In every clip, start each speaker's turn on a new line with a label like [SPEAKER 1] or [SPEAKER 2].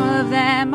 [SPEAKER 1] time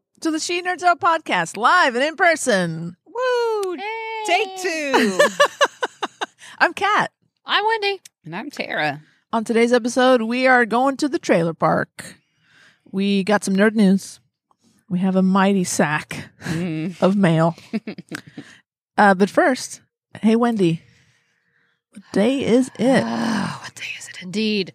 [SPEAKER 2] to the She Nerds Out podcast, live and in person.
[SPEAKER 3] Woo! Take two.
[SPEAKER 2] I'm Kat.
[SPEAKER 4] I'm Wendy.
[SPEAKER 3] and I'm Tara.
[SPEAKER 2] On today's episode, we are going to the trailer park. We got some nerd news. We have a mighty sack
[SPEAKER 3] Mm.
[SPEAKER 2] of mail. uh, but first, hey Wendy, what day is it?
[SPEAKER 4] Oh, what day is it indeed?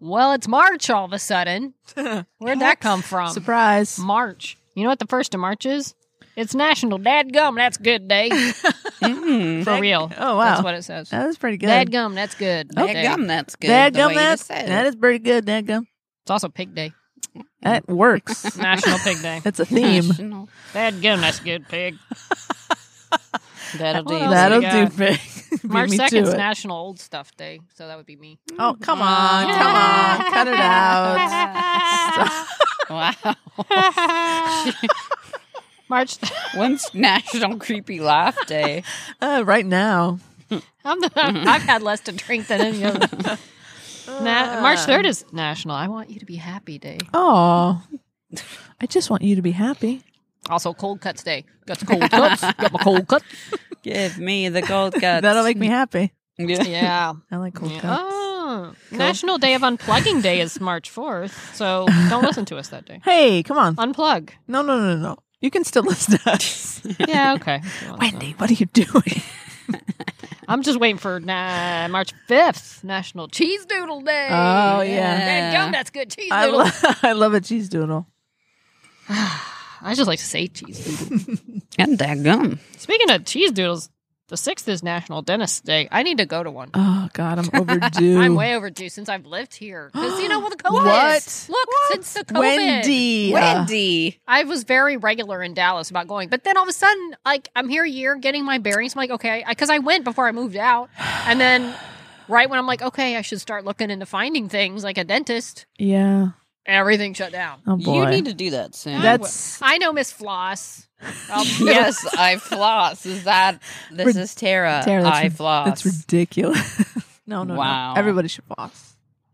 [SPEAKER 4] Well, it's March all of a sudden. Where'd that come
[SPEAKER 3] Um,
[SPEAKER 4] from?
[SPEAKER 2] Surprise!
[SPEAKER 4] March. You know what the first of March is? It's National Dadgum. That's good day.
[SPEAKER 3] Mm.
[SPEAKER 4] For real.
[SPEAKER 2] Oh
[SPEAKER 4] That's
[SPEAKER 2] wow,
[SPEAKER 4] what it says.
[SPEAKER 2] that was pretty good.
[SPEAKER 4] Dadgum. That's good.
[SPEAKER 3] That
[SPEAKER 4] day.
[SPEAKER 3] gum, that's good.
[SPEAKER 2] Dadgum,
[SPEAKER 3] the way you
[SPEAKER 2] that's-
[SPEAKER 3] just said it.
[SPEAKER 2] that is pretty good. Dad gum.
[SPEAKER 4] It's also Pig Day.
[SPEAKER 2] That works.
[SPEAKER 4] National Pig Day.
[SPEAKER 2] That's a theme.
[SPEAKER 3] National.
[SPEAKER 4] Dadgum. That's good pig.
[SPEAKER 3] That'll do.
[SPEAKER 4] else
[SPEAKER 2] That'll
[SPEAKER 4] we got?
[SPEAKER 2] do, big.
[SPEAKER 4] March
[SPEAKER 2] me to
[SPEAKER 4] 2nd's
[SPEAKER 2] it.
[SPEAKER 4] National Old Stuff Day. So that would be me.
[SPEAKER 2] Oh, come on, come on, cut it out.
[SPEAKER 3] Wow.
[SPEAKER 4] March.
[SPEAKER 3] When's National Creepy Laugh Day?
[SPEAKER 2] Uh, right now.
[SPEAKER 4] I'm the, I've had less to drink than any other. Na- March 3rd is National I Want You to Be Happy Day.
[SPEAKER 2] Oh, I just want you to be happy.
[SPEAKER 4] Also, Cold Cuts Day. Got the cold cuts. Got my cold cut.
[SPEAKER 3] Give me the gold guts.
[SPEAKER 2] That'll make me happy.
[SPEAKER 3] Yeah.
[SPEAKER 4] Yeah.
[SPEAKER 2] I like cold
[SPEAKER 4] Yeah.
[SPEAKER 2] cups.
[SPEAKER 4] Oh. National Day of Unplugging Day is March 4th. So don't listen to us that day.
[SPEAKER 2] Hey, come on.
[SPEAKER 4] Unplug.
[SPEAKER 2] No, no, no, no. You can still listen to us.
[SPEAKER 4] Yeah, okay. if you want to.
[SPEAKER 2] Wendy, what are you doing?
[SPEAKER 4] I'm just waiting for na- March 5th, National Cheese Doodle Day.
[SPEAKER 2] Oh, yeah.
[SPEAKER 4] Dang, yum, that's good cheese
[SPEAKER 2] I,
[SPEAKER 4] doodle.
[SPEAKER 2] lo- I love a cheese doodle.
[SPEAKER 4] I just like to say cheese doodle.
[SPEAKER 3] And that gum.
[SPEAKER 4] Speaking of cheese doodles, the 6th is National Dentist Day. I need to go to one.
[SPEAKER 2] Oh, God, I'm overdue.
[SPEAKER 4] I'm way overdue since I've lived here. Because you know, with the COVID.
[SPEAKER 2] What?
[SPEAKER 4] Look, since the COVID.
[SPEAKER 2] Wendy. uh,
[SPEAKER 3] Wendy.
[SPEAKER 4] I was very regular in Dallas about going, but then all of a sudden, like I'm here a year getting my bearings. I'm like, okay, because I, went before I moved out, and then right when I'm like, okay, I should start looking into finding things like a dentist,
[SPEAKER 2] yeah.
[SPEAKER 4] everything shut down.
[SPEAKER 2] Oh, boy.
[SPEAKER 3] You need to do that soon.
[SPEAKER 2] That's.
[SPEAKER 4] I know Miss Floss. Um, I'll-
[SPEAKER 3] yes, I floss. Is that this
[SPEAKER 2] Rid-
[SPEAKER 3] is Tara?
[SPEAKER 2] Tara, that's
[SPEAKER 3] I
[SPEAKER 2] rid-
[SPEAKER 3] floss.
[SPEAKER 2] That's ridiculous. no, no,
[SPEAKER 3] Wow.
[SPEAKER 2] no. Everybody should floss.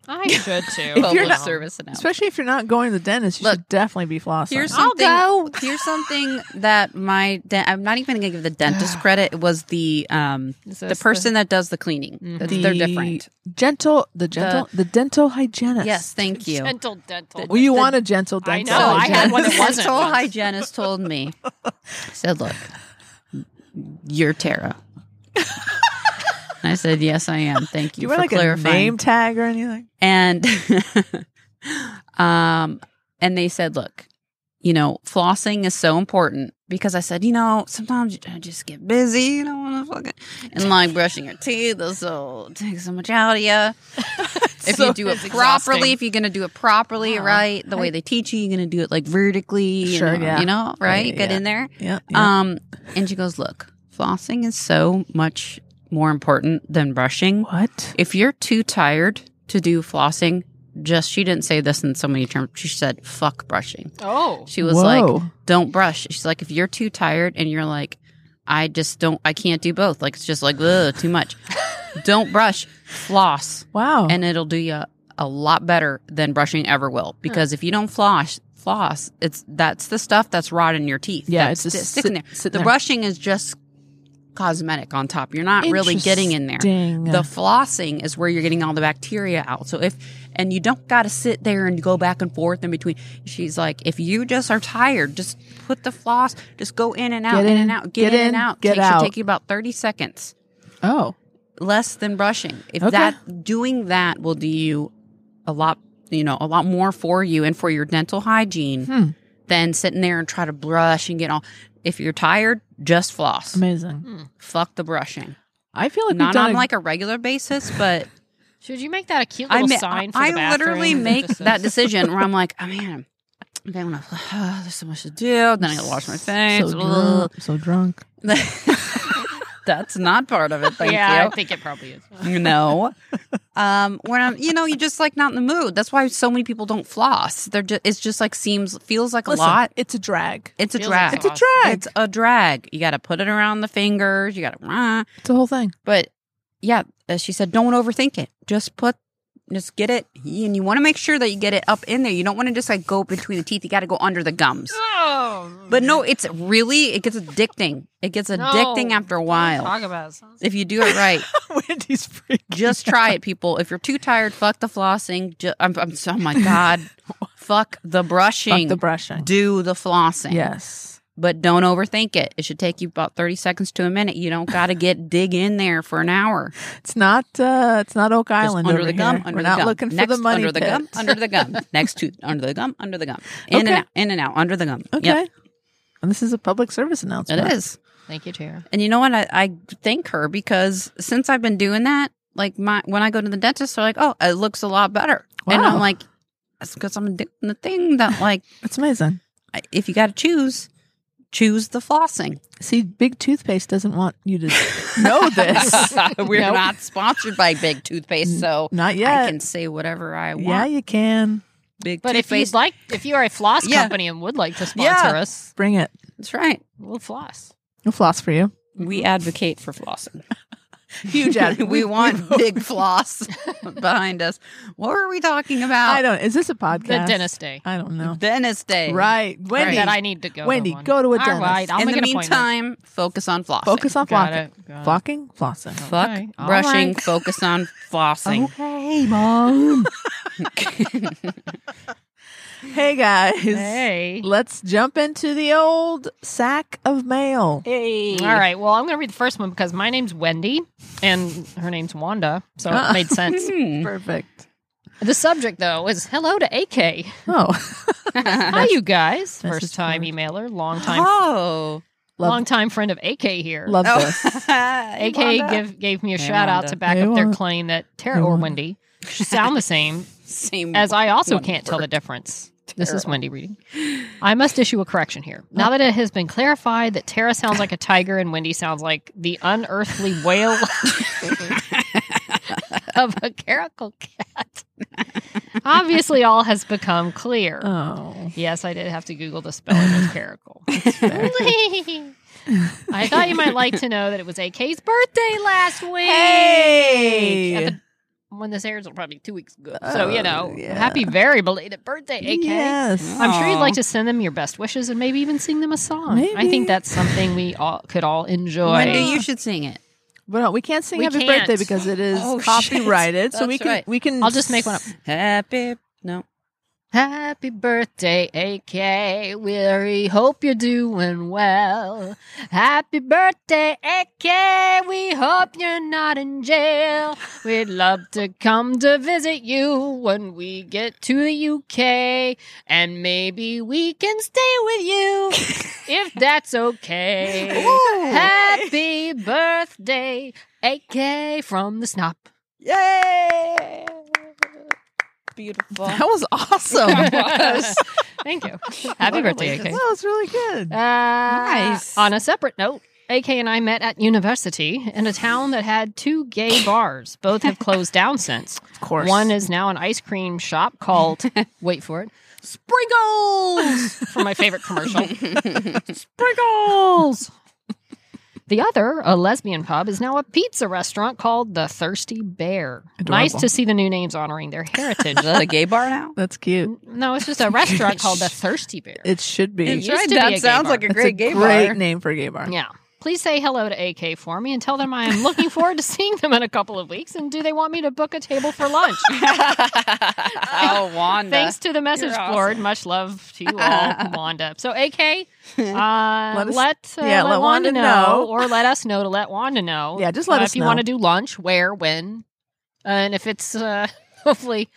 [SPEAKER 4] I should too.
[SPEAKER 2] If you're
[SPEAKER 3] Public
[SPEAKER 2] not-
[SPEAKER 3] service announcement.
[SPEAKER 2] Especially if you're not going to the dentist, you
[SPEAKER 3] Look,
[SPEAKER 2] should definitely be flossing.
[SPEAKER 3] Here's
[SPEAKER 4] I'll
[SPEAKER 3] something.
[SPEAKER 4] go.
[SPEAKER 3] Here's something that my de- I'm not even going to give the dentist credit. It was the um
[SPEAKER 4] Is
[SPEAKER 3] the
[SPEAKER 4] this
[SPEAKER 3] person that does the cleaning.
[SPEAKER 4] Mhm.
[SPEAKER 3] That's- They're different.
[SPEAKER 2] Gentle, the gentle, the, dental hygienist.
[SPEAKER 3] Yes, thank you.
[SPEAKER 4] gentle dental.
[SPEAKER 2] Well, you
[SPEAKER 3] the-
[SPEAKER 2] want a gentle
[SPEAKER 4] I
[SPEAKER 2] dental.
[SPEAKER 4] know, I had
[SPEAKER 2] hygienist.
[SPEAKER 4] one that wasn't
[SPEAKER 3] dental
[SPEAKER 4] once.
[SPEAKER 3] hygienist told me. Said, look, you're Tara. And I said, yes, I am. Thank
[SPEAKER 2] Do
[SPEAKER 3] you,
[SPEAKER 2] you
[SPEAKER 3] for
[SPEAKER 2] wear like
[SPEAKER 3] clarifying.
[SPEAKER 2] a name tag or anything?
[SPEAKER 3] and um and they said look you know flossing is so important because i said you know sometimes i just get busy you don't want to fucking and like brushing your teeth this will take so much out of you if
[SPEAKER 4] So
[SPEAKER 3] you do it
[SPEAKER 4] it's
[SPEAKER 3] properly
[SPEAKER 4] exhausting.
[SPEAKER 3] if you're gonna do it properly
[SPEAKER 2] Uh,
[SPEAKER 3] right the way they teach you you're gonna do it like vertically
[SPEAKER 2] Sure,
[SPEAKER 3] and,
[SPEAKER 2] yeah.
[SPEAKER 3] you know right
[SPEAKER 2] yeah,
[SPEAKER 3] get
[SPEAKER 2] yeah.
[SPEAKER 3] in there
[SPEAKER 2] Yeah.
[SPEAKER 3] um and she goes look flossing is so much more important than brushing
[SPEAKER 2] what?
[SPEAKER 3] if you're too tired to do flossing, just she didn't say this in so many terms. She said, fuck brushing.
[SPEAKER 4] Oh,
[SPEAKER 3] She was like, don't brush. She's like, if you're too tired and you're like, I just don't, I can't do both. Like, it's just like, ugh, too much. don't brush, floss,
[SPEAKER 2] wow.
[SPEAKER 3] and it'll do you a lot better than brushing ever will. Because if you don't floss, floss, it's that's the stuff that's rotting your teeth.
[SPEAKER 2] yeah,
[SPEAKER 3] that's
[SPEAKER 2] it's just
[SPEAKER 3] sti- sticking
[SPEAKER 2] sit-
[SPEAKER 3] there.
[SPEAKER 2] sitting
[SPEAKER 3] The
[SPEAKER 2] there.
[SPEAKER 3] brushing is just cosmetic on top. You're not really getting in there
[SPEAKER 2] Interesting.
[SPEAKER 3] the flossing is where you're getting all the bacteria out. So if and you don't got to sit there and go back and forth in between. She's like, if you just are tired, just put the floss, just go in and out,
[SPEAKER 2] Get
[SPEAKER 3] in,
[SPEAKER 2] in,
[SPEAKER 3] and out,
[SPEAKER 2] get
[SPEAKER 3] get, in
[SPEAKER 2] in,
[SPEAKER 3] and out.
[SPEAKER 2] get
[SPEAKER 3] Take-
[SPEAKER 2] out.
[SPEAKER 3] Should take you about thirty seconds,
[SPEAKER 2] oh,
[SPEAKER 3] less than brushing. If
[SPEAKER 2] Okay.
[SPEAKER 3] that doing that will do you a lot, you know, a lot more for you and for your dental hygiene
[SPEAKER 2] Hmm.
[SPEAKER 3] than sitting there and try to brush and get all. If you're tired, just floss.
[SPEAKER 2] amazing.
[SPEAKER 4] Hmm.
[SPEAKER 3] Fuck the brushing.
[SPEAKER 2] I feel like we've
[SPEAKER 3] Not
[SPEAKER 2] done
[SPEAKER 3] on
[SPEAKER 2] a-
[SPEAKER 3] like a regular basis, but
[SPEAKER 4] should you make that a cute little
[SPEAKER 3] ma-
[SPEAKER 4] sign? For
[SPEAKER 3] I
[SPEAKER 4] the bathroom
[SPEAKER 3] literally
[SPEAKER 4] that
[SPEAKER 3] make
[SPEAKER 4] just
[SPEAKER 3] that
[SPEAKER 4] says-
[SPEAKER 3] decision where I'm like, oh man, And then when I, oh, there's so much to do. Then I gotta wash my face.
[SPEAKER 2] So
[SPEAKER 3] Ugh.
[SPEAKER 2] drunk. So drunk.
[SPEAKER 3] That's not part of it. Thank
[SPEAKER 4] yeah,
[SPEAKER 3] you.
[SPEAKER 4] I think it probably is.
[SPEAKER 3] no. Um, when I'm, you know, you're just like not in the mood. That's why so many people don't floss. They're just, it's just like seems, feels like
[SPEAKER 2] Listen,
[SPEAKER 3] a lot.
[SPEAKER 2] It's a drag.
[SPEAKER 3] It's a
[SPEAKER 4] feels like
[SPEAKER 3] drag.
[SPEAKER 4] a
[SPEAKER 2] It's a
[SPEAKER 4] Floss.
[SPEAKER 2] drag.
[SPEAKER 3] It's a drag. You got to put it around the fingers. You got to,
[SPEAKER 2] It's a whole thing.
[SPEAKER 3] but yeah, as she said, don't overthink it. Just put, just get it. And you want to make sure that you get it up in there. You don't want to just like go between the teeth. You got to go under the gums.
[SPEAKER 4] Oh,
[SPEAKER 3] But no, it's really, it gets addicting. It gets addicting after a while.
[SPEAKER 4] Talk about it. Sounds-
[SPEAKER 3] If you do it right,
[SPEAKER 2] Wendy's freaking.
[SPEAKER 3] just try it, people. If you're too tired, fuck the flossing. Ju- I'm, I'm, oh my God. fuck the brushing.
[SPEAKER 2] Fuck the brushing.
[SPEAKER 3] do the flossing.
[SPEAKER 2] Yes.
[SPEAKER 3] But don't overthink it. It should take you about 30 seconds to a minute. You don't got to get dig in there for an hour.
[SPEAKER 2] It's not. Uh, it's not Oak
[SPEAKER 3] Just
[SPEAKER 2] Island
[SPEAKER 3] under
[SPEAKER 2] over
[SPEAKER 3] the gum,
[SPEAKER 2] here.
[SPEAKER 3] under
[SPEAKER 2] We're
[SPEAKER 3] the
[SPEAKER 2] not
[SPEAKER 3] gum.
[SPEAKER 2] looking for
[SPEAKER 3] Next,
[SPEAKER 2] the money
[SPEAKER 3] under the
[SPEAKER 2] pit.
[SPEAKER 3] gum, under the gum. Next tooth, under the gum, under the gum, in and
[SPEAKER 2] Okay.
[SPEAKER 3] out, in and out, under the gum.
[SPEAKER 2] Okay.
[SPEAKER 3] Yep,
[SPEAKER 2] And this is a public service
[SPEAKER 3] it
[SPEAKER 2] announcement.
[SPEAKER 3] is.
[SPEAKER 4] Thank you, Tara.
[SPEAKER 3] And you know what? I, I thank her because since I've been doing that, like my when I go to the dentist, they're like, "Oh, it looks a lot better," and
[SPEAKER 2] Wow.
[SPEAKER 3] I'm like, "That's because I'm doing the thing that like
[SPEAKER 2] It's amazing.
[SPEAKER 3] I- if you got to choose, choose the flossing."
[SPEAKER 2] See, Big Toothpaste doesn't want you to know this.
[SPEAKER 3] We're
[SPEAKER 2] Nope.
[SPEAKER 3] not sponsored by Big Toothpaste, so
[SPEAKER 2] Not yet.
[SPEAKER 3] I can say whatever I want.
[SPEAKER 2] yeah, you can
[SPEAKER 3] Big
[SPEAKER 4] But if you'd
[SPEAKER 3] Toothpaste,
[SPEAKER 4] like, if you are a floss
[SPEAKER 3] Yeah.
[SPEAKER 4] company and would like to sponsor
[SPEAKER 3] Yeah.
[SPEAKER 4] us,
[SPEAKER 2] bring it.
[SPEAKER 3] that's right.
[SPEAKER 4] we'll floss.
[SPEAKER 2] We'll floss for you.
[SPEAKER 3] We advocate for flossing.
[SPEAKER 2] Huge. ad-
[SPEAKER 3] we want big floss behind us. What were we talking
[SPEAKER 2] I
[SPEAKER 3] about?
[SPEAKER 2] don't. Is this a podcast?
[SPEAKER 4] The Oh. dentist day.
[SPEAKER 3] Uh,
[SPEAKER 2] I don't know.
[SPEAKER 3] Dentist day.
[SPEAKER 2] Right, Wendy.
[SPEAKER 4] That I need to go. to
[SPEAKER 2] Wendy,
[SPEAKER 4] one.
[SPEAKER 2] go to
[SPEAKER 4] All
[SPEAKER 2] a dentist.
[SPEAKER 4] right, I'll
[SPEAKER 3] In
[SPEAKER 4] make
[SPEAKER 3] the
[SPEAKER 4] an appointment.
[SPEAKER 3] meantime, focus on flossing.
[SPEAKER 2] Focus on
[SPEAKER 4] Got
[SPEAKER 2] flocking.
[SPEAKER 4] it, got it.
[SPEAKER 2] Flocking, flossing.
[SPEAKER 3] Fuck
[SPEAKER 4] Okay, all
[SPEAKER 3] brushing.
[SPEAKER 4] right.
[SPEAKER 3] Focus on flossing.
[SPEAKER 4] Okay, mom.
[SPEAKER 2] Hey guys.
[SPEAKER 4] hey.
[SPEAKER 2] Let's jump into the old sack of mail.
[SPEAKER 4] Hey. All right. Well, I'm going to read the first one because my name's Wendy and her name's Wanda, so it
[SPEAKER 3] Uh.
[SPEAKER 4] made sense.
[SPEAKER 2] Perfect.
[SPEAKER 4] The subject though is hello to AK.
[SPEAKER 2] Oh,
[SPEAKER 4] Hi, you guys.
[SPEAKER 2] that's
[SPEAKER 4] First
[SPEAKER 2] just
[SPEAKER 4] time
[SPEAKER 2] hard.
[SPEAKER 4] emailer, long time,
[SPEAKER 3] Oh,
[SPEAKER 2] love,
[SPEAKER 4] long time friend of AK here.
[SPEAKER 2] love
[SPEAKER 3] oh.
[SPEAKER 2] this.
[SPEAKER 4] AK gave gave me a
[SPEAKER 3] Hey,
[SPEAKER 4] shout out
[SPEAKER 3] Wanda.
[SPEAKER 4] to back
[SPEAKER 2] Hey,
[SPEAKER 4] up their
[SPEAKER 2] Wanda.
[SPEAKER 4] claim that Tara
[SPEAKER 2] Hey,
[SPEAKER 4] or
[SPEAKER 2] Wanda.
[SPEAKER 4] Wendy sound the same,
[SPEAKER 3] same
[SPEAKER 4] as I also
[SPEAKER 3] one
[SPEAKER 4] can't tell the
[SPEAKER 3] word.
[SPEAKER 4] difference. This is Wendy reading. I must issue a correction here. Now that it has been clarified that Tara sounds like a tiger and Wendy sounds like the unearthly wail of a caracal cat, obviously all has become clear.
[SPEAKER 2] Oh,
[SPEAKER 4] Yes, I did have to Google the spelling of caracal.
[SPEAKER 2] fair.
[SPEAKER 4] I thought you might like to know that it was AK's birthday last week. At
[SPEAKER 2] hey.
[SPEAKER 4] the- when this airs, it'll probably be two weeks ago. So, you
[SPEAKER 2] Oh,
[SPEAKER 4] know,
[SPEAKER 2] yeah.
[SPEAKER 4] happy very belated birthday, AK.
[SPEAKER 2] Yes.
[SPEAKER 4] I'm sure you'd like
[SPEAKER 3] Aw.
[SPEAKER 4] to send them your best wishes and maybe even sing them a song. I
[SPEAKER 2] Maybe.
[SPEAKER 4] think that's something we all could all enjoy.
[SPEAKER 3] Wendy, you should sing it.
[SPEAKER 2] But no, we can't sing
[SPEAKER 4] We
[SPEAKER 2] happy
[SPEAKER 4] can't.
[SPEAKER 2] birthday because it is
[SPEAKER 3] Oh, shit.
[SPEAKER 2] copyrighted. So we
[SPEAKER 3] That's
[SPEAKER 2] can
[SPEAKER 3] right.
[SPEAKER 2] we can
[SPEAKER 4] I'll just make one up.
[SPEAKER 3] Happy. No.
[SPEAKER 4] Happy birthday, AK. We hope you're doing well. Happy birthday, AK. We hope you're not in jail. We'd love to come to visit you when we get to the UK. And maybe we can stay with you if that's okay. Happy birthday, AK from the snop.
[SPEAKER 3] Yay! Beautiful.
[SPEAKER 2] That was awesome. that
[SPEAKER 4] Thank you. Happy birthday, AK.
[SPEAKER 2] was really good.
[SPEAKER 4] Uh,
[SPEAKER 3] Nice.
[SPEAKER 4] On a separate note, AK and I met at university in a town that had two gay bars. Both have closed down since.
[SPEAKER 2] Of course.
[SPEAKER 4] One is now an ice cream shop called, wait for it, Sprinkles for my favorite commercial. Sprinkles! The other, a lesbian pub, is now a pizza restaurant called The Thirsty Bear. Nice
[SPEAKER 2] Adorable.
[SPEAKER 4] to see the new names honoring their heritage.
[SPEAKER 3] Is that a gay bar now?
[SPEAKER 2] That's cute.
[SPEAKER 4] no, it's just a restaurant called The Thirsty Bear.
[SPEAKER 2] It should be.
[SPEAKER 4] It
[SPEAKER 2] It's
[SPEAKER 4] used to be a gay bar.
[SPEAKER 3] a
[SPEAKER 2] a great name for a gay bar.
[SPEAKER 4] Yeah. Please say hello to AK for me and tell them I am looking forward to seeing them in a couple of weeks. And do they want me to book a table for lunch?
[SPEAKER 3] oh, Wanda.
[SPEAKER 4] Thanks to the message
[SPEAKER 3] You're
[SPEAKER 4] board. Much love to you all, Wanda. So, AK, uh, let, uh,
[SPEAKER 2] us- yeah,
[SPEAKER 4] let,
[SPEAKER 2] let
[SPEAKER 4] Wanda
[SPEAKER 2] Wanda
[SPEAKER 4] know,
[SPEAKER 2] know.
[SPEAKER 4] or let us know to let Wanda know.
[SPEAKER 2] Yeah, just let
[SPEAKER 4] uh,
[SPEAKER 2] us
[SPEAKER 4] if you
[SPEAKER 2] know.
[SPEAKER 4] want to do lunch, where, when, and if it's uh, hopefully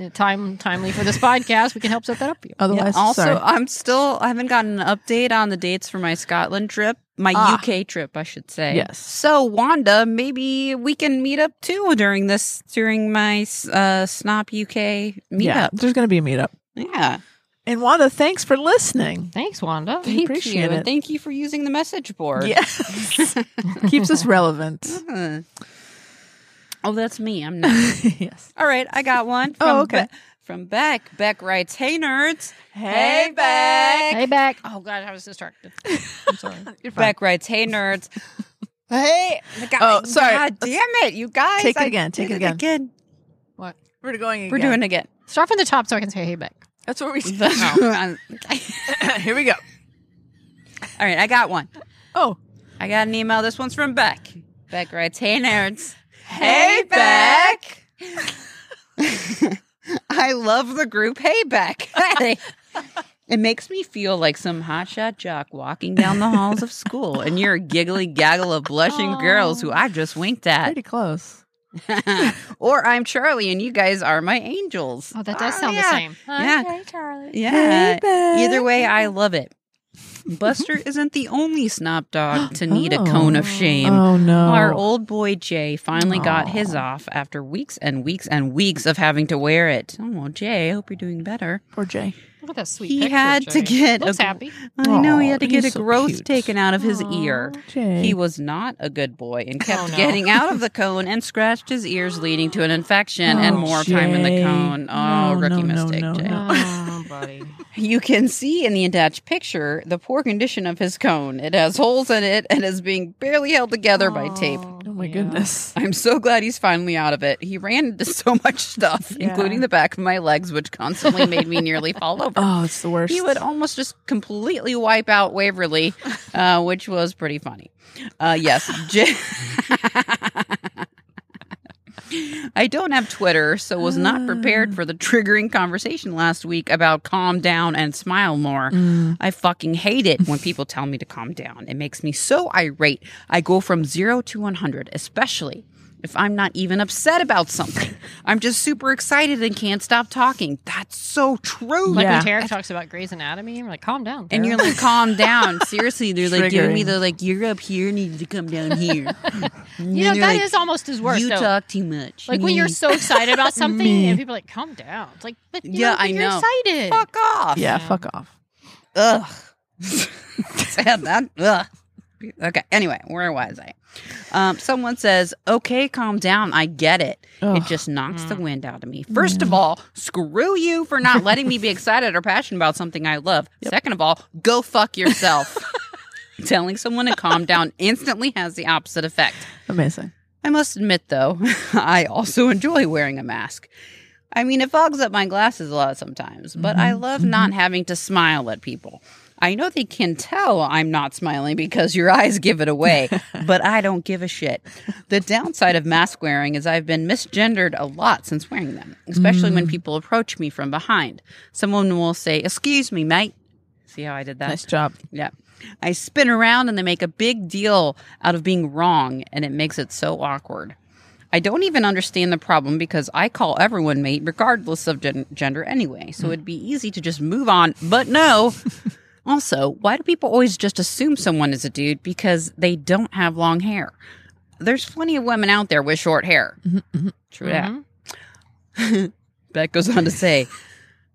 [SPEAKER 4] uh, time timely for this podcast, we can help set that up. for You.
[SPEAKER 3] Yeah,
[SPEAKER 2] Otherwise,
[SPEAKER 3] also,
[SPEAKER 2] sorry.
[SPEAKER 3] I'm still I haven't gotten an update on the dates for my Scotland trip, my
[SPEAKER 2] Ah.
[SPEAKER 3] UK trip, I should say.
[SPEAKER 2] Yes.
[SPEAKER 3] So Wanda, maybe we can meet up too during this during my uh, Snop UK meetup.
[SPEAKER 2] yeah, there's going to be a meetup.
[SPEAKER 3] Yeah.
[SPEAKER 2] And Wanda, thanks for listening.
[SPEAKER 4] Thanks, Wanda.
[SPEAKER 2] We appreciate
[SPEAKER 3] you.
[SPEAKER 2] it.
[SPEAKER 3] Thank you for using the message board.
[SPEAKER 2] Yes. Keeps us relevant.
[SPEAKER 3] Huh. Oh, that's me. I'm not.
[SPEAKER 2] yes.
[SPEAKER 3] All right, I got one. From
[SPEAKER 2] Oh, okay.
[SPEAKER 3] Be- from Beck. Beck writes, "Hey nerds."
[SPEAKER 2] Hey,
[SPEAKER 3] Beck.
[SPEAKER 4] Hey, back. Oh, God, I was distracted. I'm sorry.
[SPEAKER 2] You're fine.
[SPEAKER 3] Beck writes, "Hey nerds." hey, the guy,
[SPEAKER 2] Oh, sorry.
[SPEAKER 3] God damn it, you guys!
[SPEAKER 2] Take it
[SPEAKER 3] I
[SPEAKER 2] again, take
[SPEAKER 3] did
[SPEAKER 2] it again.
[SPEAKER 4] What?
[SPEAKER 2] We're going again.
[SPEAKER 3] We're doing it again.
[SPEAKER 4] Start from the top so I can say hey, back.
[SPEAKER 2] That's what we
[SPEAKER 3] All
[SPEAKER 2] Here we go.
[SPEAKER 3] right, I got one.
[SPEAKER 2] Oh.
[SPEAKER 3] I got an email. This one's from Beck. Beck writes, "Hey nerds." I love the group Hey Beck. Hey. It makes me feel like some hotshot jock walking down the halls of school, and you're a giggly gaggle of blushing
[SPEAKER 4] Aw.
[SPEAKER 3] girls who I just winked at.
[SPEAKER 2] Pretty close.
[SPEAKER 3] or I'm Charlie, and you guys are my angels. Ah,
[SPEAKER 4] Oh, that does sound
[SPEAKER 3] yeah.
[SPEAKER 4] the same.
[SPEAKER 3] Yeah.
[SPEAKER 4] Charlie.
[SPEAKER 3] Yeah.
[SPEAKER 2] Beck.
[SPEAKER 3] Either way, I love it. Buster isn't the only snob dog to need
[SPEAKER 2] Oh.
[SPEAKER 3] a cone of shame.
[SPEAKER 2] Oh no.
[SPEAKER 3] Our old boy Jay finally got
[SPEAKER 2] Aw.
[SPEAKER 3] his off after weeks and weeks and weeks of having to wear it. Oh, well, Jay, I hope you're doing better.
[SPEAKER 2] Poor Jay.
[SPEAKER 4] Look at that sweet
[SPEAKER 3] He
[SPEAKER 4] picture,
[SPEAKER 3] had to
[SPEAKER 4] Jay.
[SPEAKER 3] get
[SPEAKER 4] Looks
[SPEAKER 3] a-
[SPEAKER 4] happy.
[SPEAKER 3] I know he had to
[SPEAKER 2] Aw,
[SPEAKER 3] get a
[SPEAKER 2] he's so
[SPEAKER 3] growth
[SPEAKER 2] cute.
[SPEAKER 3] taken out of his
[SPEAKER 4] Aw.
[SPEAKER 3] ear.
[SPEAKER 2] Jay.
[SPEAKER 3] He was not a good boy and kept
[SPEAKER 4] Oh, no.
[SPEAKER 3] getting out of the cone and scratched his ears, leading to an infection and
[SPEAKER 2] Oh,
[SPEAKER 3] more time in
[SPEAKER 2] Jay.
[SPEAKER 3] the cone. Oh,
[SPEAKER 2] No,
[SPEAKER 3] rookie
[SPEAKER 2] no, no,
[SPEAKER 3] mistake,
[SPEAKER 2] no,
[SPEAKER 3] Jay.
[SPEAKER 2] no.
[SPEAKER 4] Oh, buddy.
[SPEAKER 3] You can see in the attached picture the poor condition of his cone. It has holes in it and is being barely held together by tape.
[SPEAKER 2] Oh my goodness.
[SPEAKER 3] I'm so glad he's finally out of it. He ran into so much stuff,
[SPEAKER 2] Yeah.
[SPEAKER 3] including the back of my legs, which constantly made me nearly fall over.
[SPEAKER 2] Oh, it's the worst.
[SPEAKER 3] He would almost just completely wipe out Waverly, uh, which was pretty funny. Uh, yes. J- I don't have Twitter, so was
[SPEAKER 2] Uh.
[SPEAKER 3] not prepared for the triggering conversation last week about calm down and smile more.
[SPEAKER 2] Mm.
[SPEAKER 3] I fucking hate it when people tell me to calm down. It makes me so irate. I go from zero to 100, especially if I'm not even upset about something. I'm just super excited and can't stop talking. That's so true.
[SPEAKER 4] Like
[SPEAKER 2] Yeah.
[SPEAKER 4] when Tarek talks about Grey's Anatomy, I'm like, calm down.
[SPEAKER 3] And you're like, calm down. Seriously, they're like giving me
[SPEAKER 2] Triggering.
[SPEAKER 3] the like, you're up here, need to come down here.
[SPEAKER 4] Tarek. you know, that is almost as worse.
[SPEAKER 3] you
[SPEAKER 4] though.
[SPEAKER 3] talk too much.
[SPEAKER 4] Like when you're so excited about something, and people are like, calm down. It's like, but you
[SPEAKER 3] Yeah,
[SPEAKER 4] know, but
[SPEAKER 3] I
[SPEAKER 4] you're
[SPEAKER 3] know.
[SPEAKER 4] excited.
[SPEAKER 3] fuck off.
[SPEAKER 4] Yeah.
[SPEAKER 2] Yeah, fuck off.
[SPEAKER 3] Ugh. Sad that. Ugh. Okay. Anyway, where was I? Um, someone says, "Okay, calm down. I get it. It
[SPEAKER 2] Ugh.
[SPEAKER 3] just knocks
[SPEAKER 4] Mm.
[SPEAKER 3] the wind out of me. First of all, screw you for not letting me be excited or passionate about something I love. Second of all, go fuck yourself." Telling someone to calm down instantly has the opposite effect.
[SPEAKER 2] Amazing.
[SPEAKER 3] I must admit, though, I also enjoy wearing a mask. I mean, it fogs up my glasses a lot sometimes, but I love not having to smile at people. I know they can tell I'm not smiling because your eyes give it away, but I don't give a shit. The downside of mask wearing is I've been misgendered a lot since wearing them, especially when people approach me from behind. Someone will say, Excuse me, mate. See how I did that?
[SPEAKER 2] Nice job.
[SPEAKER 3] Yeah. I spin around and they make a big deal out of being wrong, and it makes it so awkward. I don't even understand the problem because I call everyone mate regardless of gen- gender anyway, so it'd be easy to just move on. But no. also, why do people always just assume someone is a dude because they don't have long hair? There's plenty of women out there with short hair. True that.
[SPEAKER 4] Mhm.
[SPEAKER 3] Beck goes on to say,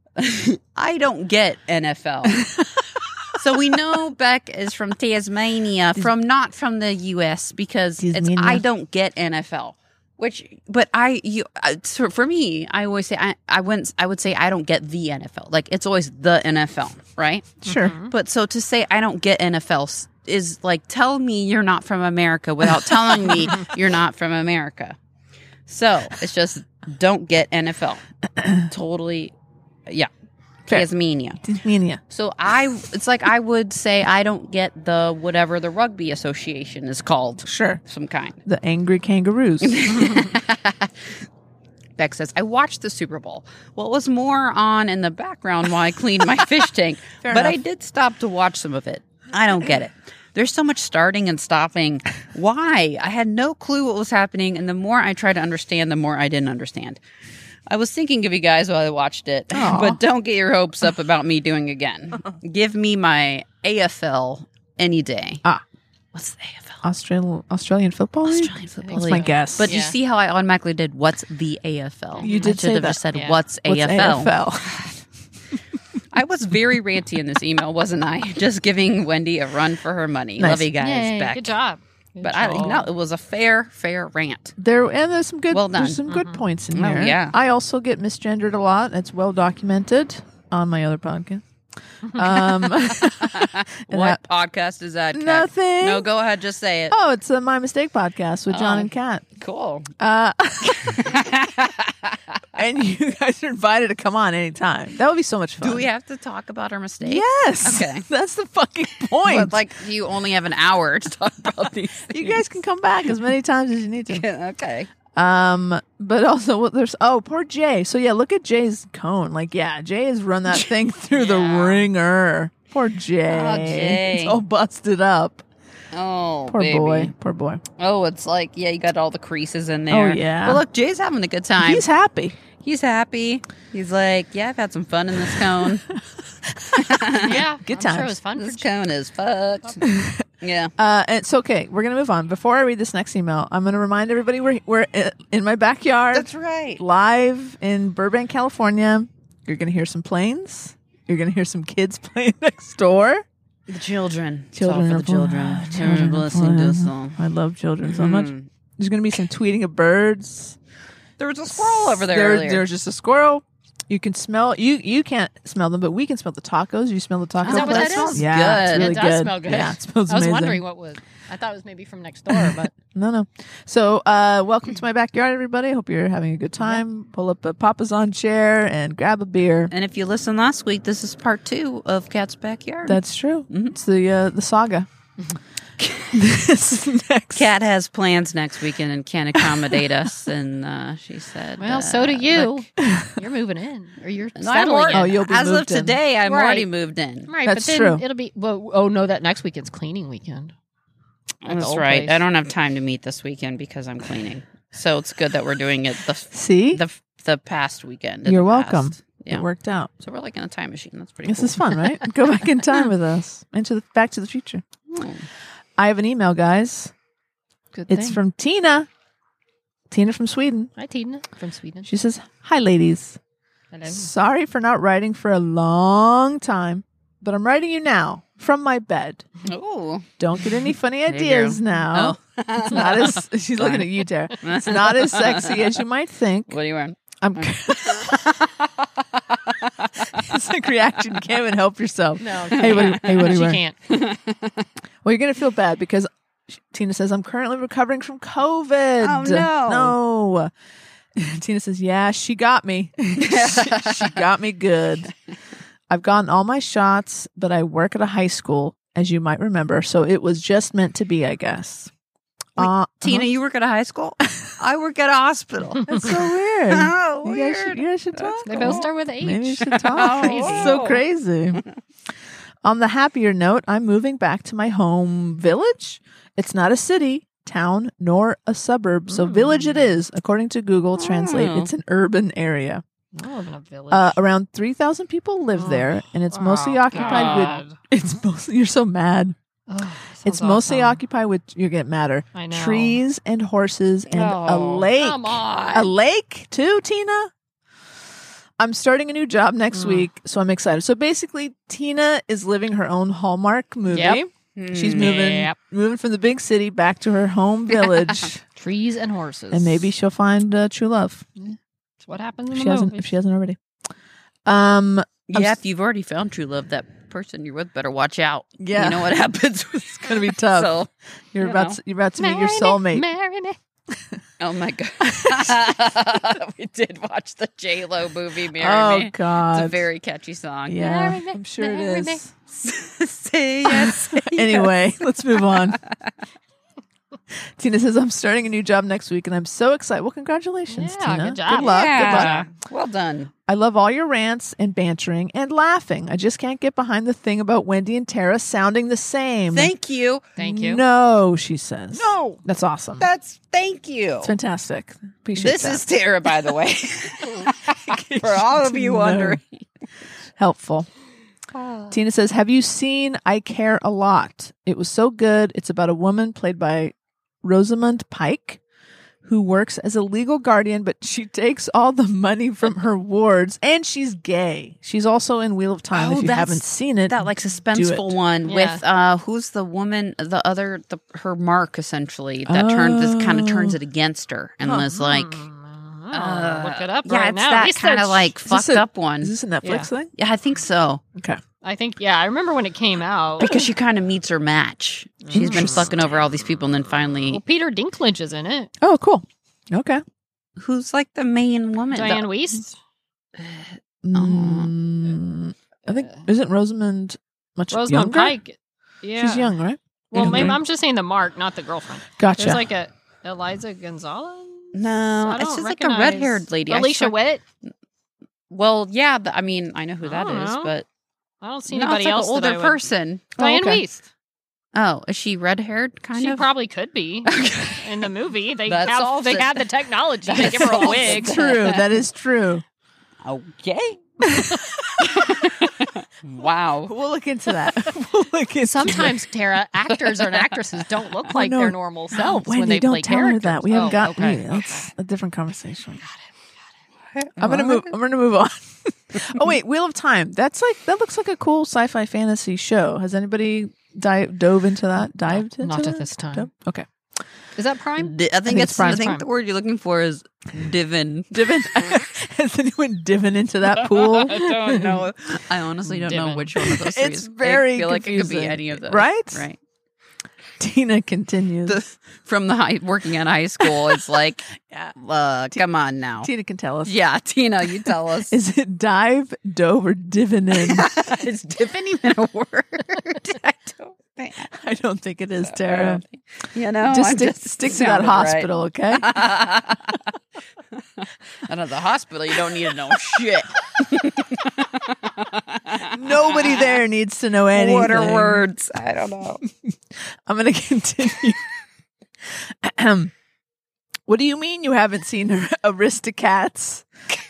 [SPEAKER 3] I don't get NFL. so we know Beck is from Tasmania, from not from the US because it's
[SPEAKER 2] Tasmania.
[SPEAKER 3] I don't get NFL. Which, but I, you, uh, so for me, I always say I, I wouldn't, I would say I don't get the NFL. Like it's always the NFL, right?
[SPEAKER 2] Sure.
[SPEAKER 3] Mm-hmm. But so to say I don't get NFL s- is like tell me you're not from America without telling me you're not from America. So it's just don't get NFL. totally, yeah.
[SPEAKER 2] Fair.
[SPEAKER 3] Tasmania.
[SPEAKER 2] Mm-hmm. Tasmania.
[SPEAKER 3] So I, it's like I would say I don't get the whatever the rugby association is called,
[SPEAKER 2] Sure.
[SPEAKER 3] some kind.
[SPEAKER 2] The angry kangaroos.
[SPEAKER 3] Beck says I watched the Super Bowl. Well, it was more on in the background while I cleaned my fish tank,
[SPEAKER 2] Fair
[SPEAKER 3] but I
[SPEAKER 2] enough.
[SPEAKER 3] did stop to watch some of it. I don't get it. There's so much starting and stopping. Why? I had no clue what was happening, and the more I tried to understand, the more I didn't understand. I was thinking of you guys while I watched it,
[SPEAKER 2] Aw.
[SPEAKER 3] but don't get your hopes up about me doing again. Give me my AFL any day.
[SPEAKER 2] Ah.
[SPEAKER 3] What's the AFL?
[SPEAKER 2] Australian Australian football. League?
[SPEAKER 3] Australian Football
[SPEAKER 2] That's
[SPEAKER 3] League.
[SPEAKER 2] my guess.
[SPEAKER 3] But you
[SPEAKER 4] Yeah.
[SPEAKER 3] see how I automatically did what's the AFL?
[SPEAKER 2] You did
[SPEAKER 3] I should
[SPEAKER 2] say
[SPEAKER 3] have
[SPEAKER 2] that.
[SPEAKER 3] just said
[SPEAKER 4] Yeah.
[SPEAKER 3] what's,
[SPEAKER 2] What's
[SPEAKER 3] AFL?
[SPEAKER 2] AFL?
[SPEAKER 3] I I was very ranty in this email, wasn't I? Just giving Wendy a run for her money.
[SPEAKER 2] Nice.
[SPEAKER 3] Love you guys
[SPEAKER 4] Yay,
[SPEAKER 3] back.
[SPEAKER 4] Good job. Good
[SPEAKER 3] But I
[SPEAKER 4] job.
[SPEAKER 3] no, it was a fair, fair rant.
[SPEAKER 2] There and there's some good
[SPEAKER 3] Well done.
[SPEAKER 2] there's some good
[SPEAKER 4] Mhm.
[SPEAKER 2] points in
[SPEAKER 3] Oh,
[SPEAKER 2] there.
[SPEAKER 3] yeah.
[SPEAKER 2] I also get misgendered a lot. It's well documented on my other podcast. Um,
[SPEAKER 3] Mm-hmm. What podcast is that? Kat?
[SPEAKER 2] nothing.
[SPEAKER 3] No, go ahead, just say it.
[SPEAKER 2] Oh, it's a My Mistake podcast with John
[SPEAKER 3] Oh.
[SPEAKER 2] and Kat.
[SPEAKER 3] Cool.
[SPEAKER 2] Uh, and you guys are invited to come on anytime. That would be so much fun.
[SPEAKER 3] Do we have to talk about our mistakes?
[SPEAKER 2] Yes.
[SPEAKER 3] Okay.
[SPEAKER 2] That's the fucking point.
[SPEAKER 3] But like, you only have an hour to talk about these.
[SPEAKER 2] you
[SPEAKER 3] things.
[SPEAKER 2] guys can come back as many times as you need to.
[SPEAKER 3] Yeah, okay.
[SPEAKER 2] Um, but also well, there's oh poor Jay. So yeah, look at Jay's cone. Like yeah, Jay has run that thing through the
[SPEAKER 3] Yeah.
[SPEAKER 2] ringer. Poor Jay.
[SPEAKER 3] Oh, Jay.
[SPEAKER 2] It's all busted up.
[SPEAKER 3] Oh,
[SPEAKER 2] Poor
[SPEAKER 3] baby.
[SPEAKER 2] boy. Poor boy.
[SPEAKER 3] Oh, it's like yeah, you got all the creases in there.
[SPEAKER 2] yeah.
[SPEAKER 3] But look, Jay's having a good time.
[SPEAKER 2] He's happy.
[SPEAKER 3] He's happy. He's like, yeah, I've had some fun in this cone.
[SPEAKER 4] yeah,
[SPEAKER 2] Good
[SPEAKER 4] I'm sure it
[SPEAKER 2] times.
[SPEAKER 4] was fun.
[SPEAKER 3] this
[SPEAKER 4] For
[SPEAKER 3] cone is fucked. yeah.
[SPEAKER 2] Uh, it's okay. We're gonna move on. Before I read this next email, I'm gonna remind everybody we're we're i- in my backyard,
[SPEAKER 3] right.
[SPEAKER 2] live in Burbank, California. You're gonna hear some planes. You're gonna hear some kids playing next door.
[SPEAKER 3] The children. It's all
[SPEAKER 2] Children
[SPEAKER 3] for
[SPEAKER 2] are
[SPEAKER 3] the children.
[SPEAKER 2] born.
[SPEAKER 3] Children
[SPEAKER 2] are
[SPEAKER 3] will listen to us
[SPEAKER 2] born.
[SPEAKER 3] all.
[SPEAKER 2] I love children so much.
[SPEAKER 3] Mm.
[SPEAKER 2] There's gonna be some tweeting of birds.
[SPEAKER 3] There was a squirrel over there, earlier.
[SPEAKER 2] There's just a squirrel. You can smell you. You can't smell them, but we can smell the tacos. You smell the taco.
[SPEAKER 4] Is that what
[SPEAKER 2] place?
[SPEAKER 4] that smells
[SPEAKER 2] Yeah, it's
[SPEAKER 3] good.
[SPEAKER 2] really
[SPEAKER 4] It does
[SPEAKER 2] good.
[SPEAKER 4] smell good.
[SPEAKER 2] Yeah, it smells
[SPEAKER 4] I was
[SPEAKER 2] amazing.
[SPEAKER 4] wondering what was. I thought it was maybe from next door, but
[SPEAKER 2] No, no. So, uh, welcome to my backyard, everybody. Hope you're having a good time. Pull up a Papa's on chair and grab a beer.
[SPEAKER 3] and if you listened last week, this is part two of Cat's Backyard.
[SPEAKER 2] That's true.
[SPEAKER 3] Mhm.
[SPEAKER 2] It's the uh, the saga. this next
[SPEAKER 3] Cat has plans next weekend and can't accommodate us. And uh, she said,
[SPEAKER 4] well,
[SPEAKER 3] uh,
[SPEAKER 4] so do you.
[SPEAKER 3] look-
[SPEAKER 4] you're moving in, or you're
[SPEAKER 3] No, I'm
[SPEAKER 4] settling.
[SPEAKER 3] already,
[SPEAKER 4] in.
[SPEAKER 2] Oh, you'll be
[SPEAKER 3] as of
[SPEAKER 2] moved in.
[SPEAKER 3] today, I'm
[SPEAKER 4] Right.
[SPEAKER 3] already moved in.
[SPEAKER 4] Right,
[SPEAKER 2] That's
[SPEAKER 4] but then
[SPEAKER 2] true.
[SPEAKER 4] it'll be well, oh no, that next weekend's cleaning weekend. At the
[SPEAKER 3] That's
[SPEAKER 4] old
[SPEAKER 3] right.
[SPEAKER 4] place.
[SPEAKER 3] I don't have time to meet this weekend because I'm cleaning. So it's good that we're doing it the f-
[SPEAKER 2] See,
[SPEAKER 3] the f- the past weekend. in
[SPEAKER 2] You're
[SPEAKER 3] the past.
[SPEAKER 2] welcome.
[SPEAKER 3] Yeah.
[SPEAKER 2] it worked out.
[SPEAKER 3] So we're like in a time machine. That's pretty.
[SPEAKER 2] This
[SPEAKER 3] cool.
[SPEAKER 2] is fun, right? Go back in time with us into the Back to the Future.
[SPEAKER 3] Oh,
[SPEAKER 2] I have an email, guys.
[SPEAKER 4] Good
[SPEAKER 2] It's
[SPEAKER 4] thing.
[SPEAKER 2] from Tina. Tina from Sweden.
[SPEAKER 4] Hi, Tina from Sweden.
[SPEAKER 2] She says, "Hi, ladies.
[SPEAKER 4] Hello.
[SPEAKER 2] Sorry for not writing for a long time, but I'm writing you now from my bed.
[SPEAKER 3] oh,
[SPEAKER 2] Don't get any funny
[SPEAKER 3] you Oh.
[SPEAKER 2] ideas now. It's not as she's
[SPEAKER 3] Fine.
[SPEAKER 2] looking at you, Tara. It's not as sexy as you might think.
[SPEAKER 3] What are you wearing?
[SPEAKER 2] I'm. it's like reaction. You can't even help yourself.
[SPEAKER 4] No,
[SPEAKER 2] Hey, what? Are, you- hey, what are you
[SPEAKER 4] she
[SPEAKER 2] wearing?
[SPEAKER 4] can't.
[SPEAKER 2] Well, you're gonna feel bad because Tina says I'm currently recovering from COVID.
[SPEAKER 3] Oh,
[SPEAKER 2] no! No. Tina says, "Yeah, she got me. she, she got me good. I've gotten all my shots, but I work at a high school, as you might remember, so it was just meant to be, I guess."
[SPEAKER 3] Wait,
[SPEAKER 2] uh,
[SPEAKER 3] Tina, you work at a high school. I work at a hospital.
[SPEAKER 2] uh-huh. that's so weird.
[SPEAKER 3] oh,
[SPEAKER 2] You guys should, you guys should
[SPEAKER 3] That's
[SPEAKER 2] talk.
[SPEAKER 4] They
[SPEAKER 3] cool.
[SPEAKER 4] both start with H.
[SPEAKER 2] Maybe you should talk.
[SPEAKER 4] Crazy.
[SPEAKER 2] It's so crazy. On the happier note, I'm moving back to my home village. It's not a city, town, nor a suburb.
[SPEAKER 4] Hmm.
[SPEAKER 2] So, village it is. According to Google Translate,
[SPEAKER 3] Oh.
[SPEAKER 2] it's an urban area.
[SPEAKER 4] I live Oh, in a village.
[SPEAKER 2] Uh, around 3,000 people live there, and it's mostly
[SPEAKER 4] Oh,
[SPEAKER 2] occupied with.
[SPEAKER 4] God.
[SPEAKER 2] It's mostly. You're so mad.
[SPEAKER 4] Oh, that sounds
[SPEAKER 2] It's mostly
[SPEAKER 4] awesome.
[SPEAKER 2] occupied with. You get madder.
[SPEAKER 4] I know.
[SPEAKER 2] Trees and horses and a
[SPEAKER 4] Oh,
[SPEAKER 2] lake.
[SPEAKER 4] Come on.
[SPEAKER 2] A lake too, Tina. I'm starting a new job next
[SPEAKER 4] Mm.
[SPEAKER 2] week, so I'm excited. So basically, Tina is living her own Hallmark movie.
[SPEAKER 4] Yep.
[SPEAKER 2] She's moving
[SPEAKER 4] Yep.
[SPEAKER 2] moving from the big city back to her home village,
[SPEAKER 4] Trees and horses.
[SPEAKER 2] and maybe she'll find uh, true love
[SPEAKER 4] It's what happens in
[SPEAKER 2] if she
[SPEAKER 4] the
[SPEAKER 2] hasn't
[SPEAKER 4] movie.
[SPEAKER 2] if she hasn't already. Um. I'm
[SPEAKER 3] Yeah,
[SPEAKER 2] s-
[SPEAKER 3] if you've already found true love, that person you're with better watch out.
[SPEAKER 2] Yeah.
[SPEAKER 3] you know what happens. it's
[SPEAKER 2] It's gonna be tough.
[SPEAKER 3] So,
[SPEAKER 2] you're
[SPEAKER 3] you
[SPEAKER 2] about
[SPEAKER 3] know.
[SPEAKER 2] to, you're about to meet your
[SPEAKER 4] Marry me,
[SPEAKER 2] soulmate.
[SPEAKER 4] Marry me.
[SPEAKER 3] oh my god, we did watch the J Lo movie "Marry
[SPEAKER 2] Oh
[SPEAKER 3] Me."
[SPEAKER 2] God.
[SPEAKER 3] It's a very catchy song.
[SPEAKER 2] yeah,
[SPEAKER 4] Marry me,
[SPEAKER 2] I'm sure it
[SPEAKER 4] marry me.
[SPEAKER 2] is.
[SPEAKER 3] say yes.
[SPEAKER 2] Anyway, let's move on. Tina says, "I'm starting a new job next week, and I'm so excited." Well, congratulations,
[SPEAKER 4] Yeah,
[SPEAKER 2] Tina.
[SPEAKER 4] good job.
[SPEAKER 2] Good luck. Good luck.
[SPEAKER 3] Yeah. Well done.
[SPEAKER 2] I love all your rants and bantering and laughing. I just can't get behind the thing about Wendy and Tara sounding the same.
[SPEAKER 3] Thank you.
[SPEAKER 4] Thank you.
[SPEAKER 2] No, she says.
[SPEAKER 3] No,
[SPEAKER 2] That's awesome.
[SPEAKER 3] that's thank you.
[SPEAKER 2] It's fantastic. Appreciate
[SPEAKER 3] This
[SPEAKER 2] that.
[SPEAKER 3] is Tara, by the way. For all of you
[SPEAKER 2] No.
[SPEAKER 3] wondering.
[SPEAKER 2] helpful.
[SPEAKER 4] Ah.
[SPEAKER 2] Tina says, Have you seen I Care a Lot? It was so good. It's about a woman played by Rosamund Pike who works as a legal guardian, but she takes all the money from her wards, and she's gay. She's also in Wheel of Time.
[SPEAKER 3] Oh,
[SPEAKER 2] if you
[SPEAKER 3] that's-
[SPEAKER 2] haven't seen it,
[SPEAKER 3] that like suspenseful
[SPEAKER 2] it.
[SPEAKER 3] one
[SPEAKER 4] Yeah.
[SPEAKER 3] with uh who's the woman the other the her mark essentially that turns this kind of turns
[SPEAKER 2] Oh.
[SPEAKER 3] it against her and was
[SPEAKER 4] Hmm.
[SPEAKER 3] like
[SPEAKER 4] Uh, look it up
[SPEAKER 3] yeah
[SPEAKER 4] right
[SPEAKER 3] it's
[SPEAKER 4] now.
[SPEAKER 3] that
[SPEAKER 4] You said
[SPEAKER 3] kind of
[SPEAKER 4] sh-
[SPEAKER 3] like
[SPEAKER 2] this
[SPEAKER 3] fucked
[SPEAKER 2] a-
[SPEAKER 3] up one
[SPEAKER 2] is this a Netflix thing?
[SPEAKER 3] yeah i think so
[SPEAKER 2] Okay,
[SPEAKER 4] I think yeah, I remember when it came out.
[SPEAKER 3] because she kind of meets her match she's been fucking over all these people and then finally
[SPEAKER 4] Well, Peter Dinklage is in it.
[SPEAKER 2] oh cool,
[SPEAKER 4] Uh-huh.
[SPEAKER 2] okay.
[SPEAKER 3] who's like the main woman The-
[SPEAKER 4] Diane Weist.
[SPEAKER 2] Mm, I think isn't Rosamund much
[SPEAKER 4] Rosamund
[SPEAKER 2] younger?
[SPEAKER 4] Pike. Yeah.
[SPEAKER 2] She's young, right?
[SPEAKER 4] Well,
[SPEAKER 2] Yeah.
[SPEAKER 4] maybe I'm just saying the mark, not the girlfriend.
[SPEAKER 2] Gotcha.
[SPEAKER 4] There's like a Eliza Gonzalez.
[SPEAKER 3] No,
[SPEAKER 4] I
[SPEAKER 3] it's
[SPEAKER 4] don't
[SPEAKER 3] just like a
[SPEAKER 4] recognize-
[SPEAKER 3] red-haired lady. I
[SPEAKER 4] Alicia
[SPEAKER 3] saw-
[SPEAKER 4] Witt.
[SPEAKER 3] well yeah but, i mean i know who that
[SPEAKER 4] I
[SPEAKER 3] is,
[SPEAKER 4] don't know.
[SPEAKER 3] but
[SPEAKER 4] I don't see
[SPEAKER 3] no, it's
[SPEAKER 4] anybody
[SPEAKER 3] like an
[SPEAKER 4] else. that I
[SPEAKER 3] older
[SPEAKER 4] would-
[SPEAKER 3] person
[SPEAKER 4] Diane
[SPEAKER 2] okay.
[SPEAKER 4] Weist.
[SPEAKER 3] oh is she red-haired kind
[SPEAKER 4] She
[SPEAKER 3] of
[SPEAKER 4] probably could be in the movie. They
[SPEAKER 3] That
[SPEAKER 4] have
[SPEAKER 3] solves
[SPEAKER 4] they
[SPEAKER 3] it.
[SPEAKER 4] had the technology to
[SPEAKER 3] That
[SPEAKER 4] give her a
[SPEAKER 3] solves
[SPEAKER 4] wig.
[SPEAKER 3] it.
[SPEAKER 2] true. That is true.
[SPEAKER 3] Okay. wow.
[SPEAKER 2] We'll look into that. we'll look into
[SPEAKER 4] Sometimes Tara actors and actresses don't look like
[SPEAKER 2] no.
[SPEAKER 4] their normal selves
[SPEAKER 2] Wendy,
[SPEAKER 4] when they
[SPEAKER 2] don't
[SPEAKER 4] play
[SPEAKER 2] tell
[SPEAKER 4] characters.
[SPEAKER 2] her that. We haven't
[SPEAKER 4] Oh,
[SPEAKER 2] got
[SPEAKER 4] okay.
[SPEAKER 2] we- that's a different conversation. I'm gonna move. I'm gonna move on. oh wait, Wheel of Time. That's like that looks like a cool sci-fi fantasy show. Has anybody dive dove into that? Dived into
[SPEAKER 4] Not
[SPEAKER 2] that?
[SPEAKER 4] at this time.
[SPEAKER 2] Dove? Okay.
[SPEAKER 4] Is that Prime?
[SPEAKER 3] Di- I think,
[SPEAKER 2] it's
[SPEAKER 3] it's, I
[SPEAKER 2] prime.
[SPEAKER 3] think the word you're looking for is divin.
[SPEAKER 2] Divin. Has anyone divin into that pool?
[SPEAKER 3] don't know. I honestly don't know
[SPEAKER 4] Divin.
[SPEAKER 3] which one of those three
[SPEAKER 2] It's
[SPEAKER 3] is.
[SPEAKER 2] very
[SPEAKER 3] I feel like it could be
[SPEAKER 2] confusing.
[SPEAKER 3] any of those.
[SPEAKER 2] Right?
[SPEAKER 3] Right.
[SPEAKER 2] Tina continues.
[SPEAKER 3] The, from the high, working at high school, it's like,
[SPEAKER 2] Yeah.
[SPEAKER 3] uh, come on now.
[SPEAKER 2] Tina can tell us.
[SPEAKER 3] yeah, Tina, you tell us.
[SPEAKER 2] Is it dive, dove, or divin in?
[SPEAKER 3] is divin even a word? I don't think.
[SPEAKER 2] I don't think it
[SPEAKER 4] Uh,
[SPEAKER 2] is, Tara.
[SPEAKER 3] You know,
[SPEAKER 2] Oh, just
[SPEAKER 3] I'm
[SPEAKER 2] stick, stick to that
[SPEAKER 3] sounded right.
[SPEAKER 2] hospital, okay?
[SPEAKER 3] Out of the hospital, you don't need to know shit.
[SPEAKER 2] Nobody there needs to know anything.
[SPEAKER 3] What are words? I don't know.
[SPEAKER 2] I'm going to continue. Ahem. what do you mean you haven't seen Aristocats?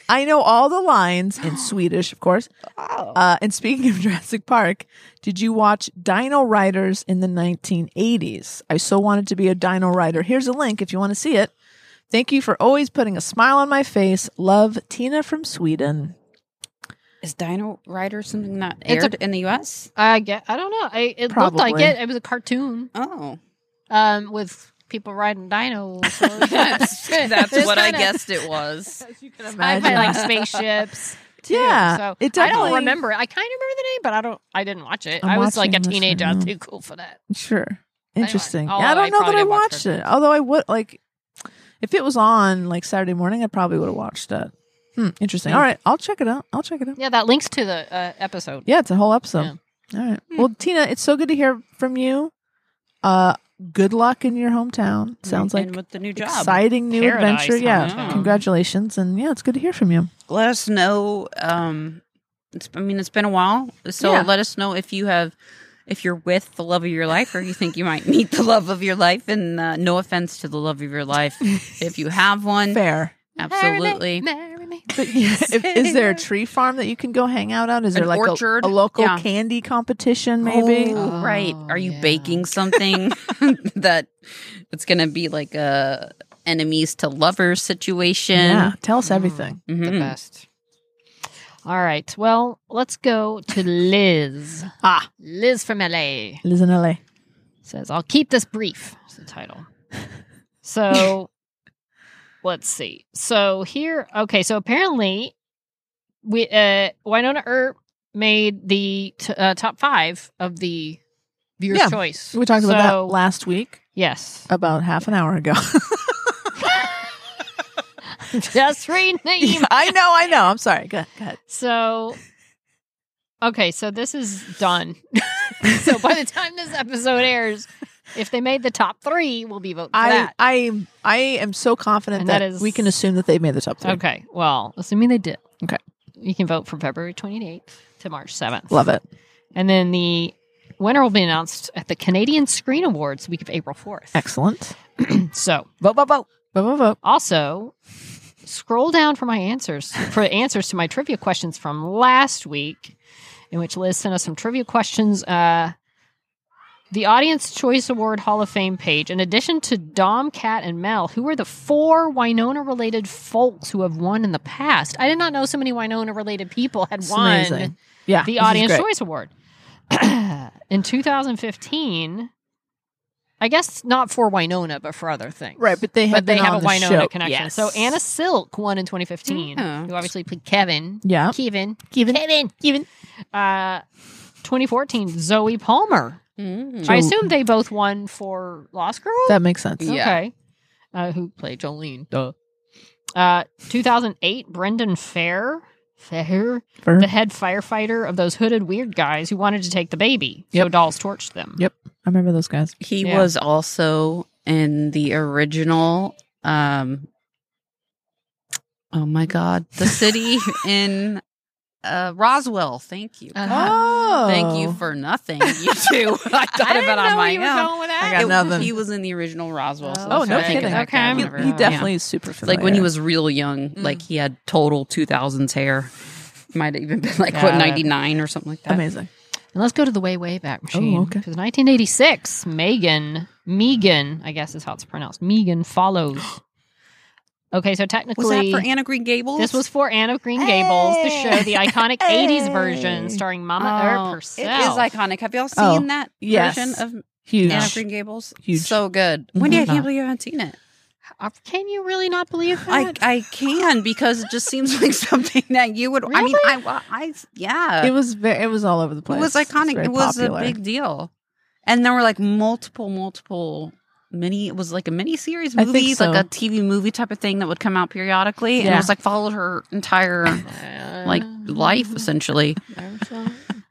[SPEAKER 2] I know all the lines in Swedish, of course. Uh, and speaking of Jurassic Park, did you watch Dino Riders in the 1980s? I so wanted to be a Dino Rider. Here's a link if you want to see it. Thank you for always putting a smile on my face. Love, Tina from Sweden.
[SPEAKER 3] Is Dino Rider something that
[SPEAKER 4] It's a-
[SPEAKER 3] aired in the U.S.?
[SPEAKER 4] I get. I don't know. I, it looked
[SPEAKER 2] Probably.
[SPEAKER 4] like it. It was a cartoon
[SPEAKER 3] Oh,
[SPEAKER 4] um, with people riding dinos.
[SPEAKER 3] that's, that's
[SPEAKER 4] It's
[SPEAKER 3] what I
[SPEAKER 4] kinda-
[SPEAKER 3] guessed it was.
[SPEAKER 4] I've had like spaceships. Too,
[SPEAKER 2] Yeah,
[SPEAKER 4] so
[SPEAKER 2] it
[SPEAKER 4] I
[SPEAKER 2] definitely-
[SPEAKER 4] don't remember. it. I kind of remember the name, but I don't. I didn't watch it.
[SPEAKER 2] I'm
[SPEAKER 4] i was like a
[SPEAKER 2] watching this right
[SPEAKER 4] teenager. I'm
[SPEAKER 2] now.
[SPEAKER 4] too cool for that.
[SPEAKER 2] Sure. Interesting.
[SPEAKER 4] although
[SPEAKER 2] yeah, I
[SPEAKER 4] I
[SPEAKER 2] don't know that
[SPEAKER 4] probably
[SPEAKER 2] I
[SPEAKER 4] did watch
[SPEAKER 2] watched it. Although I would like if it was on like Saturday morning, I probably would have watched it. Hmm, interesting. All right, I'll check it out. I'll check it out.
[SPEAKER 4] Yeah, that links to the uh, episode.
[SPEAKER 2] Yeah, it's a whole episode. All
[SPEAKER 4] Hmm.
[SPEAKER 2] right. Well, Tina, it's so good to hear from you. Uh good luck in your hometown. Sounds like
[SPEAKER 3] and with the new job.
[SPEAKER 2] exciting new
[SPEAKER 4] Paradise
[SPEAKER 2] adventure. Yeah.
[SPEAKER 4] hometown.
[SPEAKER 2] Congratulations and yeah, it's good to hear from you.
[SPEAKER 3] Let us know. Um, it's, I mean, it's been a while, so
[SPEAKER 2] Yeah.
[SPEAKER 3] let us know if you have. If you're with the love of your life, or you think you might meet the love of your life, and uh, no offense to the love of your life, if you have one,
[SPEAKER 2] Fair.
[SPEAKER 3] absolutely.
[SPEAKER 4] Marry me, marry me.
[SPEAKER 2] But yeah, if, is there a tree farm that you can go hang out at? Is there
[SPEAKER 3] An
[SPEAKER 2] like a-
[SPEAKER 3] orchard?
[SPEAKER 2] A, local
[SPEAKER 3] Yeah.
[SPEAKER 2] candy competition maybe?
[SPEAKER 3] Oh,
[SPEAKER 4] Oh,
[SPEAKER 3] right. Are you
[SPEAKER 4] yeah.
[SPEAKER 3] baking something that it's going to be like a enemies to lovers situation?
[SPEAKER 2] yeah, tell us everything.
[SPEAKER 4] The
[SPEAKER 3] Mhm.
[SPEAKER 4] best. All right. Well, let's go to Liz.
[SPEAKER 2] Ah.
[SPEAKER 4] Liz from LA.
[SPEAKER 2] Listen, LA.
[SPEAKER 4] says, I'll keep this brief, is the title. So let's see. So here, okay, so apparently we uh Winona Earp made the t- uh, top five of the viewer's
[SPEAKER 2] Yeah,
[SPEAKER 4] choice.
[SPEAKER 2] We talked about
[SPEAKER 4] So,
[SPEAKER 2] that last week,
[SPEAKER 4] Yes.
[SPEAKER 2] about half an hour ago. uh,
[SPEAKER 4] Just rename.
[SPEAKER 2] I know, I know. I'm sorry. Go ahead. Go ahead.
[SPEAKER 4] So okay, so this is done. so by the time this episode airs, if they made the top three, we'll be voting for
[SPEAKER 2] I,
[SPEAKER 4] that.
[SPEAKER 2] I, I am so confident
[SPEAKER 4] And
[SPEAKER 2] that,
[SPEAKER 4] that is-
[SPEAKER 2] we can assume that they made the top three.
[SPEAKER 4] Okay. Well, assuming they did.
[SPEAKER 2] Okay.
[SPEAKER 4] You can vote from February 28th to March 7th.
[SPEAKER 2] Love it.
[SPEAKER 4] And then the winner will be announced at the Canadian Screen Awards week of April 4th.
[SPEAKER 2] Excellent.
[SPEAKER 4] So,
[SPEAKER 2] Vote, vote, vote. Vote, vote, vote.
[SPEAKER 4] also scroll down for my answers for answers to my trivia questions from last week in which Liz sent us some trivia questions uh the Audience Choice Award Hall of Fame page, in addition to Dom, Kat, and Mel, who are the four Winona related folks who have won in the past. I did not know so many Winona related people had
[SPEAKER 2] It's
[SPEAKER 4] won
[SPEAKER 2] amazing. Yeah. this
[SPEAKER 4] the
[SPEAKER 2] is
[SPEAKER 4] Audience
[SPEAKER 2] great.
[SPEAKER 4] Choice Award. in 2015, I guess not for Winona, but for other things.
[SPEAKER 2] Right, but they have
[SPEAKER 4] but they
[SPEAKER 2] been
[SPEAKER 4] have
[SPEAKER 2] on
[SPEAKER 4] a
[SPEAKER 2] the
[SPEAKER 4] Winona
[SPEAKER 2] show.
[SPEAKER 4] connection.
[SPEAKER 2] Yes.
[SPEAKER 4] So Anna Silk won in 2015,
[SPEAKER 3] Yeah.
[SPEAKER 4] who obviously played Kevin.
[SPEAKER 2] Yeah.
[SPEAKER 4] Kevin.
[SPEAKER 2] Kevin.
[SPEAKER 4] Kevin.
[SPEAKER 2] Kevin.
[SPEAKER 4] Uh, 2014, Zoe Palmer. I
[SPEAKER 3] Mm.
[SPEAKER 2] Jol-
[SPEAKER 4] assume they both won for Lost Girl.
[SPEAKER 2] That makes sense.
[SPEAKER 3] Yeah.
[SPEAKER 4] Okay. Uh, who played Jolene? Duh. Uh, 2008, Brendan Fair, Fair,
[SPEAKER 2] For-
[SPEAKER 4] the head firefighter of those hooded weird guys who wanted to take the baby, so
[SPEAKER 2] Yep.
[SPEAKER 4] dolls torched them.
[SPEAKER 2] Yep. I remember those guys.
[SPEAKER 3] He
[SPEAKER 4] Yeah.
[SPEAKER 3] was also in the original. Um, oh my God, the city in uh, Roswell. Thank you.
[SPEAKER 4] Uh-huh.
[SPEAKER 2] Oh.
[SPEAKER 3] Thank you for nothing, you two. I thought
[SPEAKER 4] I didn't
[SPEAKER 3] about
[SPEAKER 4] know
[SPEAKER 3] on my
[SPEAKER 4] you were
[SPEAKER 3] own.
[SPEAKER 4] going with that.
[SPEAKER 2] I got
[SPEAKER 3] It-
[SPEAKER 2] nothing.
[SPEAKER 3] He was in the original Roswell. So
[SPEAKER 2] Oh,
[SPEAKER 3] that's
[SPEAKER 2] no
[SPEAKER 3] why I think
[SPEAKER 2] kidding.
[SPEAKER 3] that guy-
[SPEAKER 4] Okay.
[SPEAKER 2] He,
[SPEAKER 4] Whatever.
[SPEAKER 2] he
[SPEAKER 4] Yeah.
[SPEAKER 2] definitely is super
[SPEAKER 3] It's
[SPEAKER 2] familiar.
[SPEAKER 3] like when he was real young,
[SPEAKER 4] Mm.
[SPEAKER 3] like he had total 2000s hair. Might have even been like,
[SPEAKER 4] Got
[SPEAKER 3] what,
[SPEAKER 4] it.
[SPEAKER 3] 99 or something like that.
[SPEAKER 2] amazing.
[SPEAKER 4] And let's go to the way, way back machine.
[SPEAKER 2] Oh, okay.
[SPEAKER 4] Because 1986, Megan, Megan, I guess is how it's pronounced. Megan follows. Okay, so technically,
[SPEAKER 3] Was that for Anna Green Gables?
[SPEAKER 4] This was for Anne of Green Gables, the
[SPEAKER 2] Hey.
[SPEAKER 4] show, the iconic
[SPEAKER 2] Hey.
[SPEAKER 4] 80s version starring Mama Earp
[SPEAKER 3] Oh,
[SPEAKER 4] herself.
[SPEAKER 3] It is iconic. Have y'all seen
[SPEAKER 2] Oh,
[SPEAKER 3] that
[SPEAKER 2] yes.
[SPEAKER 3] version of
[SPEAKER 2] Huge.
[SPEAKER 3] Anna of Green Gables?
[SPEAKER 2] Huge.
[SPEAKER 3] So good. Wendy, I
[SPEAKER 2] Mhm.
[SPEAKER 3] can't believe you haven't seen it.
[SPEAKER 4] Uh, Can you really not believe
[SPEAKER 3] I,
[SPEAKER 4] that?
[SPEAKER 3] I can because it just seems like something that you would. I mean, I, wa- I yeah.
[SPEAKER 2] It was very. It was all over the place.
[SPEAKER 3] It was iconic.
[SPEAKER 2] very
[SPEAKER 3] it was
[SPEAKER 2] popular.
[SPEAKER 3] a big deal. And there were like multiple, multiple mini. It was like a mini series
[SPEAKER 2] I think
[SPEAKER 3] movie,
[SPEAKER 2] so.
[SPEAKER 3] like a TV movie type of thing that would come out periodically. And it
[SPEAKER 2] Yeah.
[SPEAKER 3] was like followed her entire like
[SPEAKER 4] Uh,
[SPEAKER 3] life essentially.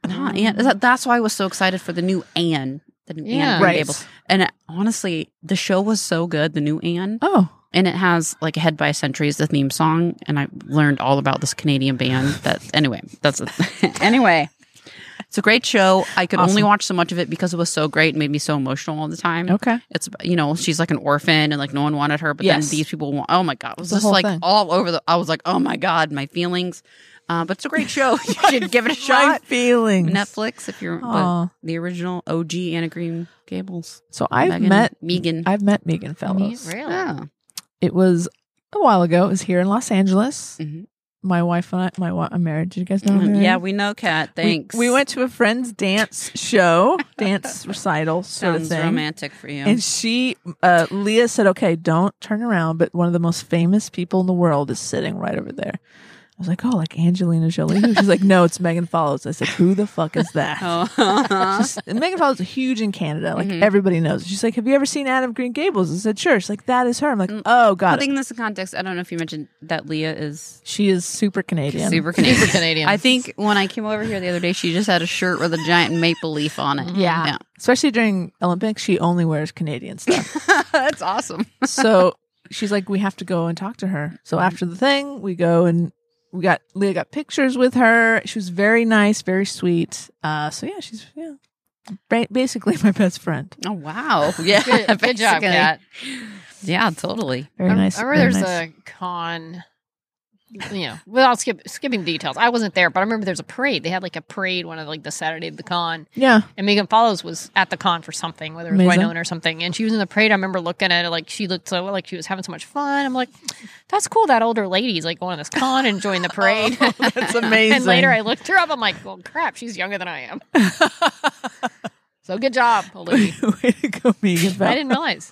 [SPEAKER 3] Not Anne. That, that's why I was so excited for the new Anne, the new
[SPEAKER 4] Yeah.
[SPEAKER 3] Anne Green
[SPEAKER 2] Right.
[SPEAKER 3] Gables. And it, honestly, the show was so good, the new Anne,
[SPEAKER 2] Oh,
[SPEAKER 3] and it has like "Ahead by a Century" is the theme song, and I learned all about this Canadian band. That anyway, that's anyway. It's a great show. I could only
[SPEAKER 2] Awesome.
[SPEAKER 3] watch so much of it because it was so great and made me so emotional all the time.
[SPEAKER 2] okay.
[SPEAKER 3] It's about- you know she's like an orphan and like no one wanted her, but
[SPEAKER 2] Yes.
[SPEAKER 3] then these people want. Oh my god, it was
[SPEAKER 2] The
[SPEAKER 3] just
[SPEAKER 2] whole
[SPEAKER 3] like
[SPEAKER 2] thing.
[SPEAKER 3] all over the. I was like, oh my god, my feelings. Uh, but it's a great show. You should give it a
[SPEAKER 2] My
[SPEAKER 3] shot.
[SPEAKER 2] feelings.
[SPEAKER 3] Netflix if you're but
[SPEAKER 2] Aw.
[SPEAKER 3] the original OG Anna Green Gables.
[SPEAKER 2] So I've
[SPEAKER 3] Megan-
[SPEAKER 2] met.
[SPEAKER 3] Megan.
[SPEAKER 2] I've met Megan
[SPEAKER 4] Me-
[SPEAKER 2] Fellows.
[SPEAKER 4] really?
[SPEAKER 3] Yeah.
[SPEAKER 2] It was a while ago. It was here in Los Angeles.
[SPEAKER 3] Mhm.
[SPEAKER 2] My wife and I. My wife. I'm married. Did you guys know? I'm married?
[SPEAKER 3] Mm-hmm. yeah, we know Kat.
[SPEAKER 2] We-
[SPEAKER 3] Thanks.
[SPEAKER 2] We, went to a friend's dance show, dance recital sort
[SPEAKER 3] Sounds
[SPEAKER 2] of thing.
[SPEAKER 3] romantic for you.
[SPEAKER 2] And she, uh, Leah said, okay, don't turn around, but one of the most famous people in the world is sitting right over there. I was like, oh, like Angelina Jolie. She's like, no, it's Megan Follows. I said, who the fuck is that?
[SPEAKER 3] oh.
[SPEAKER 2] She's- and Megan Follows is huge in Canada. Like,
[SPEAKER 3] Mhm.
[SPEAKER 2] everybody knows. She's like, have you ever seen Adam Green Gables? I said, sure. She's like, that is her. I'm like, oh, God.
[SPEAKER 3] Putting this in context, I don't know if you mentioned that Leah is
[SPEAKER 2] She is super Canadian.
[SPEAKER 3] super Canadian.
[SPEAKER 4] Super Canadian.
[SPEAKER 3] I think when I came over here the other day, she just had a shirt with a giant maple leaf on it.
[SPEAKER 2] Yeah. Especially during Olympics, she only wears Canadian stuff.
[SPEAKER 3] Yeah. That's awesome.
[SPEAKER 2] so she's like, we have to go and talk to her.
[SPEAKER 4] Mm-hmm.
[SPEAKER 2] So after the thing, we go and we got Leah got pictures with her. She was very nice, very sweet. Uh, so yeah, she's yeah, ba- basically my best friend.
[SPEAKER 3] Oh, wow. Yeah.
[SPEAKER 4] Good- good job,
[SPEAKER 3] basically.
[SPEAKER 4] Kat.
[SPEAKER 3] Yeah, totally.
[SPEAKER 2] Very
[SPEAKER 4] I-
[SPEAKER 2] nice.
[SPEAKER 4] I remember
[SPEAKER 2] very
[SPEAKER 4] there's
[SPEAKER 2] nice.
[SPEAKER 4] a con. You know, without skip, skipping details, I wasn't there, but I remember there's a parade. They had like a parade one of like the Saturday of the con,
[SPEAKER 2] yeah.
[SPEAKER 4] and Megan Follows was at the con for something, whether it was
[SPEAKER 2] Amazing.
[SPEAKER 4] Winona or something, and she was in the parade. I remember looking at it like she looked so like she was having so much fun. I'm like, that's cool. That older lady's like going to this con and enjoying the parade.
[SPEAKER 2] That's Oh, amazing.
[SPEAKER 4] and later I looked her up. I'm like, well, crap, she's younger than I am. so good job, old lady.
[SPEAKER 2] way to go, Megan.
[SPEAKER 4] I didn't realize.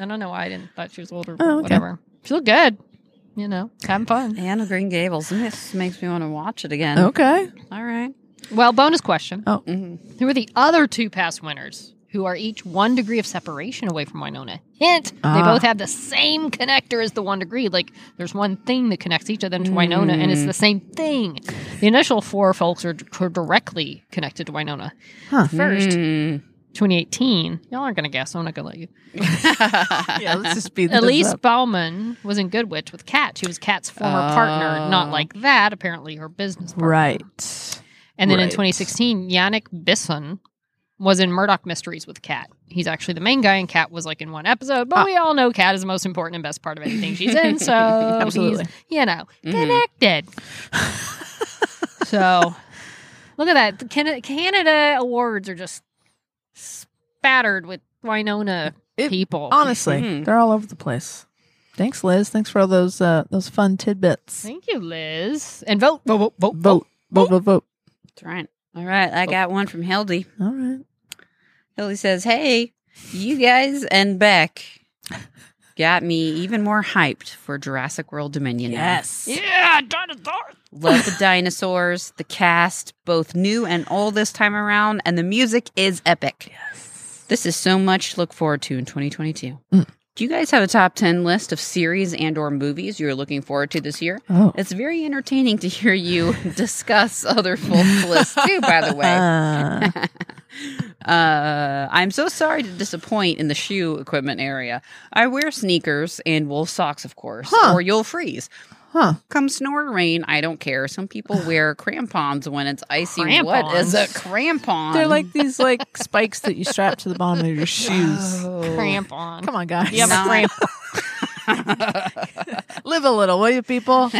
[SPEAKER 4] I don't know why I didn't thought she was older. but
[SPEAKER 2] Oh, okay.
[SPEAKER 4] Whatever. She looked good. You know, having fun.
[SPEAKER 3] Anna Green Gables. This makes me want to watch it again.
[SPEAKER 2] Okay. Oh.
[SPEAKER 3] All right.
[SPEAKER 4] Well, bonus question:
[SPEAKER 3] Mhm.
[SPEAKER 4] Who are the other two past winners? Who are each one degree of separation away from Winona? Hint: They
[SPEAKER 2] Ah.
[SPEAKER 4] both have the same connector as the one degree. Like there's one thing that connects each of them to Winona, and it's the
[SPEAKER 2] Mm.
[SPEAKER 4] same thing. The initial four folks are, are directly connected to Winona.
[SPEAKER 2] Huh.
[SPEAKER 4] First,
[SPEAKER 3] Mm.
[SPEAKER 4] 2018. Y'all aren't gonna guess. so I'm not gonna let you.
[SPEAKER 2] Yeah, let's just speed this
[SPEAKER 4] Elise
[SPEAKER 2] up.
[SPEAKER 4] Bauman was in Good Witch with Kat. She was Kat's former partner, not like that, apparently her business partner.
[SPEAKER 2] Oh. Right.
[SPEAKER 4] And then in
[SPEAKER 2] right.
[SPEAKER 4] 2016, Yannick Bisson was in Murdoch Mysteries with Kat. He's actually the main guy, and Kat was like in one episode. But
[SPEAKER 2] Ah.
[SPEAKER 4] we all know Kat is the most important and best part of anything she's in. So
[SPEAKER 2] Absolutely. Mm-hmm.
[SPEAKER 4] he's, you know,
[SPEAKER 3] Mhm.
[SPEAKER 4] connected. so look at that. The Can- Canada awards are just spattered with Winona
[SPEAKER 2] It-
[SPEAKER 4] people.
[SPEAKER 2] Honestly,
[SPEAKER 4] Hmm.
[SPEAKER 3] Mhm.
[SPEAKER 2] they're all over the place. Thanks, Liz. Thanks for all those uh, those fun tidbits.
[SPEAKER 4] Thank you, Liz. And vote, vote, vote, vote.
[SPEAKER 2] Vote, vote, vote, vote.
[SPEAKER 3] That's right. All right.
[SPEAKER 2] Oh.
[SPEAKER 3] I got one from Hildy.
[SPEAKER 2] All right.
[SPEAKER 3] Hildy says, Hey, you guys and Beck got me even more hyped for Jurassic World Dominion. now.
[SPEAKER 4] Yeah, dinosaur.
[SPEAKER 3] Love the dinosaurs, the cast, both new and old this time around, and the music is epic. This is so much to look forward to in 2022.
[SPEAKER 2] Mm.
[SPEAKER 3] Do you guys have a top 10 list of series and or movies you're looking forward to this year?
[SPEAKER 2] Oh.
[SPEAKER 3] It's very entertaining to hear you discuss other full lists too, by the way.
[SPEAKER 2] Uh,
[SPEAKER 3] Uh, I'm so sorry to disappoint in the shoe equipment area. I wear sneakers and wool socks, of course,
[SPEAKER 2] Huh.
[SPEAKER 3] or you'll freeze.
[SPEAKER 2] huh.
[SPEAKER 3] Come snow or rain, I don't care. Some people wear crampons when it's icy. What
[SPEAKER 4] Crampons?
[SPEAKER 3] is a crampon?
[SPEAKER 2] They're like these like spikes that you strap to the bottom of your shoes.
[SPEAKER 3] Oh.
[SPEAKER 4] Cramp on.
[SPEAKER 2] Come on, guys.
[SPEAKER 4] You have
[SPEAKER 3] Not-
[SPEAKER 4] a cramp.
[SPEAKER 2] Live a little, will you, people?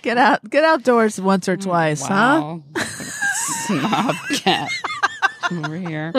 [SPEAKER 2] Get out, get outdoors once or twice, huh?
[SPEAKER 3] Wow. Snob cat over here.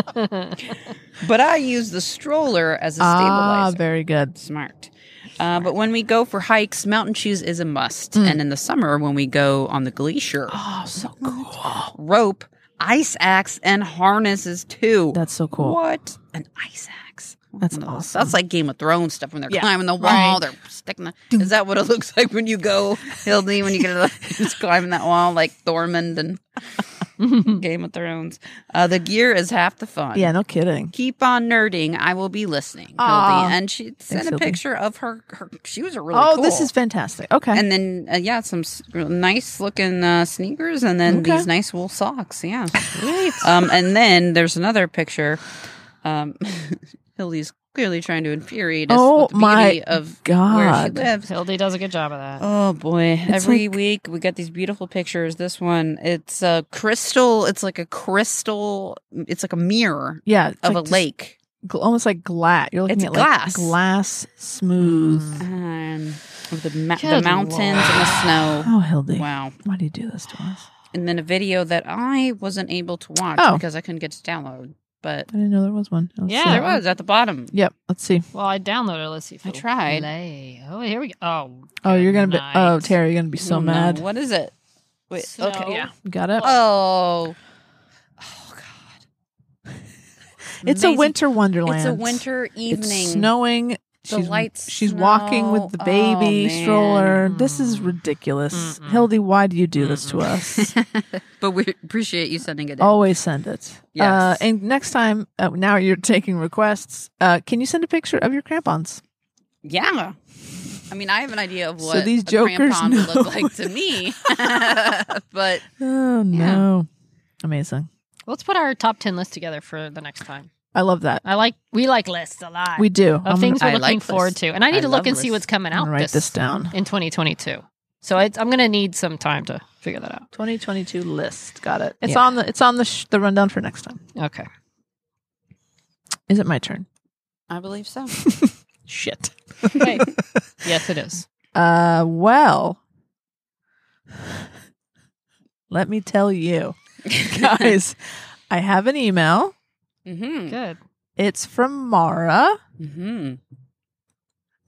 [SPEAKER 3] But I use the stroller as a
[SPEAKER 2] Ah,
[SPEAKER 3] stabilizer.
[SPEAKER 2] very good.
[SPEAKER 3] Smart. Uh, but when we go for hikes, mountain shoes is a must.
[SPEAKER 2] Mm.
[SPEAKER 3] And in the summer, when we go on the glacier,
[SPEAKER 2] Oh, so cool.
[SPEAKER 3] rope, ice axe, and harnesses too.
[SPEAKER 2] That's so cool.
[SPEAKER 3] What? An ice axe.
[SPEAKER 2] That's
[SPEAKER 3] One of those-
[SPEAKER 2] awesome.
[SPEAKER 3] That's like Game of Thrones stuff when they're
[SPEAKER 2] Yeah.
[SPEAKER 3] climbing the wall. They're sticking the. Is that what it looks like when you go, Hildy, when you get to the, just climbing that wall like Thormund and Game of Thrones? Uh, the gear is half the fun.
[SPEAKER 2] Yeah, no kidding.
[SPEAKER 3] Keep on nerding. I will be listening.
[SPEAKER 2] Aw.
[SPEAKER 3] Hildy. And she sent a
[SPEAKER 2] Hildy.
[SPEAKER 3] picture of her. Her shoes are really
[SPEAKER 2] oh,
[SPEAKER 3] cool.
[SPEAKER 2] this is fantastic. Okay.
[SPEAKER 3] And then, uh, yeah, some s- real nice looking uh, sneakers and then
[SPEAKER 2] Okay.
[SPEAKER 3] these nice wool socks. Yeah. Um, and then there's another picture. Um, Hildy's clearly trying to infuriate us
[SPEAKER 2] Oh,
[SPEAKER 3] with the
[SPEAKER 2] my
[SPEAKER 3] beauty of where she
[SPEAKER 2] God.
[SPEAKER 3] lives.
[SPEAKER 4] Hildy does a good job of that.
[SPEAKER 3] Oh boy! Every
[SPEAKER 2] like-
[SPEAKER 3] week we get these beautiful pictures. This one, it's a crystal. It's like a crystal. It's like a mirror
[SPEAKER 2] Yeah, it's
[SPEAKER 3] of
[SPEAKER 2] like
[SPEAKER 3] a
[SPEAKER 2] just
[SPEAKER 3] lake.
[SPEAKER 2] gl- almost like glass. You're looking
[SPEAKER 3] It's
[SPEAKER 2] at
[SPEAKER 3] glass.
[SPEAKER 2] like glass, smooth.
[SPEAKER 3] Um, of the ma- the
[SPEAKER 4] Good
[SPEAKER 3] mountains
[SPEAKER 4] lord.
[SPEAKER 3] and the snow.
[SPEAKER 2] Oh, Hildy,
[SPEAKER 3] Mm. Wow.
[SPEAKER 2] why do you do this to us?
[SPEAKER 3] and then a video that I wasn't able to watch
[SPEAKER 2] Oh.
[SPEAKER 3] because I couldn't get to download. But
[SPEAKER 2] I didn't know there was one. Let's
[SPEAKER 4] Yeah,
[SPEAKER 2] see.
[SPEAKER 3] there was at the bottom.
[SPEAKER 2] Yep. Let's see.
[SPEAKER 4] Well, I downloaded it. Let's see if
[SPEAKER 3] I
[SPEAKER 4] it'll
[SPEAKER 3] tried.
[SPEAKER 4] play. Oh, here we go. Oh,
[SPEAKER 2] Oh, you're gonna be.
[SPEAKER 4] night.
[SPEAKER 2] Oh, Terry, you're gonna be so
[SPEAKER 3] Oh, no.
[SPEAKER 2] mad.
[SPEAKER 3] What is it? Wait.
[SPEAKER 4] Snow.
[SPEAKER 3] Okay.
[SPEAKER 4] Yeah.
[SPEAKER 2] You Got it.
[SPEAKER 3] Oh. Oh God.
[SPEAKER 2] it's a
[SPEAKER 3] Amazing.
[SPEAKER 2] winter wonderland.
[SPEAKER 3] It's a winter evening.
[SPEAKER 2] It's snowing.
[SPEAKER 3] The
[SPEAKER 2] she's,
[SPEAKER 3] lights
[SPEAKER 2] She's
[SPEAKER 3] snow.
[SPEAKER 2] walking with the
[SPEAKER 3] Oh,
[SPEAKER 2] baby
[SPEAKER 3] man.
[SPEAKER 2] stroller. This is
[SPEAKER 4] Mm.
[SPEAKER 2] ridiculous.
[SPEAKER 4] Mm-mm.
[SPEAKER 2] Hildy, why do you do this to us?
[SPEAKER 3] but we appreciate you sending it. in.
[SPEAKER 2] Always send it. Uh,
[SPEAKER 3] Yes.
[SPEAKER 2] and next time, uh, now you're taking requests. Uh, can you send a picture of your crampons?
[SPEAKER 3] yeah. I mean, I have an idea of
[SPEAKER 2] So
[SPEAKER 3] what
[SPEAKER 2] these
[SPEAKER 3] a
[SPEAKER 2] jokers
[SPEAKER 3] crampon would
[SPEAKER 2] know.
[SPEAKER 3] look like to me, but
[SPEAKER 2] Oh no, amazing!
[SPEAKER 4] let's put our top ten list together for the next time.
[SPEAKER 2] I love that.
[SPEAKER 4] I like we Um, like lists a lot.
[SPEAKER 2] We do.
[SPEAKER 4] of things we're
[SPEAKER 3] I
[SPEAKER 4] looking
[SPEAKER 3] like
[SPEAKER 4] forward
[SPEAKER 3] lists.
[SPEAKER 4] to, and I need
[SPEAKER 3] I
[SPEAKER 4] to look
[SPEAKER 3] love
[SPEAKER 4] and see
[SPEAKER 3] lists.
[SPEAKER 4] what's coming
[SPEAKER 2] I'm
[SPEAKER 4] out
[SPEAKER 2] gonna write
[SPEAKER 4] this,
[SPEAKER 2] this down.
[SPEAKER 4] in 2022. So it's, I'm going to need some time to figure that out.
[SPEAKER 2] 2022 list. Got it. It's
[SPEAKER 4] Yeah.
[SPEAKER 2] on the. It's on the sh- the rundown for next time.
[SPEAKER 4] Okay.
[SPEAKER 2] Is it my turn?
[SPEAKER 3] I believe so.
[SPEAKER 2] Shit.
[SPEAKER 4] Wait. yes, it is.
[SPEAKER 2] Uh, well, let me tell you, guys. I have an email.
[SPEAKER 3] Mm-hmm.
[SPEAKER 4] Good.
[SPEAKER 2] It's from Mara,
[SPEAKER 3] Mm-hmm.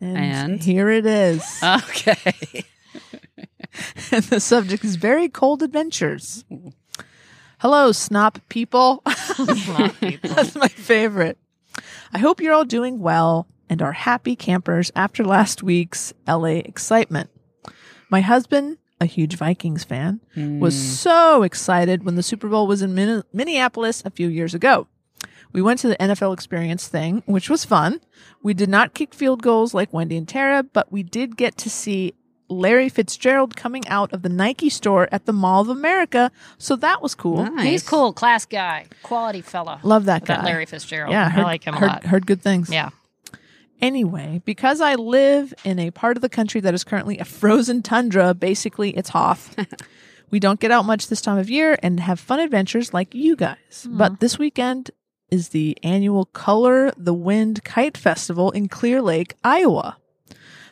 [SPEAKER 2] and,
[SPEAKER 3] And? Uh.
[SPEAKER 2] here it is.
[SPEAKER 3] Okay.
[SPEAKER 2] and the subject is very cold adventures. Hello, snop people. That's my favorite. I hope you're all doing well and are happy campers after last week's LA excitement. My husband, a huge Vikings fan,
[SPEAKER 4] Hmm.
[SPEAKER 2] was
[SPEAKER 3] Hmm.
[SPEAKER 2] so excited when the Super Bowl was in Min- Minneapolis a few years ago. We went to the NFL experience thing, which was fun. We did not kick field goals like Wendy and Tara, but we did get to see Larry Fitzgerald coming out of the Nike store at the Mall of America, so that was cool.
[SPEAKER 3] Nice.
[SPEAKER 4] He's cool, class guy, quality fella.
[SPEAKER 2] Love that guy.
[SPEAKER 4] That Larry Fitzgerald.
[SPEAKER 2] Yeah,
[SPEAKER 4] I like him a
[SPEAKER 2] heard,
[SPEAKER 4] lot.
[SPEAKER 2] Heard good things.
[SPEAKER 4] Yeah.
[SPEAKER 2] Anyway, because I live in a part of the country that is currently a frozen tundra, basically it's Hoth. we don't get out much this time of year and have fun adventures like you guys. But this weekend is the annual Color the Wind Kite Festival in Clear Lake, Iowa.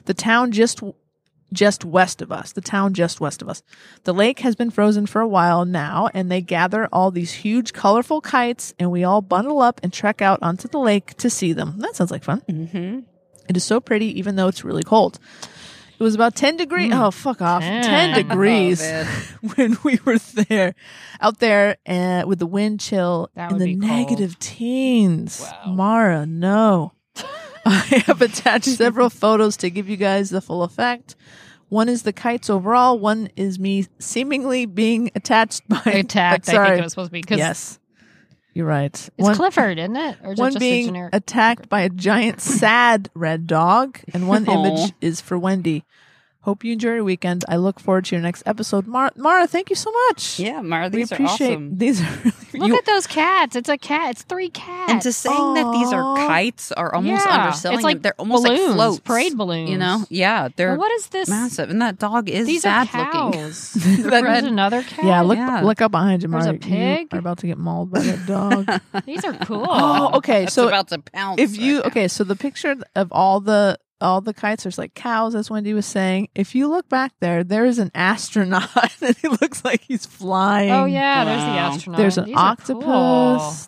[SPEAKER 2] The town just just west of us, the town just west of us. The lake has been frozen for a while now, and they gather all these huge, colorful kites, and we all bundle up and trek out onto the lake to see them. That sounds like fun.
[SPEAKER 3] Mm-hmm.
[SPEAKER 2] It is so pretty, even though it's really cold. It was about 10 degrees. Oh, fuck off.
[SPEAKER 4] Mm.
[SPEAKER 2] 10,
[SPEAKER 4] Ten.
[SPEAKER 2] degrees
[SPEAKER 3] Oh,
[SPEAKER 2] when we were there, out there uh, with the wind chill
[SPEAKER 4] That
[SPEAKER 2] in
[SPEAKER 4] would
[SPEAKER 2] the
[SPEAKER 4] be cold.
[SPEAKER 2] negative teens.
[SPEAKER 4] Wow.
[SPEAKER 2] Mara, no. I have attached several photos to give you guys the full effect. One is the kites overall, one is me seemingly being attached by
[SPEAKER 4] attacked. I
[SPEAKER 2] sorry.
[SPEAKER 4] think it was supposed to be because
[SPEAKER 2] yes. You're right.
[SPEAKER 4] it's
[SPEAKER 2] One-
[SPEAKER 4] Clifford, isn't it? Or is it
[SPEAKER 2] one
[SPEAKER 4] just a
[SPEAKER 2] being
[SPEAKER 4] generic?
[SPEAKER 2] attacked by a giant sad red dog and one
[SPEAKER 3] Aw.
[SPEAKER 2] image is for wendy hope you enjoy your weekend i look forward to your next episode Mar- mara thank you so much
[SPEAKER 3] Yeah, Mara, these
[SPEAKER 2] we
[SPEAKER 3] are
[SPEAKER 2] appreciate
[SPEAKER 3] awesome.
[SPEAKER 2] these are really
[SPEAKER 4] Look at those cats. It's a cat. It's three cats.
[SPEAKER 3] And to saying that these are
[SPEAKER 2] Aw.
[SPEAKER 3] kites are almost
[SPEAKER 4] Yeah,
[SPEAKER 3] underselling
[SPEAKER 4] it's like
[SPEAKER 3] them. They're almost
[SPEAKER 4] balloons,
[SPEAKER 3] like floats,
[SPEAKER 4] parade balloons.
[SPEAKER 3] You know? Yeah, they're
[SPEAKER 4] Well, what is this?
[SPEAKER 3] massive, and that dog is
[SPEAKER 4] These are
[SPEAKER 3] sad looking.
[SPEAKER 4] cows.
[SPEAKER 3] That-
[SPEAKER 4] There's another cat.
[SPEAKER 2] yeah look
[SPEAKER 3] Yeah.
[SPEAKER 2] look up behind you
[SPEAKER 4] There's
[SPEAKER 2] mara
[SPEAKER 4] a
[SPEAKER 2] you
[SPEAKER 4] pig.
[SPEAKER 2] are about to get mauled by that dog
[SPEAKER 4] These are cool.
[SPEAKER 2] oh okay
[SPEAKER 3] That's
[SPEAKER 2] so
[SPEAKER 3] about to pounce.
[SPEAKER 2] if you
[SPEAKER 3] right now.
[SPEAKER 2] okay so the picture of all the all the kites there's like cows as wendy was saying if you look back there there is an astronaut and he looks like he's flying
[SPEAKER 4] Oh yeah, there's
[SPEAKER 3] Wow.
[SPEAKER 4] the astronaut.
[SPEAKER 2] There's an
[SPEAKER 4] These are
[SPEAKER 2] octopus.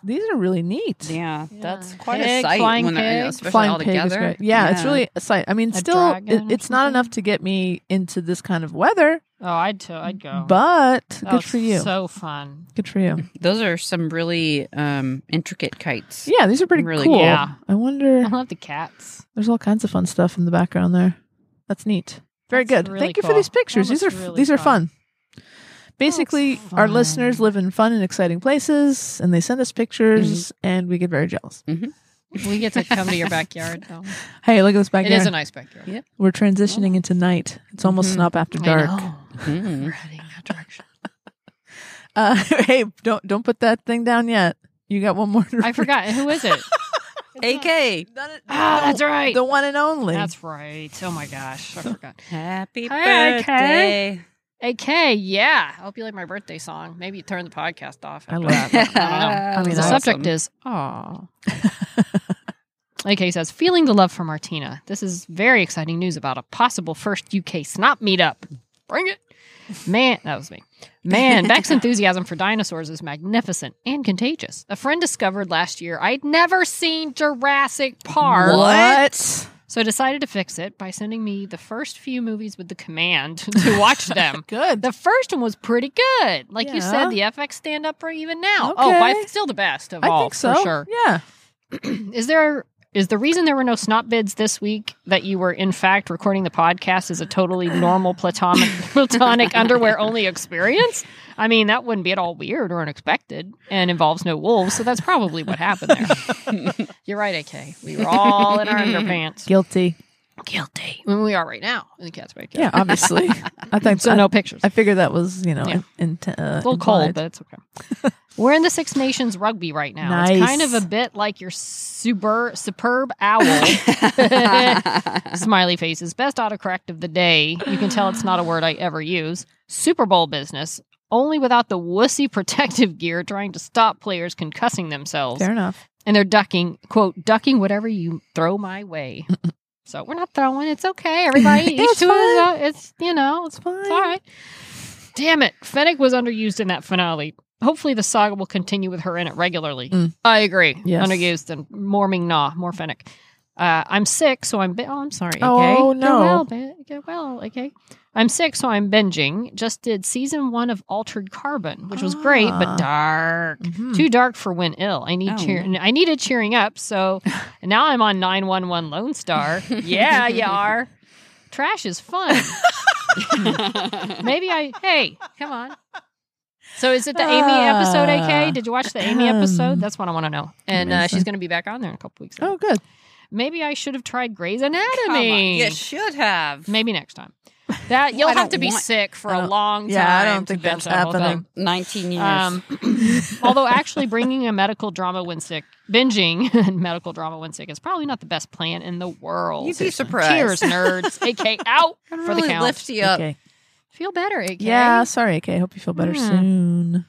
[SPEAKER 4] cool.
[SPEAKER 2] These are really neat.
[SPEAKER 3] yeah,
[SPEAKER 4] Yeah.
[SPEAKER 3] that's quite a
[SPEAKER 4] Pig,
[SPEAKER 3] sight
[SPEAKER 4] flying
[SPEAKER 3] when they're you know,
[SPEAKER 4] pig.
[SPEAKER 3] especially
[SPEAKER 2] Flying
[SPEAKER 3] all
[SPEAKER 2] pig is
[SPEAKER 3] together.
[SPEAKER 2] great. Yeah, it's really a sight. I mean,
[SPEAKER 4] A
[SPEAKER 2] still, it-
[SPEAKER 4] dragon or
[SPEAKER 2] it's not
[SPEAKER 4] something.
[SPEAKER 2] enough to get me into this kind of weather,
[SPEAKER 4] Oh, I'd too. I'd go.
[SPEAKER 2] but
[SPEAKER 4] Oh,
[SPEAKER 2] good
[SPEAKER 4] it's
[SPEAKER 2] for you.
[SPEAKER 4] So fun.
[SPEAKER 2] good for you.
[SPEAKER 3] Those are some really um, intricate kites.
[SPEAKER 2] Yeah, these are pretty
[SPEAKER 3] Really
[SPEAKER 2] cool.
[SPEAKER 4] good. Yeah. Uh-huh.
[SPEAKER 2] I
[SPEAKER 4] I
[SPEAKER 2] wonder.
[SPEAKER 4] love the cats.
[SPEAKER 2] There's all kinds of fun stuff in the background there. That's neat. Very
[SPEAKER 4] That's
[SPEAKER 2] good.
[SPEAKER 4] really
[SPEAKER 2] Thank you for
[SPEAKER 4] cool.
[SPEAKER 2] these pictures.
[SPEAKER 4] That
[SPEAKER 2] These are
[SPEAKER 4] looks
[SPEAKER 2] f
[SPEAKER 4] really
[SPEAKER 2] these are fun.
[SPEAKER 4] fun.
[SPEAKER 2] Basically,
[SPEAKER 4] That's
[SPEAKER 2] our
[SPEAKER 4] fun.
[SPEAKER 2] listeners live in fun and exciting places, and they send us pictures,
[SPEAKER 4] Mm-hmm.
[SPEAKER 2] and we get very jealous.
[SPEAKER 4] We get to come to your backyard. Though.
[SPEAKER 2] Hey, look at this
[SPEAKER 4] It
[SPEAKER 2] backyard.
[SPEAKER 4] is a nice backyard.
[SPEAKER 3] Yeah.
[SPEAKER 2] We're transitioning into night. It's almost
[SPEAKER 3] Mhm.
[SPEAKER 2] snuff after dark.
[SPEAKER 4] Mm-hmm. I know.
[SPEAKER 3] Mhm.
[SPEAKER 4] We're heading that direction.
[SPEAKER 2] Uh, hey, don't don't put that thing down yet. You got one more. To
[SPEAKER 4] I
[SPEAKER 2] read.
[SPEAKER 4] forgot. Who is it?
[SPEAKER 3] AK.
[SPEAKER 2] Not-
[SPEAKER 4] Ah, that's right.
[SPEAKER 2] The one and only.
[SPEAKER 4] That's right. Oh my gosh, I forgot.
[SPEAKER 3] Happy
[SPEAKER 4] Hi, AK.
[SPEAKER 3] birthday.
[SPEAKER 4] AK, yeah. I hope you like my birthday song. Maybe turn the podcast off.
[SPEAKER 2] I
[SPEAKER 4] after
[SPEAKER 2] love
[SPEAKER 4] that.
[SPEAKER 2] that.
[SPEAKER 4] I
[SPEAKER 2] I mean,
[SPEAKER 4] don't know. the
[SPEAKER 2] that's
[SPEAKER 4] subject is oh. AK says, feeling the love for Martina. This is very exciting news about a possible first UK snot meetup. Bring it. Man, that was me. Man, Beck's enthusiasm for dinosaurs is magnificent and contagious. A friend discovered last year I'd never seen Jurassic Park.
[SPEAKER 2] What?
[SPEAKER 4] So I decided to fix it by sending me the first few movies with the command to watch them.
[SPEAKER 2] Good.
[SPEAKER 4] The first one was pretty good. Like you said, the
[SPEAKER 2] Yeah.
[SPEAKER 4] FX stand up or even now. Oh, by
[SPEAKER 2] Okay.
[SPEAKER 4] still the best of
[SPEAKER 2] I
[SPEAKER 4] all
[SPEAKER 2] think so.
[SPEAKER 4] for sure.
[SPEAKER 2] Yeah.
[SPEAKER 4] Is there is the reason there were no snot bids this week that you were in fact recording the podcast as a totally normal platonic platonic underwear only experience? I mean, that wouldn't be at all weird or unexpected and involves no wolves, so that's probably what happened there. You're right, AK. We were all in our underpants.
[SPEAKER 2] Guilty.
[SPEAKER 4] Guilty. I mean, we are right now in the cat's backyard.
[SPEAKER 2] Yeah, obviously. I think
[SPEAKER 4] So
[SPEAKER 2] I,
[SPEAKER 4] no pictures.
[SPEAKER 2] I figured that was you know
[SPEAKER 4] Yeah.
[SPEAKER 2] in, in, uh,
[SPEAKER 4] It's a little cold, but it's okay. We're in the Six Nations rugby right now. It's
[SPEAKER 2] Nice.
[SPEAKER 4] kind of a bit like your super superb owl. Smiley faces. Best autocorrect of the day. You can tell it's not a word I ever use. Super Bowl business. Only without the wussy protective gear trying to stop players concussing themselves.
[SPEAKER 2] Fair enough.
[SPEAKER 4] And they're ducking, quote, ducking whatever you throw my way. so we're not throwing. It's okay, everybody.
[SPEAKER 2] Yeah,
[SPEAKER 4] Each
[SPEAKER 2] it's
[SPEAKER 4] to his
[SPEAKER 2] fine.
[SPEAKER 4] own. It's, you know, it's
[SPEAKER 2] It's fine.
[SPEAKER 4] it's all right. Damn it. Fennec was underused in that finale. Hopefully, the saga will continue with her in it regularly.
[SPEAKER 2] Mm.
[SPEAKER 4] I agree.
[SPEAKER 2] Yes.
[SPEAKER 4] Underused and more Ming Na, more Fennec. Uh, I'm sick, so I'm. Bi- oh, I'm sorry. Okay.
[SPEAKER 2] Oh,
[SPEAKER 4] Get
[SPEAKER 2] no.
[SPEAKER 4] well, ba- get well. Okay. I'm sick, so I'm binging. Just did season one of Altered Carbon, which was great,
[SPEAKER 2] Ah.
[SPEAKER 4] but dark.
[SPEAKER 2] Mhm.
[SPEAKER 4] Too dark for when ill. I need
[SPEAKER 3] Oh.
[SPEAKER 4] cheer. I needed cheering up. So and now I'm on nine one one Lone Star. yeah, you are. Trash is fun. Maybe I. Hey, come on. So is it the Amy
[SPEAKER 2] Ah.
[SPEAKER 4] episode? AK, did you watch the Amy
[SPEAKER 2] Um,
[SPEAKER 4] episode? That's what I want to know. And uh,
[SPEAKER 2] amazing.
[SPEAKER 4] she's going to be back on there in a couple weeks.
[SPEAKER 2] Oh, good.
[SPEAKER 4] Maybe I should have tried Grey's
[SPEAKER 3] Come on,
[SPEAKER 4] Anatomy.
[SPEAKER 3] You should have.
[SPEAKER 4] Maybe next time. That you'll
[SPEAKER 3] I
[SPEAKER 4] have
[SPEAKER 3] don't
[SPEAKER 4] to be
[SPEAKER 3] want-
[SPEAKER 4] sick for
[SPEAKER 2] I
[SPEAKER 4] a
[SPEAKER 2] don't-
[SPEAKER 4] long time.
[SPEAKER 2] yeah, I don't
[SPEAKER 4] to
[SPEAKER 2] think
[SPEAKER 4] binge
[SPEAKER 2] that's
[SPEAKER 4] that whole thing.
[SPEAKER 2] happening.
[SPEAKER 3] 19 years.
[SPEAKER 4] Um, although actually bringing a medical drama when sick, binging and medical drama when sick is probably not the best plan in the world.
[SPEAKER 3] You'd be
[SPEAKER 4] Cheers,
[SPEAKER 3] surprised.
[SPEAKER 4] nerds. AK out
[SPEAKER 3] It
[SPEAKER 4] for the
[SPEAKER 3] really
[SPEAKER 4] count.
[SPEAKER 3] lifts you up.
[SPEAKER 2] Okay.
[SPEAKER 4] Feel better, AK.
[SPEAKER 2] Yeah. Sorry, okay. I hope you feel better
[SPEAKER 4] Hmm.
[SPEAKER 2] soon.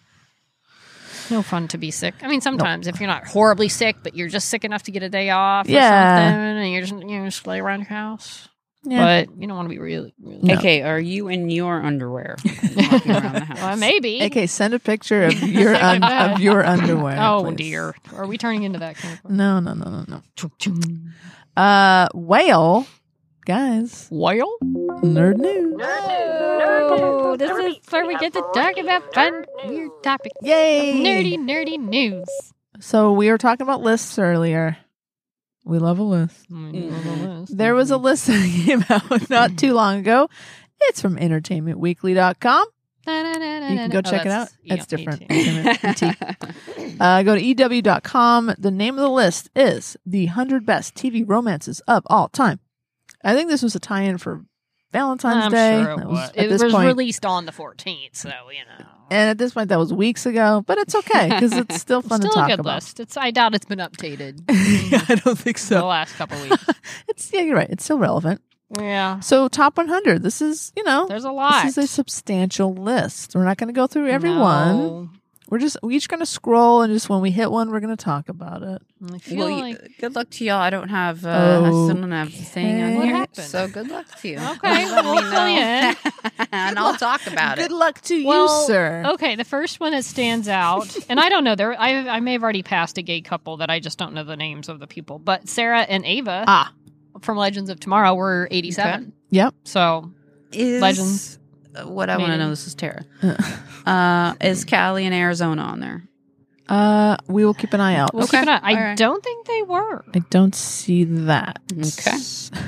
[SPEAKER 4] No fun to be sick. I mean, sometimes if you're not horribly sick, but you're just sick enough to get a day off
[SPEAKER 2] Yeah.
[SPEAKER 4] or something, and you're just, you know, just lay around your house.
[SPEAKER 2] Yeah.
[SPEAKER 4] but you don't want to be really, really.
[SPEAKER 2] No.
[SPEAKER 3] Okay, are you in your underwear walking around the house?
[SPEAKER 4] Well, maybe.
[SPEAKER 2] Okay, send a picture of your
[SPEAKER 4] Save my
[SPEAKER 2] un-
[SPEAKER 4] bed.
[SPEAKER 2] of your underwear.
[SPEAKER 4] oh
[SPEAKER 2] please.
[SPEAKER 4] dear. Are we turning into that kind of?
[SPEAKER 2] No, no, no, no, no.
[SPEAKER 4] Chum, chum.
[SPEAKER 2] Uh, whale, guys,
[SPEAKER 4] Well,
[SPEAKER 2] nerd news.
[SPEAKER 4] no, this is where we get to talk about fun, weird topics,
[SPEAKER 2] Yay!
[SPEAKER 4] nerdy, nerdy news.
[SPEAKER 2] So we were talking about lists earlier. We love a list.
[SPEAKER 3] Mm.
[SPEAKER 2] There was a list that came out not too long ago. It's from entertainmentweekly.com. You can
[SPEAKER 3] Oh,
[SPEAKER 2] go check it out.
[SPEAKER 4] yeah,
[SPEAKER 2] That's different.
[SPEAKER 4] ET.
[SPEAKER 2] E uh, go to EW.com. The name of the list is The 100 Best TV Romances of All Time. I think this was a tie in for Valentine's
[SPEAKER 4] I'm
[SPEAKER 2] Day.
[SPEAKER 4] sure it
[SPEAKER 2] That
[SPEAKER 4] was.
[SPEAKER 2] at
[SPEAKER 4] It
[SPEAKER 2] this
[SPEAKER 4] was
[SPEAKER 2] point-
[SPEAKER 4] released on the 14th, so you know.
[SPEAKER 2] And at this point, that was weeks ago, but it's okay because it's still fun
[SPEAKER 4] Still
[SPEAKER 2] to
[SPEAKER 4] a
[SPEAKER 2] talk
[SPEAKER 4] good
[SPEAKER 2] about.
[SPEAKER 4] list. It's I doubt it's been updated
[SPEAKER 2] yeah, I don't think
[SPEAKER 4] the
[SPEAKER 2] so.
[SPEAKER 4] last couple weeks.
[SPEAKER 2] It's yeah, you're right. It's still relevant.
[SPEAKER 4] Yeah,
[SPEAKER 2] So top 100. This is you know
[SPEAKER 4] there's a lot.
[SPEAKER 2] this is a substantial list. We're not going to go through everyone.
[SPEAKER 4] No.
[SPEAKER 2] We're just we each going to scroll and just when we hit one, we're going to talk about it.
[SPEAKER 4] I feel
[SPEAKER 3] Well, y-
[SPEAKER 4] like
[SPEAKER 3] good luck to y'all. I don't have. Uh, I still don't have the thing
[SPEAKER 2] Oh, Okay.
[SPEAKER 3] on
[SPEAKER 4] What
[SPEAKER 3] here.
[SPEAKER 4] happened?
[SPEAKER 3] So good luck to you.
[SPEAKER 4] Okay,
[SPEAKER 3] Let
[SPEAKER 4] we'll
[SPEAKER 3] me
[SPEAKER 4] fill
[SPEAKER 3] know.
[SPEAKER 4] you in.
[SPEAKER 3] and I'll talk about
[SPEAKER 2] Good
[SPEAKER 3] it.
[SPEAKER 2] luck to
[SPEAKER 4] Well, oh
[SPEAKER 2] you, sir.
[SPEAKER 4] Okay, the first one that stands out, and I don't know. There, I, I may have already passed a gay couple that I just don't know the names of the people. But Sarah and Ava
[SPEAKER 2] Ah.
[SPEAKER 4] from Legends of Tomorrow were eighty-seven.
[SPEAKER 2] Yep.
[SPEAKER 4] So
[SPEAKER 3] Is
[SPEAKER 4] Legends.
[SPEAKER 3] what I want to
[SPEAKER 4] Meeting.
[SPEAKER 3] know. This is Tara. Uh, is Cali and Arizona on there?
[SPEAKER 2] Uh, we will keep an eye out.
[SPEAKER 4] we'll
[SPEAKER 3] Okay.
[SPEAKER 4] keep an eye. I
[SPEAKER 3] All right.
[SPEAKER 4] don't think they were.
[SPEAKER 2] I don't see that.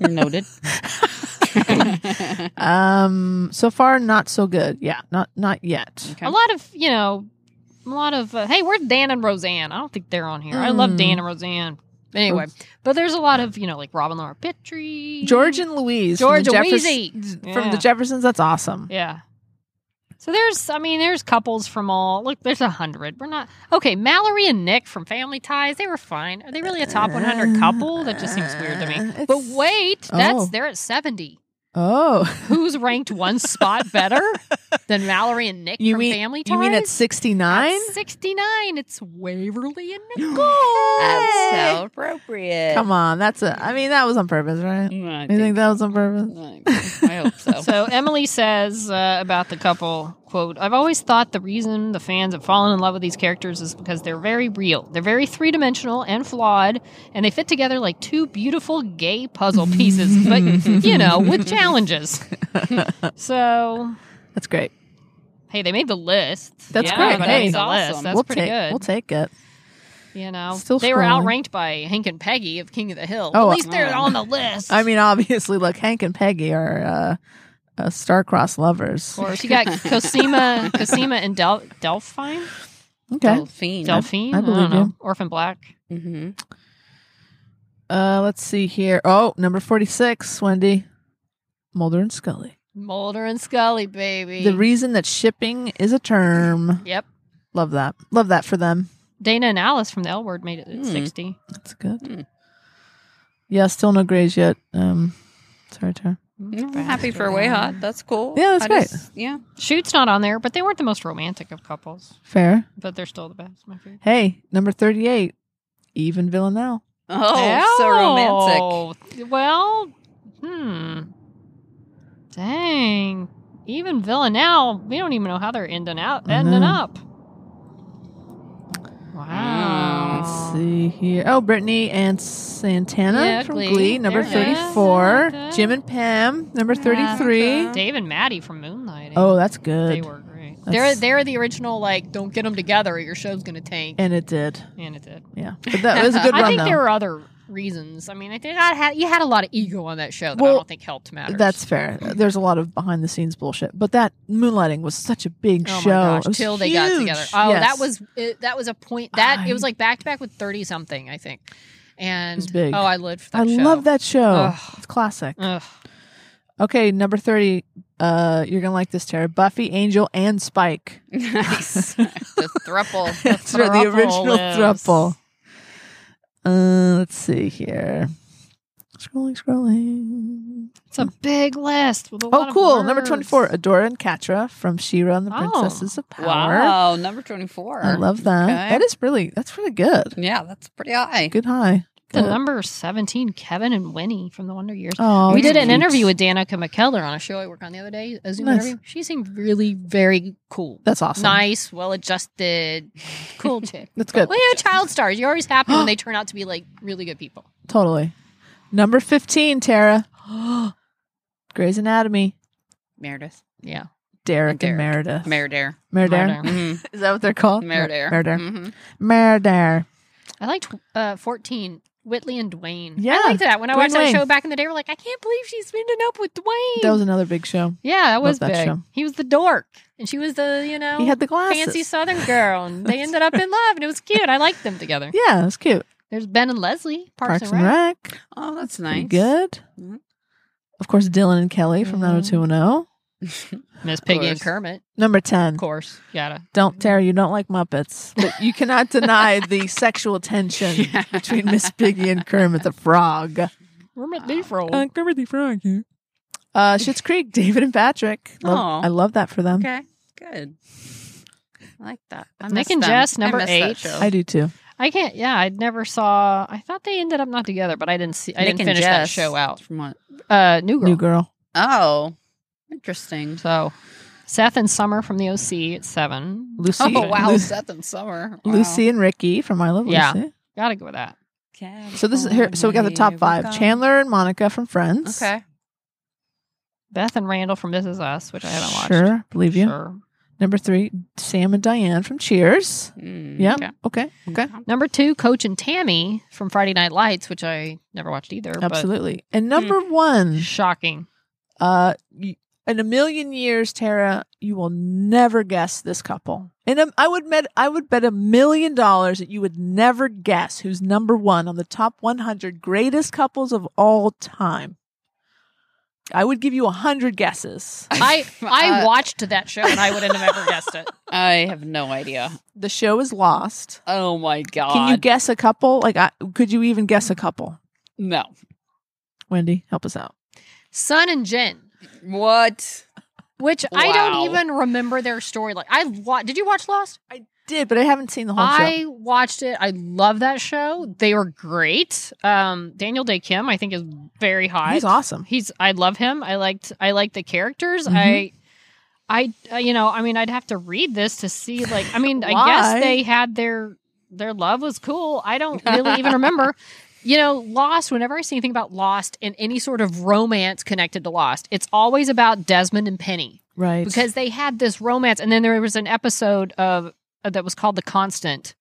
[SPEAKER 3] Okay. Noted.
[SPEAKER 2] Um, so far not so good. Yeah, not not yet.
[SPEAKER 3] Okay.
[SPEAKER 4] A lot of you know, a lot of uh, hey, where's Dan and Roseanne? I don't think they're on here. I love
[SPEAKER 3] Hmm.
[SPEAKER 2] Mm.
[SPEAKER 4] Dan and Roseanne. Anyway, but there's a lot of you know like Robin Laura Petrie,
[SPEAKER 2] George and Louise. from
[SPEAKER 4] George
[SPEAKER 2] the
[SPEAKER 4] and
[SPEAKER 2] Jeffers-
[SPEAKER 4] Wheezy.
[SPEAKER 2] from the
[SPEAKER 4] Yeah.
[SPEAKER 2] Jeffersons. That's awesome.
[SPEAKER 4] Yeah. So there's, I mean, there's couples from all. Look, there's a hundred. We're not okay. Mallory and Nick from Family Ties. They were fine. Are they really a top 100 couple? That just seems weird to me.
[SPEAKER 2] Uh, It's-
[SPEAKER 4] But wait, that's
[SPEAKER 2] Oh.
[SPEAKER 4] they're at 70.
[SPEAKER 2] Oh,
[SPEAKER 4] Who's ranked one spot better than Mallory and Nick
[SPEAKER 2] you
[SPEAKER 4] from
[SPEAKER 2] mean
[SPEAKER 4] Family Ties?
[SPEAKER 2] you mean at sixty nine?
[SPEAKER 4] 69. It's Waverly and Nicole.
[SPEAKER 3] That's so appropriate.
[SPEAKER 2] Come on, that's a. I mean, that was on purpose, right?
[SPEAKER 3] Mm, I
[SPEAKER 2] You think that was on purpose?
[SPEAKER 3] I hope so.
[SPEAKER 4] So Emily says uh, about the couple, quote, I've always thought the reason the fans have fallen in love with these characters is because they're very real. They're very three-dimensional and flawed, and they fit together like two beautiful gay puzzle pieces, but you know, with challenges. so,
[SPEAKER 2] That's great.
[SPEAKER 4] hey, they made the list.
[SPEAKER 2] That's
[SPEAKER 4] yeah,
[SPEAKER 2] great.
[SPEAKER 4] they
[SPEAKER 2] Hey.
[SPEAKER 4] made the
[SPEAKER 3] That's
[SPEAKER 4] list.
[SPEAKER 3] awesome.
[SPEAKER 4] That's
[SPEAKER 2] we'll
[SPEAKER 4] pretty
[SPEAKER 2] take.
[SPEAKER 4] good.
[SPEAKER 2] We'll take it.
[SPEAKER 4] you know,
[SPEAKER 2] Still
[SPEAKER 4] they were
[SPEAKER 2] scrolling.
[SPEAKER 4] outranked by Hank and Peggy of King of the Hill.
[SPEAKER 2] Oh,
[SPEAKER 4] At least they're
[SPEAKER 3] wow.
[SPEAKER 4] on the list.
[SPEAKER 2] I mean, obviously, look, Hank and Peggy are uh, uh, star-crossed lovers.
[SPEAKER 4] of course, you got Cosima, Cosima and Del- Delphine.
[SPEAKER 2] Okay.
[SPEAKER 3] Delphine.
[SPEAKER 4] Delphine,
[SPEAKER 2] I
[SPEAKER 4] I,
[SPEAKER 2] believe
[SPEAKER 4] don't know.
[SPEAKER 2] you.
[SPEAKER 4] Orphan Black. Mm-hmm.
[SPEAKER 3] hmm
[SPEAKER 2] Uh, let's see here. Oh, number forty-six, Wendy, Mulder and Scully.
[SPEAKER 4] Mulder and Scully, baby.
[SPEAKER 2] The reason that shipping is a term.
[SPEAKER 4] yep.
[SPEAKER 2] Love that. Love that for them.
[SPEAKER 4] Dana and Alice from the L Word made it at
[SPEAKER 3] Hmm.
[SPEAKER 4] 60.
[SPEAKER 2] That's good.
[SPEAKER 3] Hmm.
[SPEAKER 2] Yeah, still no grades yet. Um, sorry, Tara.
[SPEAKER 3] I'm Mm, happy for Way
[SPEAKER 4] Mm-hmm.
[SPEAKER 3] Hot. That's cool.
[SPEAKER 2] Yeah, that's
[SPEAKER 3] I
[SPEAKER 2] great.
[SPEAKER 3] just- yeah.
[SPEAKER 4] Shoot's not on there, but they weren't the most romantic of couples,
[SPEAKER 2] Fair.
[SPEAKER 4] but they're still the best. My favorite.
[SPEAKER 2] Hey, number thirty-eight, even Villanelle.
[SPEAKER 3] Oh, so romantic.
[SPEAKER 4] romantic. Well, hmm. Dang. Even Villanelle, we don't even know how they're ending out,
[SPEAKER 2] I
[SPEAKER 4] ending
[SPEAKER 2] know.
[SPEAKER 4] up. Wow.
[SPEAKER 2] Let's see here. Oh, Brittany and Santana
[SPEAKER 4] Yeah,
[SPEAKER 2] from Glee,
[SPEAKER 4] Glee.
[SPEAKER 2] number
[SPEAKER 3] There it is.
[SPEAKER 2] thirty-four.
[SPEAKER 4] Okay.
[SPEAKER 2] Jim and Pam, number thirty-three.
[SPEAKER 3] Okay.
[SPEAKER 4] Dave and Maddie from Moonlighting.
[SPEAKER 2] Oh, that's good.
[SPEAKER 4] They were great.
[SPEAKER 2] That's-
[SPEAKER 4] They're they're the original like don't get them together or your show's gonna tank. And,
[SPEAKER 2] And it did.
[SPEAKER 4] it did.
[SPEAKER 2] Yeah, but that was a good
[SPEAKER 4] I
[SPEAKER 2] run
[SPEAKER 4] think
[SPEAKER 2] though.
[SPEAKER 4] there were other reasons. I mean, I think I had you had a lot of ego on that show that I
[SPEAKER 2] Well,
[SPEAKER 4] don't think helped matters.
[SPEAKER 2] That's fair. There's a lot of behind the scenes bullshit, but that moonlighting was such a big
[SPEAKER 4] oh
[SPEAKER 2] show.
[SPEAKER 4] my
[SPEAKER 2] It
[SPEAKER 4] gosh
[SPEAKER 2] was
[SPEAKER 4] till they got
[SPEAKER 2] huge.
[SPEAKER 4] together. Oh,
[SPEAKER 2] Yes.
[SPEAKER 4] that was it, that was a point that it was
[SPEAKER 2] I-
[SPEAKER 4] like back to back with thirty something I think, and
[SPEAKER 2] was big.
[SPEAKER 4] oh I lived for that.
[SPEAKER 2] I
[SPEAKER 4] show.
[SPEAKER 2] love that show.
[SPEAKER 4] Ugh. Mm.
[SPEAKER 2] It's classic.
[SPEAKER 4] Ugh.
[SPEAKER 2] Okay, number thirty. Uh, you're gonna like this, Tara. Buffy, Angel, and Spike.
[SPEAKER 3] Nice. the thruple.
[SPEAKER 2] That's right, the
[SPEAKER 4] thruple
[SPEAKER 2] original
[SPEAKER 4] lives.
[SPEAKER 2] thruple. Uh, let's see here. Scrolling, scrolling.
[SPEAKER 4] It's a big list. With a lot
[SPEAKER 2] Oh,
[SPEAKER 4] of
[SPEAKER 2] cool. Number
[SPEAKER 4] words.
[SPEAKER 2] twenty-four. Adora and Katra from She-Ra and the
[SPEAKER 4] Oh,
[SPEAKER 2] Princesses of Power.
[SPEAKER 3] Wow, number 24.
[SPEAKER 2] I love that.
[SPEAKER 3] Okay.
[SPEAKER 2] That is really. That's really good.
[SPEAKER 3] Yeah, that's pretty high.
[SPEAKER 2] Good high.
[SPEAKER 4] The
[SPEAKER 2] Good.
[SPEAKER 4] number 17, Kevin and Winnie from the Wonder Years.
[SPEAKER 2] Oh,
[SPEAKER 4] we
[SPEAKER 2] that's
[SPEAKER 4] did an
[SPEAKER 2] cute.
[SPEAKER 4] interview with Danica McKellar on a show I work on the other day, a Zoom
[SPEAKER 2] Nice.
[SPEAKER 4] interview. She seemed really very cool.
[SPEAKER 2] That's awesome.
[SPEAKER 4] Nice, well adjusted, cool chick.
[SPEAKER 2] That's good.
[SPEAKER 4] Well, you're child stars. You're always happy when they turn out to be like really good people.
[SPEAKER 2] Totally. Number 15, Tara. Grey's Anatomy.
[SPEAKER 3] Meredith.
[SPEAKER 4] Yeah.
[SPEAKER 2] Derek and,
[SPEAKER 3] Derek.
[SPEAKER 2] Meredith.
[SPEAKER 3] Meredith.
[SPEAKER 2] Meredith.
[SPEAKER 4] Murder.
[SPEAKER 3] Mm-hmm.
[SPEAKER 2] Is that what they're called?
[SPEAKER 3] Meredith.
[SPEAKER 2] Meredith.
[SPEAKER 4] Mm.
[SPEAKER 3] Mhm.
[SPEAKER 2] Meredith.
[SPEAKER 4] I liked uh, 14, Whitley and Dwayne.
[SPEAKER 2] Yeah.
[SPEAKER 4] I liked that. When I
[SPEAKER 2] Dwayne
[SPEAKER 4] watched
[SPEAKER 2] Wayne.
[SPEAKER 4] that show back in the day, we're like, I can't believe she's ending up with Dwayne.
[SPEAKER 2] That was another big show.
[SPEAKER 4] yeah, that was
[SPEAKER 2] that
[SPEAKER 4] big.
[SPEAKER 2] show.
[SPEAKER 4] He was the dork. And she was the, you know,
[SPEAKER 2] He had the glasses.
[SPEAKER 4] fancy southern girl. And they ended up in love. And it was cute. I liked them together.
[SPEAKER 2] Yeah, that's cute.
[SPEAKER 4] There's Ben and Leslie, Parks,
[SPEAKER 2] Parks
[SPEAKER 4] and Rec. Mm-hmm.
[SPEAKER 3] Oh, that's
[SPEAKER 2] Pretty
[SPEAKER 3] nice.
[SPEAKER 2] Good.
[SPEAKER 3] Mhm.
[SPEAKER 2] Of course, Dylan and Kelly from
[SPEAKER 4] Mhm.
[SPEAKER 2] 90210.
[SPEAKER 4] Miss Piggy and
[SPEAKER 3] course.
[SPEAKER 4] Kermit.
[SPEAKER 2] Number 10.
[SPEAKER 4] Of course. Gotta.
[SPEAKER 2] Don't, Tara, you don't like Muppets. But you cannot deny the sexual tension between Miss Piggy and Kermit the Frog.
[SPEAKER 4] Kermit the
[SPEAKER 2] Uh, Kermit the Frog here. Uh, Schitt's Creek, David and Patrick. Love-
[SPEAKER 3] Aw.
[SPEAKER 2] I love that for them.
[SPEAKER 3] Okay. Good. I like that. I
[SPEAKER 4] Nick
[SPEAKER 3] miss
[SPEAKER 4] and
[SPEAKER 3] them.
[SPEAKER 4] Jess, number
[SPEAKER 3] I miss that
[SPEAKER 4] eight.
[SPEAKER 3] show.
[SPEAKER 2] I do too.
[SPEAKER 4] I can't. Yeah, I never saw. I thought they ended up not together, but I didn't see. I
[SPEAKER 3] Nick
[SPEAKER 4] didn't
[SPEAKER 3] and
[SPEAKER 4] finish that
[SPEAKER 3] Jess.
[SPEAKER 4] show out.
[SPEAKER 3] From what?
[SPEAKER 4] Uh, New Girl.
[SPEAKER 2] New girl.
[SPEAKER 3] Oh, interesting.
[SPEAKER 4] So, Seth and Summer from the OC at seven.
[SPEAKER 2] Lucy.
[SPEAKER 3] Oh wow,
[SPEAKER 2] Lu-
[SPEAKER 3] Seth and Summer. Wow.
[SPEAKER 2] Lucy and Ricky from I Love
[SPEAKER 4] Yeah.
[SPEAKER 2] Lucy.
[SPEAKER 4] Gotta go with that.
[SPEAKER 2] So this is here. So we got the
[SPEAKER 3] Oh,
[SPEAKER 2] top five: Chandler and Monica from Friends.
[SPEAKER 3] Okay.
[SPEAKER 4] Beth and Randall from This Is Us, which I haven't watched.
[SPEAKER 2] Sure, believe you.
[SPEAKER 4] Sure.
[SPEAKER 2] Number three: Sam and Diane from Cheers.
[SPEAKER 3] Mm.
[SPEAKER 2] Yeah.
[SPEAKER 4] Okay.
[SPEAKER 2] Okay. Okay.
[SPEAKER 4] Number two, Coach and Tammy from Friday Night Lights, which I never watched either.
[SPEAKER 2] Absolutely. And number one,
[SPEAKER 4] But shocking.
[SPEAKER 2] uh, y- in a million years, Tara, you will never guess this couple. And um, I would bet I would bet a million dollars that you would never guess who's number one on the top 100 greatest couples of all time. I would give you a hundred guesses.
[SPEAKER 4] I I
[SPEAKER 3] Uh,
[SPEAKER 4] watched that show and I would have never guessed it.
[SPEAKER 3] I have no idea.
[SPEAKER 2] The show is lost.
[SPEAKER 3] Oh my god.
[SPEAKER 2] Can you guess a couple? Like, I, could you even guess a couple?
[SPEAKER 3] no.
[SPEAKER 2] Wendy, help us out.
[SPEAKER 4] Son and Jen,
[SPEAKER 3] What?
[SPEAKER 4] which I don't
[SPEAKER 3] Wow.
[SPEAKER 4] even remember their story. Like I wa- did you watch Lost?
[SPEAKER 2] I did, but I haven't seen the whole show.
[SPEAKER 4] I watched it. I love that show. They were great. Um, Daniel Day Kim, I think, is very hot.
[SPEAKER 2] He's awesome. Mm-hmm.
[SPEAKER 4] He's I love him. I liked I liked the characters. I I uh, you know I mean I'd have to read this to see like I mean I
[SPEAKER 2] Why?
[SPEAKER 4] guess they had their their love was cool. I don't really even remember. You know, Lost. Whenever I see anything about Lost and any sort of romance connected to Lost, it's always about Desmond and Penny
[SPEAKER 2] Right.
[SPEAKER 4] because they had this romance and then there was an episode of uh, that was called the constant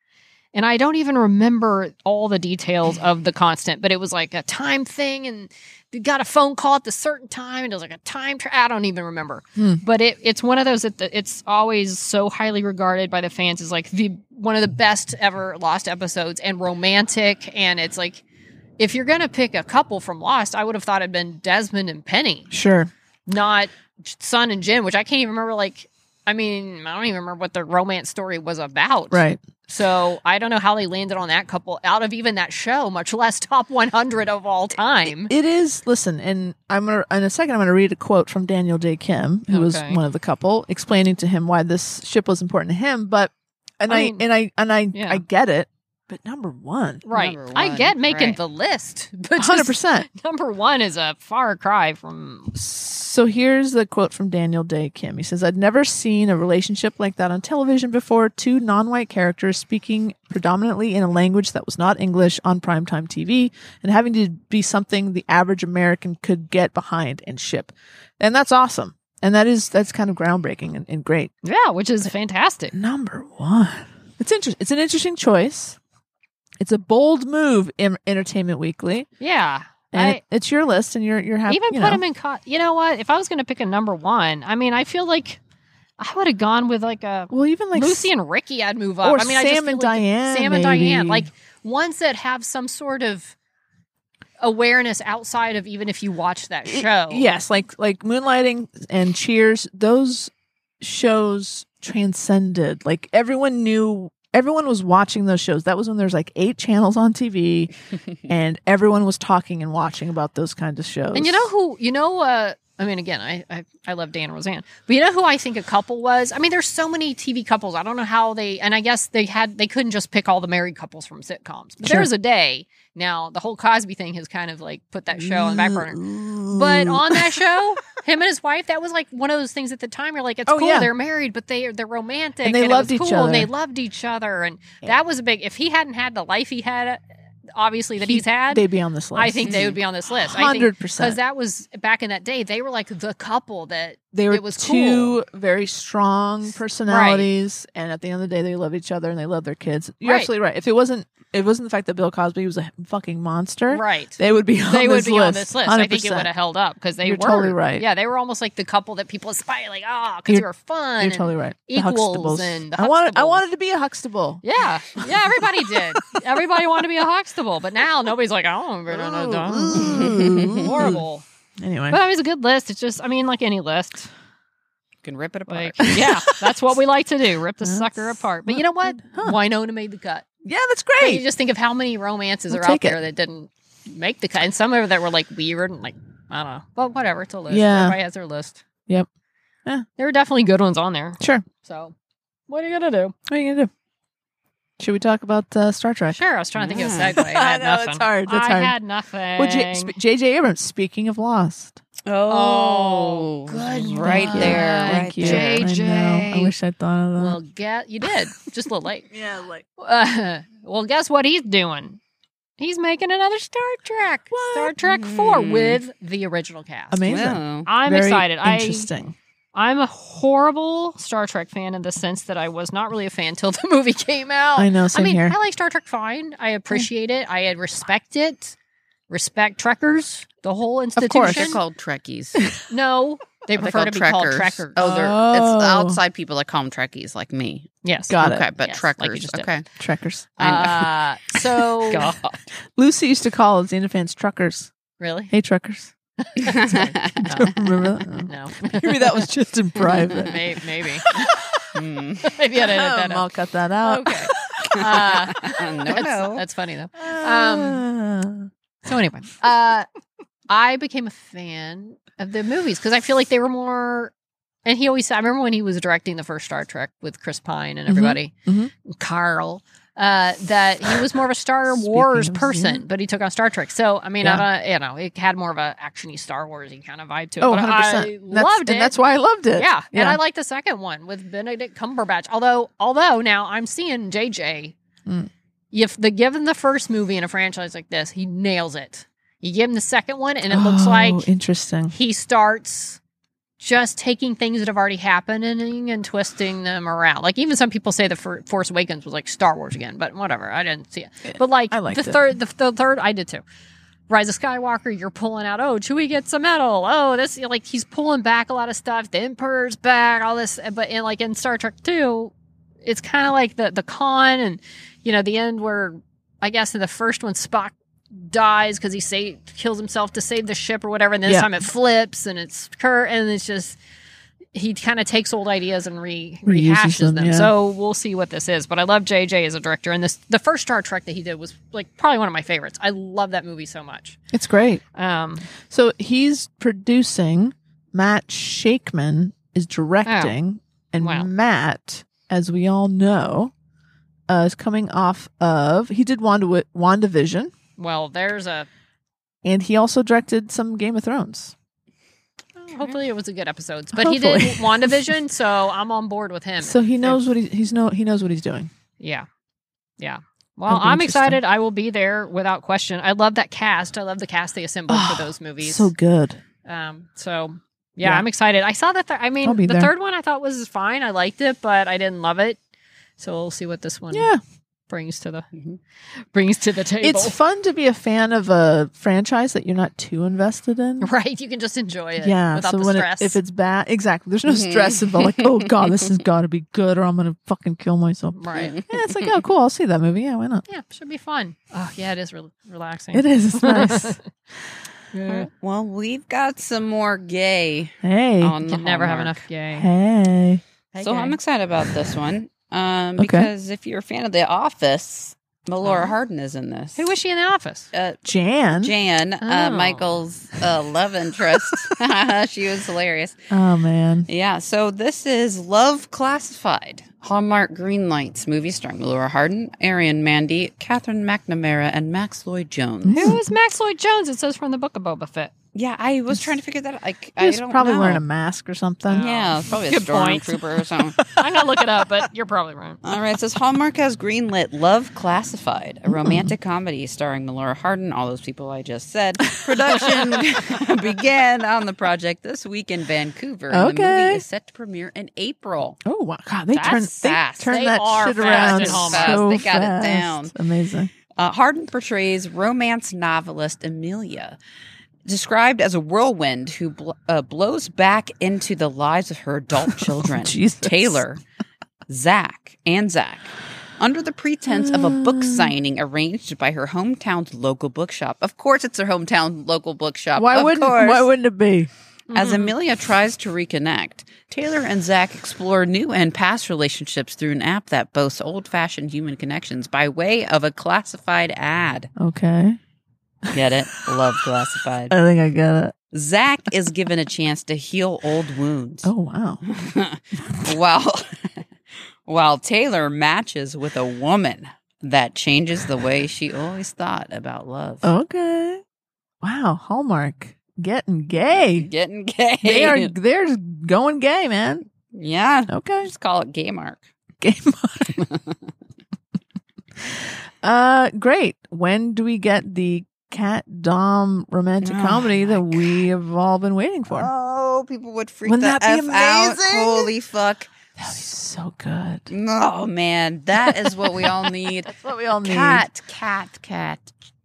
[SPEAKER 4] and i don't even remember all the details of the constant but it was like a time thing and you got a phone call at the certain time and it was like a time tra- i don't even remember
[SPEAKER 2] Hmm.
[SPEAKER 4] but it, it's one of those that the, it's always so highly regarded by the fans as like the one of the best ever lost episodes and romantic and it's like if you're gonna pick a couple from lost i would have thought it'd been desmond and penny
[SPEAKER 2] sure.
[SPEAKER 4] not Son and Jin, which I can't even remember. Like, I mean, I don't even remember what the romance story was about.
[SPEAKER 2] Right.
[SPEAKER 4] So I don't know how they landed on that couple out of even that show, much less top 100 of all time.
[SPEAKER 2] It is. Listen, and I'm gonna in a second. I'm gonna read a quote from Daniel Day Kim, who was
[SPEAKER 4] Okay.
[SPEAKER 2] one of the couple, explaining to him why this ship was important to him. But and
[SPEAKER 4] I
[SPEAKER 2] I,
[SPEAKER 4] mean-
[SPEAKER 2] and I and I
[SPEAKER 4] Yeah.
[SPEAKER 2] I get it. But number one,
[SPEAKER 4] Right.
[SPEAKER 3] Number
[SPEAKER 4] I
[SPEAKER 3] one,
[SPEAKER 4] get making
[SPEAKER 3] right.
[SPEAKER 4] the list, but just
[SPEAKER 2] hundred percent.
[SPEAKER 4] number one is a far cry from.
[SPEAKER 2] So here's the quote from Daniel Day Kim. He says, I'd never seen a relationship like that on television before. Two non white characters speaking predominantly in a language that was not English on primetime TV and having to be something the average American could get behind and ship. And that's awesome. And that is, that's kind of groundbreaking and, and great.
[SPEAKER 4] Yeah, which is fantastic.
[SPEAKER 2] Number one. It's interesting. It's an interesting choice. It's a bold move in Entertainment Weekly.
[SPEAKER 4] Yeah.
[SPEAKER 2] And
[SPEAKER 4] I-
[SPEAKER 2] it- it's your list and you're, you're happy.
[SPEAKER 4] even
[SPEAKER 2] you
[SPEAKER 4] put
[SPEAKER 2] know.
[SPEAKER 4] them in. Co- you know what? If I was going to pick a number one, I mean, I feel like I would have gone with like a
[SPEAKER 2] well, even like
[SPEAKER 4] Lucy and Ricky, I'd move up.
[SPEAKER 2] Or
[SPEAKER 4] I mean, I just
[SPEAKER 2] Sam
[SPEAKER 4] feel like
[SPEAKER 2] and
[SPEAKER 4] the-
[SPEAKER 2] Diane,
[SPEAKER 4] Sam and Diane,
[SPEAKER 2] maybe.
[SPEAKER 4] like ones that have some sort of awareness outside of even if you watch that show.
[SPEAKER 2] Yes, like like Moonlighting and Cheers, those shows transcended. Like everyone knew everyone was watching those shows. That was when there's like eight channels on TV and everyone was talking and watching about those kind of shows.
[SPEAKER 4] and you know who? You know, uh, I mean, again, I, I I love Dan and Roseanne, but you know who I think a couple was. I mean, there's so many TV couples. I don't know how they, and I guess they had they couldn't just pick all the married couples from sitcoms. But
[SPEAKER 2] Sure.
[SPEAKER 4] there was a day now. The whole Cosby thing has kind of like put that show on the back burner. But
[SPEAKER 3] Ooh.
[SPEAKER 4] on that show, him and his wife, that was like one of those things at the time. You're like, it's
[SPEAKER 2] Oh,
[SPEAKER 4] cool,
[SPEAKER 2] yeah.
[SPEAKER 4] they're married, but they they're romantic,
[SPEAKER 2] And they
[SPEAKER 4] it was
[SPEAKER 2] loved each
[SPEAKER 4] cool,
[SPEAKER 2] other.
[SPEAKER 4] and they loved each other, and that was a big. If he hadn't had the life he had, obviously that he's had,
[SPEAKER 2] They'd be on this list.
[SPEAKER 4] I think they would be on this list. I think
[SPEAKER 2] hundred
[SPEAKER 4] because
[SPEAKER 2] percent.
[SPEAKER 4] that was back in that day. They were like the couple that
[SPEAKER 2] They were
[SPEAKER 4] it was
[SPEAKER 2] two very strong personalities, and at the end of the day, they love each other and they love their kids. You're
[SPEAKER 4] Right.
[SPEAKER 2] absolutely right. If it wasn't, it wasn't the fact that Bill Cosby was a fucking monster.
[SPEAKER 4] right.
[SPEAKER 2] They would be on
[SPEAKER 4] They would
[SPEAKER 2] this
[SPEAKER 4] be
[SPEAKER 2] list.
[SPEAKER 4] on this list. I think it
[SPEAKER 2] 100%.
[SPEAKER 4] would have held up because they
[SPEAKER 2] You're
[SPEAKER 4] were
[SPEAKER 2] totally right.
[SPEAKER 4] Yeah, they were almost like the couple that people aspire, like ah, because
[SPEAKER 2] You're-
[SPEAKER 4] they were fun.
[SPEAKER 2] You're
[SPEAKER 4] and-
[SPEAKER 2] totally right. The
[SPEAKER 4] equals
[SPEAKER 2] Huxtables.
[SPEAKER 4] and the
[SPEAKER 2] I wanted. I
[SPEAKER 4] Huxtables.
[SPEAKER 2] wanted to be a Huxtable.
[SPEAKER 4] yeah, yeah. Everybody did. everybody wanted to be a Huxtable, but now nobody's like, "Oh, I don't remember. No, no,
[SPEAKER 2] Ooh.
[SPEAKER 4] Horrible.
[SPEAKER 2] Anyway,
[SPEAKER 4] But it was a good list. It's just, I mean, like any list.
[SPEAKER 3] You can rip it apart.
[SPEAKER 4] Like, yeah, that's what we like to do: rip the
[SPEAKER 2] That's
[SPEAKER 4] sucker apart. But
[SPEAKER 2] what
[SPEAKER 4] you know what?
[SPEAKER 2] we- huh.
[SPEAKER 4] Winona made the cut.
[SPEAKER 2] yeah, that's
[SPEAKER 4] But you
[SPEAKER 2] great.
[SPEAKER 4] just think of how many romances
[SPEAKER 2] We'll
[SPEAKER 4] are out
[SPEAKER 2] take it.
[SPEAKER 4] there that didn't make the cut, and some of that were like weird and like I don't know, but whatever. It's a list.
[SPEAKER 2] Yeah.
[SPEAKER 4] Everybody has their list.
[SPEAKER 2] Yep. Yeah.
[SPEAKER 4] There were definitely good ones on there.
[SPEAKER 2] Sure.
[SPEAKER 4] So, what are you gonna do?
[SPEAKER 2] What are you gonna do? Should we talk about uh, Star Trek?
[SPEAKER 4] Sure, I was trying to think of a
[SPEAKER 3] Yeah.
[SPEAKER 4] segue. I
[SPEAKER 2] I
[SPEAKER 4] had
[SPEAKER 2] know, it's
[SPEAKER 4] nothing.
[SPEAKER 2] hard, it's
[SPEAKER 4] I
[SPEAKER 2] hard.
[SPEAKER 4] had nothing.
[SPEAKER 2] Well, J- sp- J.J. Abrams. Speaking of Lost,
[SPEAKER 4] Oh,
[SPEAKER 3] good.
[SPEAKER 4] good
[SPEAKER 3] Right
[SPEAKER 4] one.
[SPEAKER 3] there.
[SPEAKER 2] Thank
[SPEAKER 3] right
[SPEAKER 2] you.
[SPEAKER 3] there.
[SPEAKER 4] J.J..
[SPEAKER 2] I, know. I wish I'd thought of that.
[SPEAKER 4] well, get you did just a little late.
[SPEAKER 2] yeah, like
[SPEAKER 4] Uh, well, guess what he's doing? He's making another Star Trek,
[SPEAKER 2] What?
[SPEAKER 4] Star Trek Four
[SPEAKER 3] Mm.
[SPEAKER 4] with the original cast.
[SPEAKER 2] amazing.
[SPEAKER 3] Wow.
[SPEAKER 4] I'm
[SPEAKER 2] Very
[SPEAKER 4] excited. I
[SPEAKER 2] Interesting.
[SPEAKER 4] I'm a horrible Star Trek fan in the sense that I was not really a fan till the movie came out.
[SPEAKER 2] I know. Same
[SPEAKER 4] mean,
[SPEAKER 2] here.
[SPEAKER 4] I like Star Trek fine. I appreciate it. I respect it. Respect Trekkers, the whole institution.
[SPEAKER 2] course.
[SPEAKER 3] They're called Trekkies.
[SPEAKER 4] no, they
[SPEAKER 3] Are they
[SPEAKER 4] prefer to
[SPEAKER 3] called
[SPEAKER 4] be called
[SPEAKER 3] Trekkers?
[SPEAKER 4] Trekkers.
[SPEAKER 3] Oh, they're
[SPEAKER 2] Oh.
[SPEAKER 3] it's the outside people that call them Trekkies, like me.
[SPEAKER 4] yes.
[SPEAKER 2] Got it.
[SPEAKER 3] okay, but
[SPEAKER 4] Yes, like you
[SPEAKER 3] Trekkers.
[SPEAKER 4] just did.
[SPEAKER 3] okay.
[SPEAKER 2] Trekkers.
[SPEAKER 4] Uh, so
[SPEAKER 2] Lucy used to call Xena fans truckers.
[SPEAKER 4] really,
[SPEAKER 2] Hey, truckers.
[SPEAKER 3] God.
[SPEAKER 2] Remember that?
[SPEAKER 4] no,
[SPEAKER 2] Maybe that was just in private.
[SPEAKER 4] maybe. Maybe,
[SPEAKER 3] Mm.
[SPEAKER 4] maybe I didn't edit that
[SPEAKER 2] Oh, I'll
[SPEAKER 4] out.
[SPEAKER 2] cut that out.
[SPEAKER 4] Okay, uh,
[SPEAKER 3] no,
[SPEAKER 4] that's,
[SPEAKER 3] no.
[SPEAKER 4] that's funny though.
[SPEAKER 2] Um,
[SPEAKER 4] So anyway, uh, I became a fan of the movies because I feel like they were more. And he always, I remember when he was directing the first Star Trek with Chris Pine and
[SPEAKER 2] Mhm,
[SPEAKER 4] everybody,
[SPEAKER 2] mhm.
[SPEAKER 4] Carl, uh, that he was more of a Star
[SPEAKER 2] Speaking
[SPEAKER 4] Wars
[SPEAKER 2] of
[SPEAKER 4] person,
[SPEAKER 2] Xena.
[SPEAKER 4] but he took on Star Trek. So I mean, I don't, you know, it had more of a actiony Star Warsy kind of vibe to it.
[SPEAKER 2] oh,
[SPEAKER 4] but
[SPEAKER 2] 100%.
[SPEAKER 4] I
[SPEAKER 2] that's,
[SPEAKER 4] loved it.
[SPEAKER 2] And that's why I loved it.
[SPEAKER 4] Yeah. And
[SPEAKER 2] Yeah.
[SPEAKER 4] I like the second one with Benedict Cumberbatch. Although, although now I'm seeing JJ.
[SPEAKER 2] Mm.
[SPEAKER 4] If the given the first movie in a franchise like this, he nails it. You give him the second one, and it looks
[SPEAKER 2] Oh,
[SPEAKER 4] like
[SPEAKER 2] interesting.
[SPEAKER 4] he starts just taking things that have already happened and, and twisting them around. Like even some people say the fir- Force Awakens was like Star Wars again, but whatever. I didn't see it. But like
[SPEAKER 2] I liked
[SPEAKER 4] the
[SPEAKER 2] it.
[SPEAKER 4] third, the, the third, I did too. Rise of Skywalker, you're pulling out. Oh, Chewie gets a medal. Oh, this like he's pulling back a lot of stuff. The Emperor's back. All this, but in like in Star Trek Two, it's kind of like the the con and you know the end where I guess in the first one Spock dies because he sa- kills himself to save the ship or whatever, and this
[SPEAKER 2] Yeah.
[SPEAKER 4] time it flips and it's Kurt and it's just he kind of takes old ideas and re-
[SPEAKER 2] Reuses
[SPEAKER 4] rehashes
[SPEAKER 2] them,
[SPEAKER 4] them.
[SPEAKER 2] yeah.
[SPEAKER 4] So we'll see what this is. But I love JJ as a director, and this the first Star Trek that he did was like probably one of my favorites. I love that movie so much.
[SPEAKER 2] It's great.
[SPEAKER 4] Um,
[SPEAKER 2] So he's producing. Matt Shakeman is directing, and
[SPEAKER 4] Wow.
[SPEAKER 2] Matt, as we all know, uh, is coming off of he did Wanda WandaVision,
[SPEAKER 4] well, there's a
[SPEAKER 2] and he also directed some Game of Thrones.
[SPEAKER 4] hopefully it was a good episodes, but he did
[SPEAKER 2] Hopefully.
[SPEAKER 4] WandaVision, so I'm on board with him.
[SPEAKER 2] So he knows what he, he's know he knows what he's doing.
[SPEAKER 4] Yeah. Yeah. Well,
[SPEAKER 2] That'll be
[SPEAKER 4] I'm
[SPEAKER 2] interesting.
[SPEAKER 4] excited. I will be there without question. I love that cast. I love the cast they assembled for those movies.
[SPEAKER 2] Ah, So good.
[SPEAKER 4] um, so yeah,
[SPEAKER 2] Yeah.
[SPEAKER 4] I'm excited. I saw that. Th- I mean,
[SPEAKER 2] I'll be
[SPEAKER 4] the
[SPEAKER 2] there.
[SPEAKER 4] third one I thought was fine. I liked it, but I didn't love it. So we'll see what this one
[SPEAKER 2] Yeah, Mm-hmm.
[SPEAKER 4] brings to the
[SPEAKER 3] Mhm.
[SPEAKER 4] brings to the table.
[SPEAKER 2] it's fun to be a fan of a franchise that you're not too invested in.
[SPEAKER 4] right. You can just enjoy it.
[SPEAKER 2] Yeah,
[SPEAKER 4] Without
[SPEAKER 2] so
[SPEAKER 4] the
[SPEAKER 2] when it-
[SPEAKER 4] stress.
[SPEAKER 2] if it's bad, exactly. There's no
[SPEAKER 3] Mhm.
[SPEAKER 2] stress involved. Like, oh god, this has got to be good, or I'm gonna fucking kill myself.
[SPEAKER 4] right.
[SPEAKER 2] Yeah, it's like, oh cool, I'll see that movie. Yeah, why not?
[SPEAKER 4] Yeah, should be fun. Oh yeah, it is re- relaxing.
[SPEAKER 2] It is. It's nice.
[SPEAKER 4] Yeah.
[SPEAKER 3] Well, we've got some more gay
[SPEAKER 2] hey,
[SPEAKER 3] on
[SPEAKER 4] You
[SPEAKER 3] the
[SPEAKER 4] can never have
[SPEAKER 3] Hallmark.
[SPEAKER 4] enough gay.
[SPEAKER 2] hey.
[SPEAKER 3] So
[SPEAKER 4] Okay.
[SPEAKER 3] I'm excited about this one um,
[SPEAKER 2] Okay.
[SPEAKER 3] because if you're a fan of The Office, But Laura Harden is in this.
[SPEAKER 4] Oh. Who was she in the office?
[SPEAKER 3] Uh,
[SPEAKER 2] Jan.
[SPEAKER 3] Jan, uh,
[SPEAKER 4] Oh.
[SPEAKER 3] Michael's uh, love interest. she was hilarious.
[SPEAKER 2] Oh man.
[SPEAKER 3] Yeah, so this is Love Classified. Hallmark Green Lights movie starring Laura Harden, Arian Mandy, Catherine McNamara, and Max Lloyd Jones.
[SPEAKER 4] Who is Max Lloyd Jones? It says from the book of Boba Fett.
[SPEAKER 3] Yeah, I was trying to figure that out. Like,
[SPEAKER 2] He
[SPEAKER 3] I
[SPEAKER 2] was
[SPEAKER 3] don't
[SPEAKER 2] probably
[SPEAKER 3] know.
[SPEAKER 2] wearing a mask or something.
[SPEAKER 3] Yeah, probably a
[SPEAKER 4] Good point.
[SPEAKER 3] stormtrooper or something.
[SPEAKER 4] I'm gonna look it up, but you're probably wrong.
[SPEAKER 3] All right, it says Hallmark has greenlit Love Classified, a romantic comedy starring Melora Hardin, all those people I just said. Production began on the project this week in Vancouver. And the
[SPEAKER 2] Okay.
[SPEAKER 3] movie is set to premiere in April.
[SPEAKER 2] Oh wow, God, they
[SPEAKER 4] That's
[SPEAKER 2] turn
[SPEAKER 3] fast.
[SPEAKER 2] they turn
[SPEAKER 4] They
[SPEAKER 2] that
[SPEAKER 4] are
[SPEAKER 2] shit
[SPEAKER 4] fast
[SPEAKER 2] around
[SPEAKER 4] at
[SPEAKER 2] so
[SPEAKER 4] home.
[SPEAKER 2] fast.
[SPEAKER 3] They got it down.
[SPEAKER 2] Amazing.
[SPEAKER 3] Uh, Hardin portrays romance novelist Amelia, described as a whirlwind who bl- uh, blows back into the lives of her adult children,
[SPEAKER 2] Oh, Jesus.
[SPEAKER 3] Taylor, Zach, and Zach. Under the pretense of a
[SPEAKER 2] Uh.
[SPEAKER 3] book signing arranged by her hometown's local bookshop. Of course, it's her hometown local bookshop.
[SPEAKER 2] Why
[SPEAKER 3] Of
[SPEAKER 2] wouldn't
[SPEAKER 3] course.
[SPEAKER 2] Why Mm-hmm. wouldn't it be?
[SPEAKER 3] As Amelia tries to reconnect, Taylor and Zach explore new and past relationships through an app that boasts old fashioned human connections by way of a classified ad.
[SPEAKER 2] Okay,
[SPEAKER 3] Get it? Love classified.
[SPEAKER 2] I think I got it.
[SPEAKER 3] Zach is given a chance to heal old wounds.
[SPEAKER 2] Oh wow,
[SPEAKER 3] while while Taylor matches with a woman that changes the way she always thought about love.
[SPEAKER 2] Oh. okay, wow. Hallmark getting gay.
[SPEAKER 3] Getting gay.
[SPEAKER 2] They are they're going gay, man.
[SPEAKER 3] yeah.
[SPEAKER 2] Okay,
[SPEAKER 3] Just call it gay mark.
[SPEAKER 2] gay. mark. uh, great. When do we get the cat dom romantic
[SPEAKER 3] Oh,
[SPEAKER 2] comedy that we have all been waiting for?
[SPEAKER 3] Oh, people would freak
[SPEAKER 2] Wouldn't that be amazing?
[SPEAKER 3] Holy fuck.
[SPEAKER 2] That would be so good.
[SPEAKER 3] Oh man, that is what we all need.
[SPEAKER 2] That's what we all need.
[SPEAKER 3] cat, cat, cat.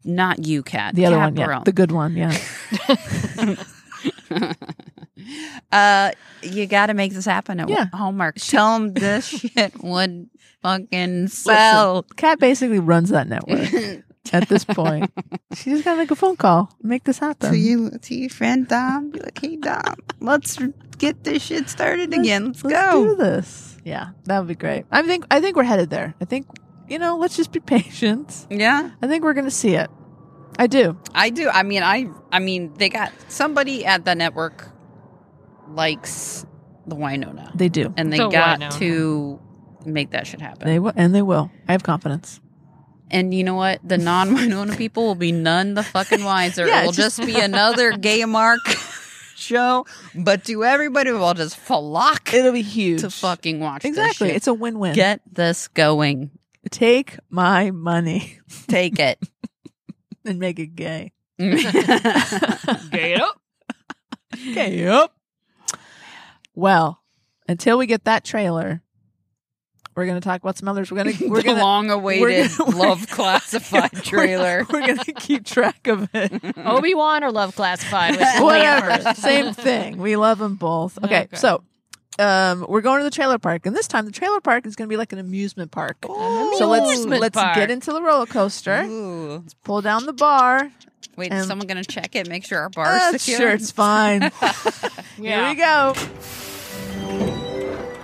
[SPEAKER 3] Not you, cat.
[SPEAKER 2] The other
[SPEAKER 3] Cat
[SPEAKER 2] one, yeah,
[SPEAKER 3] Barone.
[SPEAKER 2] the good one, yeah.
[SPEAKER 3] uh, you got to make this happen at
[SPEAKER 2] Yeah.
[SPEAKER 3] Hallmark. Tell 'em this shit would fucking sell.
[SPEAKER 2] Kat basically runs that network at this point. She just gotta make a phone call, make this happen.
[SPEAKER 3] to you, to your friend Dom, be like, "Hey Dom, let's get this shit started again. Let's,
[SPEAKER 2] Let's
[SPEAKER 3] go."
[SPEAKER 2] do this. Yeah, that would be great. I think I think we're headed there. I think you know, let's just be patient.
[SPEAKER 3] Yeah,
[SPEAKER 2] I think we're gonna see it. I do.
[SPEAKER 3] I do. I mean, I, I mean, they got somebody at the network likes the Winona,
[SPEAKER 2] They do.
[SPEAKER 3] and they
[SPEAKER 4] The
[SPEAKER 3] got
[SPEAKER 4] Winona.
[SPEAKER 3] to make that shit happen.
[SPEAKER 2] They will, and they will. I have confidence.
[SPEAKER 3] And you know what? The non Winona people will be none the fucking wiser.
[SPEAKER 2] Yeah,
[SPEAKER 3] it will just,
[SPEAKER 2] just-
[SPEAKER 3] be another gay mark show. But to everybody, will just flock
[SPEAKER 2] It'll be huge.
[SPEAKER 3] to fucking watch
[SPEAKER 2] Exactly.
[SPEAKER 3] this shit.
[SPEAKER 2] It's a win-win.
[SPEAKER 3] Get this going.
[SPEAKER 2] Take my money
[SPEAKER 3] Take it.
[SPEAKER 2] and make it gay.
[SPEAKER 4] Gay it up.
[SPEAKER 2] Okay. Yep. Well, until we get that trailer, we're gonna talk about some others. We're gonna we're
[SPEAKER 3] the
[SPEAKER 2] gonna
[SPEAKER 3] long awaited
[SPEAKER 2] we're gonna-
[SPEAKER 3] Love Classified trailer.
[SPEAKER 2] We're, gonna keep track of it.
[SPEAKER 4] Obi Wan or Love Classified? Which is
[SPEAKER 2] Whatever,
[SPEAKER 4] first.
[SPEAKER 2] same thing. We love them both. Okay,
[SPEAKER 4] Okay.
[SPEAKER 2] so um, we're going to the trailer park, and this time the trailer park is going to be like an amusement park. so let's
[SPEAKER 4] amusement
[SPEAKER 2] let's
[SPEAKER 4] park.
[SPEAKER 2] get into the roller coaster,
[SPEAKER 3] Ooh.
[SPEAKER 2] pull down the bar.
[SPEAKER 3] Wait,
[SPEAKER 2] Um,
[SPEAKER 3] is someone gonna check it? Make sure our bar
[SPEAKER 2] Ah,
[SPEAKER 3] is secure.
[SPEAKER 2] sure, it's fine. Here
[SPEAKER 4] Yeah.
[SPEAKER 2] we go.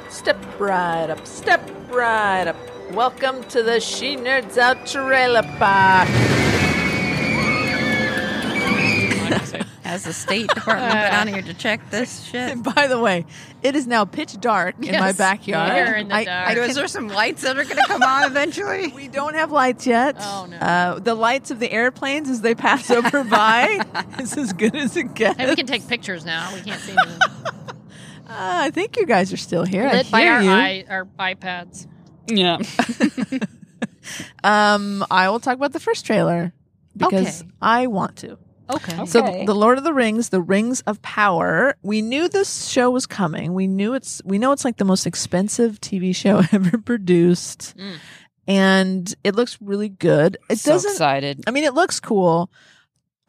[SPEAKER 2] Step right up, step right up. Welcome to the She Nerds Out Trailer Park.
[SPEAKER 3] Has the State Department been on here to check this shit?
[SPEAKER 2] And by the way, it is now pitch dark in my
[SPEAKER 4] Yes,
[SPEAKER 2] backyard.
[SPEAKER 4] we are in the dark.
[SPEAKER 3] Is there some lights that are gonna come on eventually?
[SPEAKER 2] We don't have lights yet.
[SPEAKER 4] Oh, no.
[SPEAKER 2] Uh, the lights of the airplanes as they pass over by is as good as it gets.
[SPEAKER 4] Hey, we can take pictures now. We can't see them.
[SPEAKER 2] Ah, I think you guys are still here. I
[SPEAKER 4] Lit by
[SPEAKER 2] hear
[SPEAKER 4] our,
[SPEAKER 2] you.
[SPEAKER 4] i- our iPads.
[SPEAKER 3] Yeah.
[SPEAKER 2] Um, I will talk about the first trailer because
[SPEAKER 4] Okay.
[SPEAKER 2] I want to.
[SPEAKER 4] Okay.
[SPEAKER 2] So,
[SPEAKER 3] Okay.
[SPEAKER 2] the Lord of the Rings, the Rings of Power. We knew this show was coming. We knew it's. We know it's like the most expensive TV show ever produced,
[SPEAKER 4] Mm.
[SPEAKER 2] and it looks really good. It
[SPEAKER 3] so
[SPEAKER 2] doesn't.
[SPEAKER 3] excited.
[SPEAKER 2] I mean, it looks cool.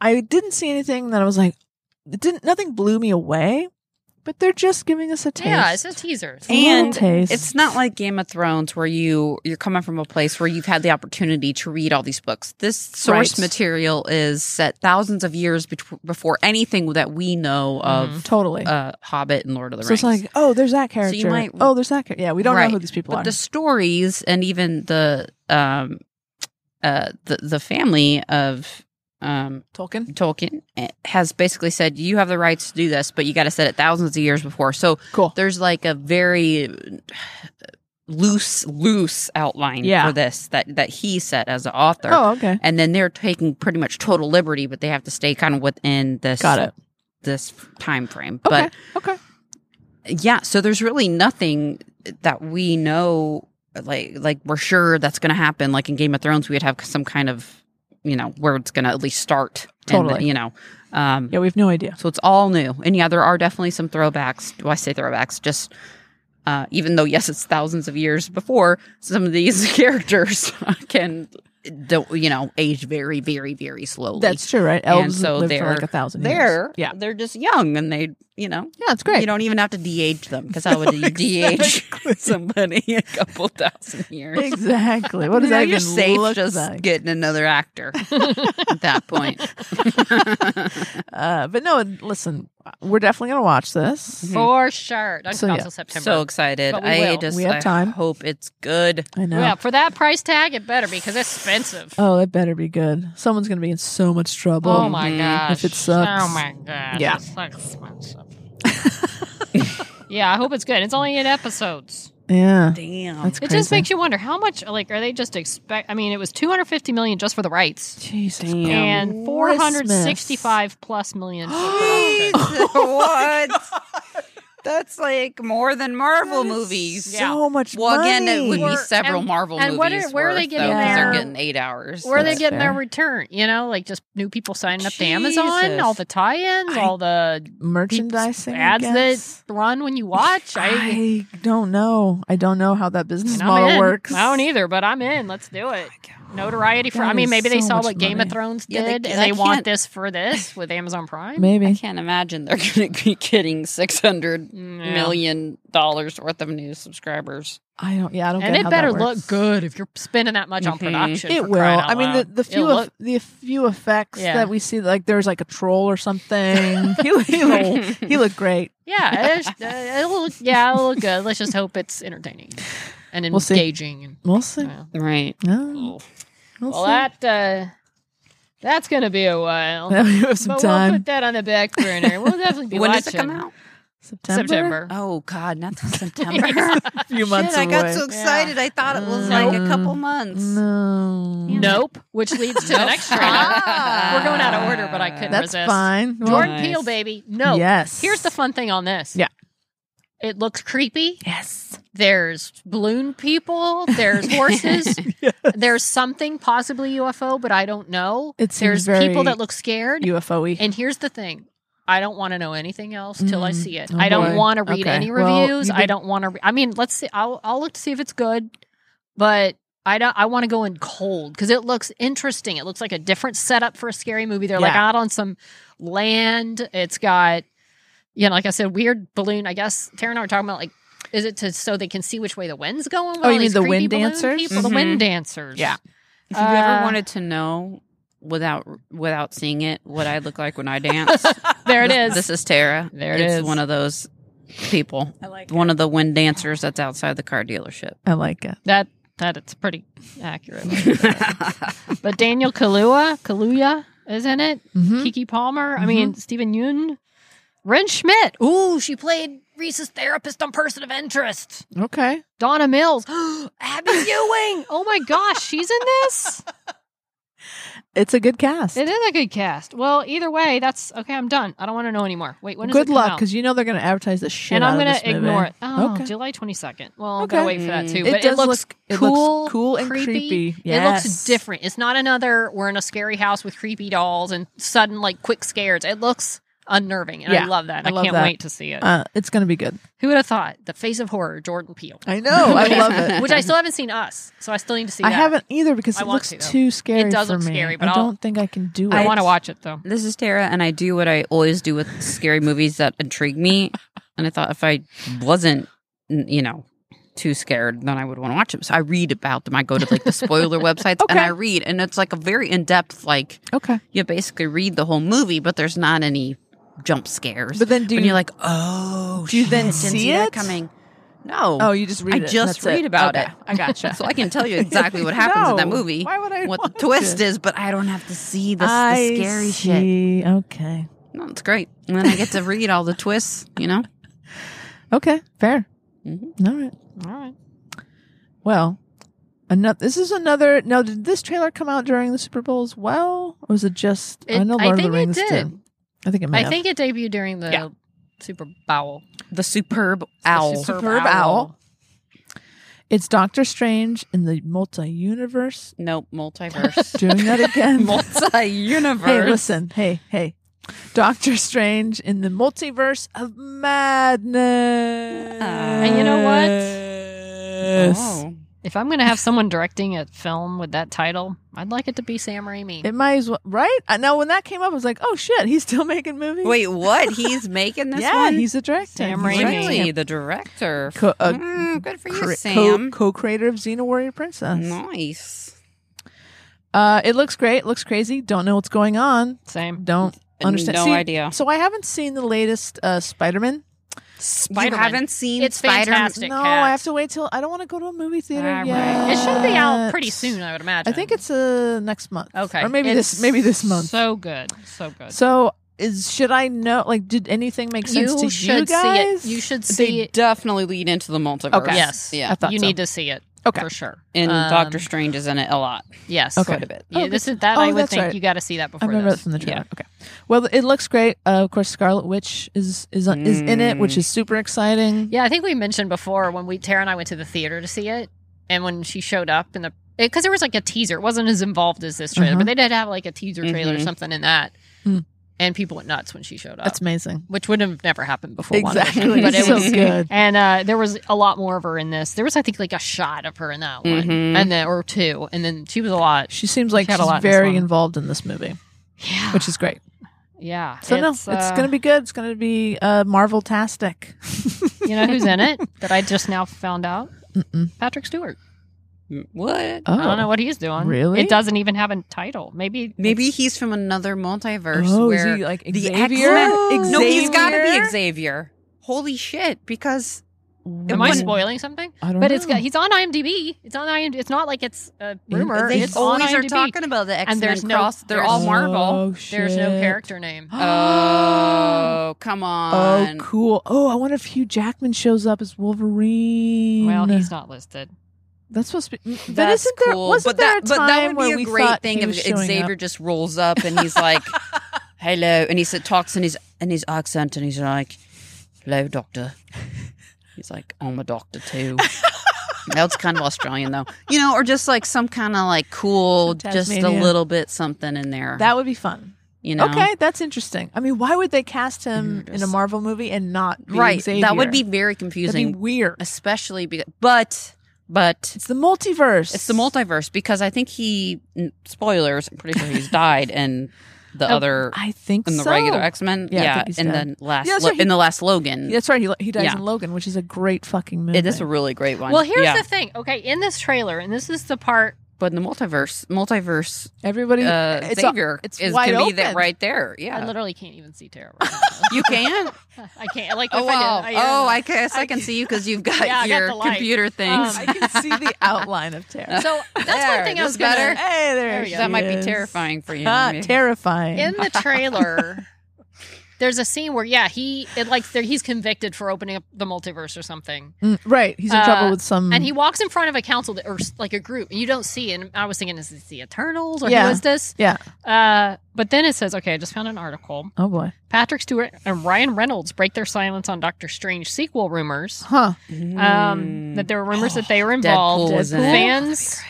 [SPEAKER 2] I didn't see anything that I was like, it didn't. Nothing blew me away, but they're just giving us a taste.
[SPEAKER 4] Yeah, it's a teaser.
[SPEAKER 2] a little
[SPEAKER 3] And
[SPEAKER 2] taste.
[SPEAKER 3] It's not like Game of Thrones where you you're coming from a place where you've had the opportunity to read all these books. This source
[SPEAKER 2] Right.
[SPEAKER 3] material is set thousands of years betw before anything that we know of
[SPEAKER 2] totally.
[SPEAKER 3] uh, Hobbit and Lord of the
[SPEAKER 2] Mm-hmm. so
[SPEAKER 3] Rings.
[SPEAKER 2] it's like, oh, there's that character.
[SPEAKER 3] you might-
[SPEAKER 2] oh, there's that character. Yeah, we don't know
[SPEAKER 3] Right.
[SPEAKER 2] who these people
[SPEAKER 3] but
[SPEAKER 2] are.
[SPEAKER 3] the stories and even the um, uh, the the family of um,
[SPEAKER 2] Tolkien.
[SPEAKER 3] Tolkien eh, has basically said you have the rights to do this, but you got to set it thousands of years before. So
[SPEAKER 2] Cool.
[SPEAKER 3] there's like a very loose loose outline
[SPEAKER 2] Yeah.
[SPEAKER 3] for this that that he set as an author.
[SPEAKER 2] Oh, okay.
[SPEAKER 3] And then they're taking pretty much total liberty, but they have to stay kind of within this
[SPEAKER 2] Got it.
[SPEAKER 3] this time frame.
[SPEAKER 2] Okay.
[SPEAKER 3] But
[SPEAKER 2] okay.
[SPEAKER 3] yeah, so there's really nothing that we know like like we're sure that's going to happen like in Game of Thrones we would have some kind of you know where it's going to at least start and,
[SPEAKER 2] Totally.
[SPEAKER 3] you know um
[SPEAKER 2] Yeah, we have no idea.
[SPEAKER 3] so it's all new. And yeah, there are definitely some throwbacks. Do I say throwbacks? Just uh, even though, yes, it's thousands of years before, some of these characters can, don't, you know, age very, very, very slowly.
[SPEAKER 2] That's true, right?
[SPEAKER 3] And
[SPEAKER 2] Elves
[SPEAKER 3] so
[SPEAKER 2] lived for
[SPEAKER 3] they're-
[SPEAKER 2] like a thousand
[SPEAKER 3] They're,
[SPEAKER 2] years. Yeah.
[SPEAKER 3] they're just young and they, you know,
[SPEAKER 2] Yeah, it's great.
[SPEAKER 3] you don't even have to de-age them because how would you de-age somebody a couple thousand years?
[SPEAKER 2] exactly. What does
[SPEAKER 3] You know,
[SPEAKER 2] that
[SPEAKER 3] you're
[SPEAKER 2] even
[SPEAKER 3] safe
[SPEAKER 2] look
[SPEAKER 3] just
[SPEAKER 2] like?
[SPEAKER 3] getting another actor at that point.
[SPEAKER 2] Uh, but no, listen, we're definitely gonna watch
[SPEAKER 3] Mm-hmm.
[SPEAKER 2] this.
[SPEAKER 4] For sure. Don't
[SPEAKER 2] So,
[SPEAKER 4] come out
[SPEAKER 2] yeah.
[SPEAKER 4] till September.
[SPEAKER 3] So excited.
[SPEAKER 4] But we
[SPEAKER 3] I
[SPEAKER 4] will.
[SPEAKER 3] just
[SPEAKER 2] We have
[SPEAKER 3] I
[SPEAKER 2] time.
[SPEAKER 3] hope it's good.
[SPEAKER 2] I know.
[SPEAKER 4] yeah, for that price tag, it better be because it's expensive.
[SPEAKER 2] Oh, it better be good. Someone's gonna be in so much trouble.
[SPEAKER 4] oh my
[SPEAKER 3] mhm.
[SPEAKER 4] gosh.
[SPEAKER 2] mm, If it sucks.
[SPEAKER 4] Oh my gosh.
[SPEAKER 2] Yeah.
[SPEAKER 4] It sucks expensive. yeah, I hope it's good. It's only eight episodes.
[SPEAKER 2] Yeah.
[SPEAKER 3] Damn.
[SPEAKER 2] That's
[SPEAKER 4] It
[SPEAKER 2] crazy.
[SPEAKER 4] just makes you wonder how much like are they just expect I mean, it was two hundred fifty million just for the rights.
[SPEAKER 2] Jesus.
[SPEAKER 3] Damn.
[SPEAKER 2] Christ.
[SPEAKER 4] And four hundred sixty-five plus million. for production.
[SPEAKER 3] what? Oh That's like more than Marvel
[SPEAKER 2] That is
[SPEAKER 3] movies.
[SPEAKER 4] Yeah.
[SPEAKER 2] So much
[SPEAKER 3] Well,
[SPEAKER 2] money.
[SPEAKER 3] again, it would be
[SPEAKER 4] Or-
[SPEAKER 3] several
[SPEAKER 4] and-
[SPEAKER 3] Marvel
[SPEAKER 4] and what
[SPEAKER 3] movies.
[SPEAKER 4] are- where are they
[SPEAKER 3] worth,
[SPEAKER 4] getting
[SPEAKER 3] though, 'cause
[SPEAKER 2] their-
[SPEAKER 3] They're getting eight hours.
[SPEAKER 4] Where are they
[SPEAKER 2] That's
[SPEAKER 4] getting their
[SPEAKER 2] fair.
[SPEAKER 4] return? You know, like just new people signing up to
[SPEAKER 3] Jesus.
[SPEAKER 4] Amazon, all the tie-ins,
[SPEAKER 2] I-
[SPEAKER 4] all the
[SPEAKER 2] merchandising I
[SPEAKER 4] ads
[SPEAKER 2] guess?
[SPEAKER 4] that run when you watch. I,
[SPEAKER 2] I don't know. I don't know how that business
[SPEAKER 4] and I'm
[SPEAKER 2] model
[SPEAKER 4] in.
[SPEAKER 2] works. Oh
[SPEAKER 4] I don't either, but I'm in. Let's do it. Notoriety for.
[SPEAKER 2] That
[SPEAKER 4] I mean,
[SPEAKER 2] is
[SPEAKER 4] maybe they
[SPEAKER 2] so
[SPEAKER 4] saw
[SPEAKER 2] much
[SPEAKER 4] what Game
[SPEAKER 2] money.
[SPEAKER 4] of Thrones
[SPEAKER 3] Yeah,
[SPEAKER 4] did,
[SPEAKER 3] they-
[SPEAKER 4] and
[SPEAKER 3] I
[SPEAKER 4] they want
[SPEAKER 3] can't-
[SPEAKER 4] this for this with Amazon Prime.
[SPEAKER 3] I
[SPEAKER 2] Maybe.
[SPEAKER 3] can't imagine they're going to be getting six hundred
[SPEAKER 4] Mm, Yeah.
[SPEAKER 3] million dollars worth of new subscribers.
[SPEAKER 2] I don't. Yeah, I don't.
[SPEAKER 4] and
[SPEAKER 2] get
[SPEAKER 4] it
[SPEAKER 2] how that
[SPEAKER 4] better
[SPEAKER 2] works. Mm-hmm.
[SPEAKER 4] look good if you're spending that much on
[SPEAKER 3] Mhm.
[SPEAKER 4] production. for
[SPEAKER 2] It will.
[SPEAKER 4] crying out
[SPEAKER 2] I mean, the,
[SPEAKER 4] loud.
[SPEAKER 2] the few
[SPEAKER 4] It'll look-
[SPEAKER 2] eff- the few effects
[SPEAKER 4] Yeah.
[SPEAKER 2] that we see, like there's like a troll or something. he, he, looked, he looked great.
[SPEAKER 4] yeah, it's- uh, it'll look, yeah, it'll look good. Let's just hope it's entertaining and
[SPEAKER 2] We'll see.
[SPEAKER 4] engaging. and-
[SPEAKER 2] We'll see.
[SPEAKER 4] yeah.
[SPEAKER 3] Right.
[SPEAKER 2] No, we'll
[SPEAKER 4] Well,
[SPEAKER 2] see.
[SPEAKER 4] that uh, that's gonna be a while.
[SPEAKER 2] Now we have some
[SPEAKER 4] but
[SPEAKER 2] time.
[SPEAKER 4] we'll put that on the back burner. We'll definitely be
[SPEAKER 3] When
[SPEAKER 4] watching.
[SPEAKER 3] does it come out?
[SPEAKER 2] September.
[SPEAKER 4] September.
[SPEAKER 3] Oh God, not till September.
[SPEAKER 2] a few months
[SPEAKER 3] Shit, I got
[SPEAKER 2] away.
[SPEAKER 3] so excited. I thought it was like a couple months.
[SPEAKER 2] No.
[SPEAKER 4] Nope, which leads to the next trailer.
[SPEAKER 3] Ah.
[SPEAKER 4] We're going out of order, but I couldn't
[SPEAKER 2] That's
[SPEAKER 4] resist.
[SPEAKER 2] fine. Well,
[SPEAKER 4] Jordan
[SPEAKER 3] Nice.
[SPEAKER 4] Peele, baby. No.
[SPEAKER 2] Yes.
[SPEAKER 4] Here's the fun thing on this.
[SPEAKER 2] Yeah.
[SPEAKER 4] It looks creepy.
[SPEAKER 2] Yes.
[SPEAKER 4] There's balloon people. There's horses.
[SPEAKER 2] Yes.
[SPEAKER 4] there's something possibly UFO, but I don't know.
[SPEAKER 2] It seems
[SPEAKER 4] There's people
[SPEAKER 2] very
[SPEAKER 4] that look scared.
[SPEAKER 2] UFO.
[SPEAKER 4] And here's the thing. I don't want to know anything else till I
[SPEAKER 2] Mm.
[SPEAKER 4] see it.
[SPEAKER 2] Oh,
[SPEAKER 4] I don't
[SPEAKER 2] boy.
[SPEAKER 4] want to read
[SPEAKER 2] Okay.
[SPEAKER 4] any
[SPEAKER 2] Well,
[SPEAKER 4] reviews.
[SPEAKER 2] you
[SPEAKER 4] I
[SPEAKER 2] did-
[SPEAKER 4] don't want to. Re- I mean, let's see. I'll I'll look to see if it's good, but I don't. I want to go in cold because it looks interesting. It looks like a different setup for a scary movie. They're like
[SPEAKER 2] Yeah.
[SPEAKER 4] out on some land. It's got, you know, like I said, weird balloon. I guess Tara and I were talking about like, is it to so they can see which way the wind's going? with
[SPEAKER 2] Oh,
[SPEAKER 4] all
[SPEAKER 2] you mean
[SPEAKER 4] these
[SPEAKER 2] the
[SPEAKER 4] creepy
[SPEAKER 2] wind
[SPEAKER 4] balloon
[SPEAKER 2] dancers? Mm-hmm.
[SPEAKER 4] People, The
[SPEAKER 3] Mhm.
[SPEAKER 4] wind dancers.
[SPEAKER 2] Yeah.
[SPEAKER 3] If you ever
[SPEAKER 4] Uh,
[SPEAKER 3] wanted to know without without seeing it what I look like when I dance,
[SPEAKER 4] there it
[SPEAKER 3] this-
[SPEAKER 4] is.
[SPEAKER 3] This is Tara.
[SPEAKER 4] There it
[SPEAKER 3] it's
[SPEAKER 4] is.
[SPEAKER 3] One of those people.
[SPEAKER 2] I like
[SPEAKER 3] One of the wind dancers that's outside the car dealership.
[SPEAKER 2] I like it.
[SPEAKER 4] That that it's pretty accurate. But Daniel Kaluuya, Kaluuya is in it.
[SPEAKER 2] Mhm.
[SPEAKER 4] Kiki Palmer. I mean, Stephen Yoon. Ren Schmidt. Mm-hmm. Ooh, she played Reese's therapist on Person of Interest.
[SPEAKER 2] Okay.
[SPEAKER 4] Donna Mills. Abby Ewing. Oh my gosh, she's in this?
[SPEAKER 2] It's a good cast.
[SPEAKER 4] It is a good cast. Well, either way, that's okay. I'm done. I don't want to know anymore. Wait, when does
[SPEAKER 2] good
[SPEAKER 4] it come
[SPEAKER 2] luck,
[SPEAKER 4] out?
[SPEAKER 2] because you know they're going to advertise the shit.
[SPEAKER 4] and I'm
[SPEAKER 2] going
[SPEAKER 4] gonna
[SPEAKER 2] to
[SPEAKER 4] ignore it. Oh,
[SPEAKER 2] Okay.
[SPEAKER 4] July 22nd. Well, I'm gonna
[SPEAKER 2] Okay.
[SPEAKER 4] wait for that too.
[SPEAKER 3] Mm.
[SPEAKER 4] But it,
[SPEAKER 2] does
[SPEAKER 4] looks
[SPEAKER 2] look, it looks
[SPEAKER 4] cool,
[SPEAKER 2] cool and creepy.
[SPEAKER 4] It
[SPEAKER 2] Yes.
[SPEAKER 4] looks different. It's not another we're in a scary house with creepy dolls and sudden like quick scares. It looks unnerving, and I
[SPEAKER 2] Yeah,
[SPEAKER 4] love that.
[SPEAKER 2] I
[SPEAKER 4] I,
[SPEAKER 2] love
[SPEAKER 4] can't
[SPEAKER 2] that.
[SPEAKER 4] wait to see it.
[SPEAKER 2] Uh, it's going to be good.
[SPEAKER 4] Who would have thought the face of horror, Jordan Peele?
[SPEAKER 2] I know. Oh, I love it.
[SPEAKER 4] Which I still haven't seen us, so I still need to see.
[SPEAKER 2] I
[SPEAKER 4] that.
[SPEAKER 2] haven't either because
[SPEAKER 4] I
[SPEAKER 2] it
[SPEAKER 4] want
[SPEAKER 2] looks
[SPEAKER 4] to, though.
[SPEAKER 2] too scary.
[SPEAKER 4] It does
[SPEAKER 2] for
[SPEAKER 4] look
[SPEAKER 2] me.
[SPEAKER 4] scary, but
[SPEAKER 2] I
[SPEAKER 4] I'll-
[SPEAKER 2] don't think I can do it.
[SPEAKER 4] I want to watch it though.
[SPEAKER 3] This is Tara, and I do what I always do with scary movies that intrigue me. And I thought if I wasn't, n- you know, too scared, then I would want to watch them. So I read about them. I go to like the spoiler websites and
[SPEAKER 2] Okay.
[SPEAKER 3] I read, and it's like a very in depth. Like
[SPEAKER 2] Okay,
[SPEAKER 3] you basically read the whole movie, but there's not any jump scares.
[SPEAKER 2] but then do
[SPEAKER 3] and
[SPEAKER 2] you
[SPEAKER 3] you're like, oh,
[SPEAKER 2] do you
[SPEAKER 3] shit,
[SPEAKER 2] then
[SPEAKER 3] didn't
[SPEAKER 2] see
[SPEAKER 3] see that
[SPEAKER 2] it?
[SPEAKER 3] coming? No.
[SPEAKER 2] Oh, you just read
[SPEAKER 3] I
[SPEAKER 2] it.
[SPEAKER 3] just
[SPEAKER 2] That's
[SPEAKER 3] read about
[SPEAKER 2] Okay,
[SPEAKER 3] it.
[SPEAKER 2] I gotcha.
[SPEAKER 3] so I can tell you exactly what happens in that
[SPEAKER 2] No.
[SPEAKER 3] movie,
[SPEAKER 2] Why would I
[SPEAKER 3] what the
[SPEAKER 2] want
[SPEAKER 3] twist
[SPEAKER 2] to?
[SPEAKER 3] is, but I don't have to see the,
[SPEAKER 2] I
[SPEAKER 3] the scary shit.
[SPEAKER 2] see. Okay.
[SPEAKER 3] No, it's great. And then I get to read all the twists, you know?
[SPEAKER 2] Okay. Fair.
[SPEAKER 3] Mhm.
[SPEAKER 2] All right.
[SPEAKER 4] All right.
[SPEAKER 2] Well, another. This is another. Now, did this trailer come out during the Super Bowl as well, or was it just? I
[SPEAKER 4] It-
[SPEAKER 2] know
[SPEAKER 4] I
[SPEAKER 2] Lord of
[SPEAKER 4] think
[SPEAKER 2] the
[SPEAKER 4] it
[SPEAKER 2] Rings
[SPEAKER 4] did.
[SPEAKER 2] I think it might.
[SPEAKER 4] I
[SPEAKER 2] have.
[SPEAKER 4] think it debuted during the
[SPEAKER 2] Yeah.
[SPEAKER 4] Super Bowl.
[SPEAKER 3] The superb owl.
[SPEAKER 2] Superb Owl. it's Doctor Strange in the multi-universe
[SPEAKER 3] nope, multiverse.
[SPEAKER 2] doing that again.
[SPEAKER 3] Multi-universe.
[SPEAKER 2] hey, listen. Hey, hey. Doctor Strange in the multiverse of madness.
[SPEAKER 4] And you know what?
[SPEAKER 3] Oh.
[SPEAKER 4] If I'm going to have someone directing a film with that title, I'd like it to be Sam Raimi.
[SPEAKER 2] It might as well, right? I- Now, when that came up, I was like, "Oh shit, he's still making movies."
[SPEAKER 3] Wait, what? He's making this
[SPEAKER 2] yeah,
[SPEAKER 3] one?
[SPEAKER 2] he's a director.
[SPEAKER 4] Sam
[SPEAKER 2] He's
[SPEAKER 4] Raimi.
[SPEAKER 2] directing
[SPEAKER 3] really the director.
[SPEAKER 2] Co- uh,
[SPEAKER 3] Mm, good for you,
[SPEAKER 2] cre-
[SPEAKER 3] Sam.
[SPEAKER 2] Co- co-creator of Xena Warrior Princess.
[SPEAKER 3] nice.
[SPEAKER 2] Uh, it looks great. Looks crazy. Don't know what's going on.
[SPEAKER 4] Same.
[SPEAKER 2] Don't understand.
[SPEAKER 3] No
[SPEAKER 2] See,
[SPEAKER 3] idea.
[SPEAKER 2] So I haven't seen the latest uh, Spider-Man.
[SPEAKER 3] You
[SPEAKER 4] Spider-Man.
[SPEAKER 3] haven't seen
[SPEAKER 4] It's
[SPEAKER 3] Spider-
[SPEAKER 4] fantastic.
[SPEAKER 2] no,
[SPEAKER 4] cat.
[SPEAKER 2] I have to wait till. I don't want to go to a movie theater
[SPEAKER 4] All
[SPEAKER 2] yet.
[SPEAKER 4] right. It should be out pretty soon, I would
[SPEAKER 2] I
[SPEAKER 4] imagine.
[SPEAKER 2] think it's uh, next month.
[SPEAKER 4] okay,
[SPEAKER 2] or maybe
[SPEAKER 4] It's
[SPEAKER 2] this maybe this month. So,
[SPEAKER 4] So good, so good.
[SPEAKER 2] is should I know? Like, did anything make sense to you
[SPEAKER 4] should
[SPEAKER 2] guys?
[SPEAKER 4] see it. You should see
[SPEAKER 3] They
[SPEAKER 4] it.
[SPEAKER 3] definitely lead into the multiverse.
[SPEAKER 2] Okay.
[SPEAKER 4] Yes.
[SPEAKER 3] Yeah.
[SPEAKER 2] I thought
[SPEAKER 4] You
[SPEAKER 2] so.
[SPEAKER 4] need to see it.
[SPEAKER 2] Okay.
[SPEAKER 4] for sure.
[SPEAKER 3] And
[SPEAKER 4] Um,
[SPEAKER 3] Doctor Strange is in it a lot.
[SPEAKER 4] Yes.
[SPEAKER 2] Okay.
[SPEAKER 3] Quite a bit.
[SPEAKER 4] Yeah,
[SPEAKER 2] Oh,
[SPEAKER 4] this
[SPEAKER 2] good.
[SPEAKER 4] is that
[SPEAKER 2] Oh,
[SPEAKER 4] I would
[SPEAKER 2] that's
[SPEAKER 4] think
[SPEAKER 2] right.
[SPEAKER 4] you got to see that
[SPEAKER 2] I
[SPEAKER 4] before
[SPEAKER 2] remember
[SPEAKER 4] this.
[SPEAKER 2] that from the trailer. Okay. Well, it looks great. Uh, of course, Scarlet Witch is is is in it,
[SPEAKER 3] Mm.
[SPEAKER 2] which is super exciting.
[SPEAKER 4] Yeah, I think we mentioned before when we Tara and I went to the theater to see it, and when she showed up in the because there was like a teaser. It wasn't as involved as this trailer,
[SPEAKER 2] Uh-huh. Mm-hmm.
[SPEAKER 4] but they did have like a teaser trailer or
[SPEAKER 3] Mhm.
[SPEAKER 4] something in that,
[SPEAKER 2] Hmm.
[SPEAKER 4] and people went nuts when she showed up,
[SPEAKER 2] That's amazing.
[SPEAKER 4] which would have never happened before. WandaVision,
[SPEAKER 2] exactly.
[SPEAKER 4] but it
[SPEAKER 2] so
[SPEAKER 4] was.
[SPEAKER 2] good.
[SPEAKER 4] And uh, there was a lot more of her in this. There was, I think, like a shot of her in that one,
[SPEAKER 2] Mm-hmm.
[SPEAKER 3] Mhm.
[SPEAKER 4] and then or two, and then she was a lot.
[SPEAKER 2] She seems like
[SPEAKER 4] She had a
[SPEAKER 2] she's
[SPEAKER 4] lot in this
[SPEAKER 2] very
[SPEAKER 4] one.
[SPEAKER 2] involved in this movie,
[SPEAKER 4] Yeah,
[SPEAKER 2] which is great.
[SPEAKER 4] yeah.
[SPEAKER 2] So no, it's
[SPEAKER 4] uh,
[SPEAKER 2] gonna be good. It's gonna be uh, Marvel tastic.
[SPEAKER 4] You know who's in it that I just now found out? Patrick Stewart.
[SPEAKER 3] What?
[SPEAKER 2] Oh,
[SPEAKER 4] I don't know what he's doing.
[SPEAKER 2] really?
[SPEAKER 4] It doesn't even have a title. Maybe
[SPEAKER 3] Maybe he's from another multiverse
[SPEAKER 2] Oh, is
[SPEAKER 3] where
[SPEAKER 2] he like
[SPEAKER 3] the
[SPEAKER 2] Xavier?
[SPEAKER 3] X-Men- No, he's got to
[SPEAKER 2] Xavier?
[SPEAKER 3] be Xavier. Holy shit! Because
[SPEAKER 4] Am I
[SPEAKER 3] wouldn't-
[SPEAKER 4] spoiling something?
[SPEAKER 2] I don't
[SPEAKER 4] But
[SPEAKER 2] know.
[SPEAKER 4] it's got, he's on IMDb. It's on IMDb. It's not like it's a rumor.
[SPEAKER 3] they
[SPEAKER 4] it's on
[SPEAKER 3] always
[SPEAKER 4] IMDb.
[SPEAKER 3] are talking about the X Men
[SPEAKER 4] there's no-
[SPEAKER 3] cross. They're all
[SPEAKER 4] there's-
[SPEAKER 3] Marvel.
[SPEAKER 2] Oh,
[SPEAKER 4] There's no
[SPEAKER 2] shit.
[SPEAKER 4] character name.
[SPEAKER 3] Oh, come
[SPEAKER 2] Oh,
[SPEAKER 3] on!
[SPEAKER 2] cool. Oh, I wonder if Hugh Jackman shows up as Wolverine.
[SPEAKER 4] Well, he's not listed.
[SPEAKER 2] That's supposed to be. That's but
[SPEAKER 3] That's
[SPEAKER 2] isn't there,
[SPEAKER 3] cool. but
[SPEAKER 2] Wasn't there
[SPEAKER 3] that,
[SPEAKER 2] a
[SPEAKER 3] but
[SPEAKER 2] time
[SPEAKER 3] that would
[SPEAKER 2] where
[SPEAKER 3] be
[SPEAKER 2] we
[SPEAKER 3] a great
[SPEAKER 2] thought
[SPEAKER 3] thing
[SPEAKER 2] he
[SPEAKER 3] if
[SPEAKER 2] was showing up?
[SPEAKER 3] Xavier just rolls up and he's like, "Hello," and he said, talks in his in his accent, and he's like, "Hello, doctor." He's like, "I'm a doctor too." That's kind of Australian though, you know, or just like some kind of like cool,
[SPEAKER 2] Some
[SPEAKER 3] just a
[SPEAKER 2] Tasmanian.
[SPEAKER 3] little bit something in there.
[SPEAKER 2] That would be fun.
[SPEAKER 3] you know,
[SPEAKER 2] Okay, that's interesting. I mean, why would they cast him
[SPEAKER 3] You're
[SPEAKER 2] in a
[SPEAKER 3] just-
[SPEAKER 2] Marvel movie and not be
[SPEAKER 3] right?
[SPEAKER 2] Xavier?
[SPEAKER 3] That would be very
[SPEAKER 2] That'd be
[SPEAKER 3] confusing,
[SPEAKER 2] weird.
[SPEAKER 3] especially because, but, but
[SPEAKER 2] It's the multiverse.
[SPEAKER 3] It's the multiverse because I think he n- spoilers. I'm pretty sure he's died in the
[SPEAKER 4] Oh,
[SPEAKER 3] other
[SPEAKER 2] I think
[SPEAKER 3] in the
[SPEAKER 2] so.
[SPEAKER 3] regular X Men.
[SPEAKER 2] Yeah, I
[SPEAKER 3] Yeah,
[SPEAKER 2] think he's
[SPEAKER 3] in
[SPEAKER 2] dead.
[SPEAKER 3] the last
[SPEAKER 2] Yeah, that's
[SPEAKER 3] Lo-
[SPEAKER 2] right, he-
[SPEAKER 3] in the last Logan.
[SPEAKER 2] That's right. He, he dies
[SPEAKER 3] Yeah.
[SPEAKER 2] in Logan, which is a great fucking movie.
[SPEAKER 3] it is a really great one.
[SPEAKER 4] Well, here's
[SPEAKER 3] yeah.
[SPEAKER 4] the thing. Okay, in this trailer, and this is the part.
[SPEAKER 3] but in the multiverse, multiverse
[SPEAKER 2] Everybody,
[SPEAKER 3] uh,
[SPEAKER 2] it's all-
[SPEAKER 3] Xavier
[SPEAKER 2] it's
[SPEAKER 3] is
[SPEAKER 2] wide
[SPEAKER 3] can be
[SPEAKER 2] open.
[SPEAKER 3] that right there. Yeah,
[SPEAKER 4] I literally can't even see Tara. Right now.
[SPEAKER 3] you can.
[SPEAKER 4] I can't. Like,
[SPEAKER 3] oh
[SPEAKER 4] if I did,
[SPEAKER 3] wow.
[SPEAKER 4] I,
[SPEAKER 3] oh, I guess I can see you because you've got
[SPEAKER 4] Yeah, I got
[SPEAKER 3] your
[SPEAKER 4] the light.
[SPEAKER 3] computer things.
[SPEAKER 4] Um,
[SPEAKER 2] I can see the outline of Tara.
[SPEAKER 4] So that's
[SPEAKER 3] There,
[SPEAKER 4] one thing I
[SPEAKER 3] that's
[SPEAKER 4] was gonna-
[SPEAKER 3] better.
[SPEAKER 2] Hey, there,
[SPEAKER 4] There we
[SPEAKER 2] she
[SPEAKER 4] go.
[SPEAKER 3] that might be
[SPEAKER 2] is.
[SPEAKER 3] terrifying for you.
[SPEAKER 2] Ah,
[SPEAKER 3] maybe.
[SPEAKER 2] terrifying.
[SPEAKER 4] in the trailer there's a scene where yeah he it like there, he's convicted for opening up the multiverse or something
[SPEAKER 2] Mm, right, he's in
[SPEAKER 4] Uh,
[SPEAKER 2] trouble with
[SPEAKER 3] Mm-hmm.
[SPEAKER 2] some.
[SPEAKER 4] and he walks in front of a council that, or like a group and you don't see it. and i was thinking is this the eternals or
[SPEAKER 2] Yeah.
[SPEAKER 4] who is this
[SPEAKER 2] yeah.
[SPEAKER 4] uh, but then it says okay i just found an article
[SPEAKER 2] Oh boy.
[SPEAKER 4] patrick stewart and ryan reynolds break their silence on doctor strange sequel rumors
[SPEAKER 2] Huh.
[SPEAKER 4] um, that there were rumors that they were involved
[SPEAKER 3] Mm. Oh, Deadpool was in it.
[SPEAKER 4] fans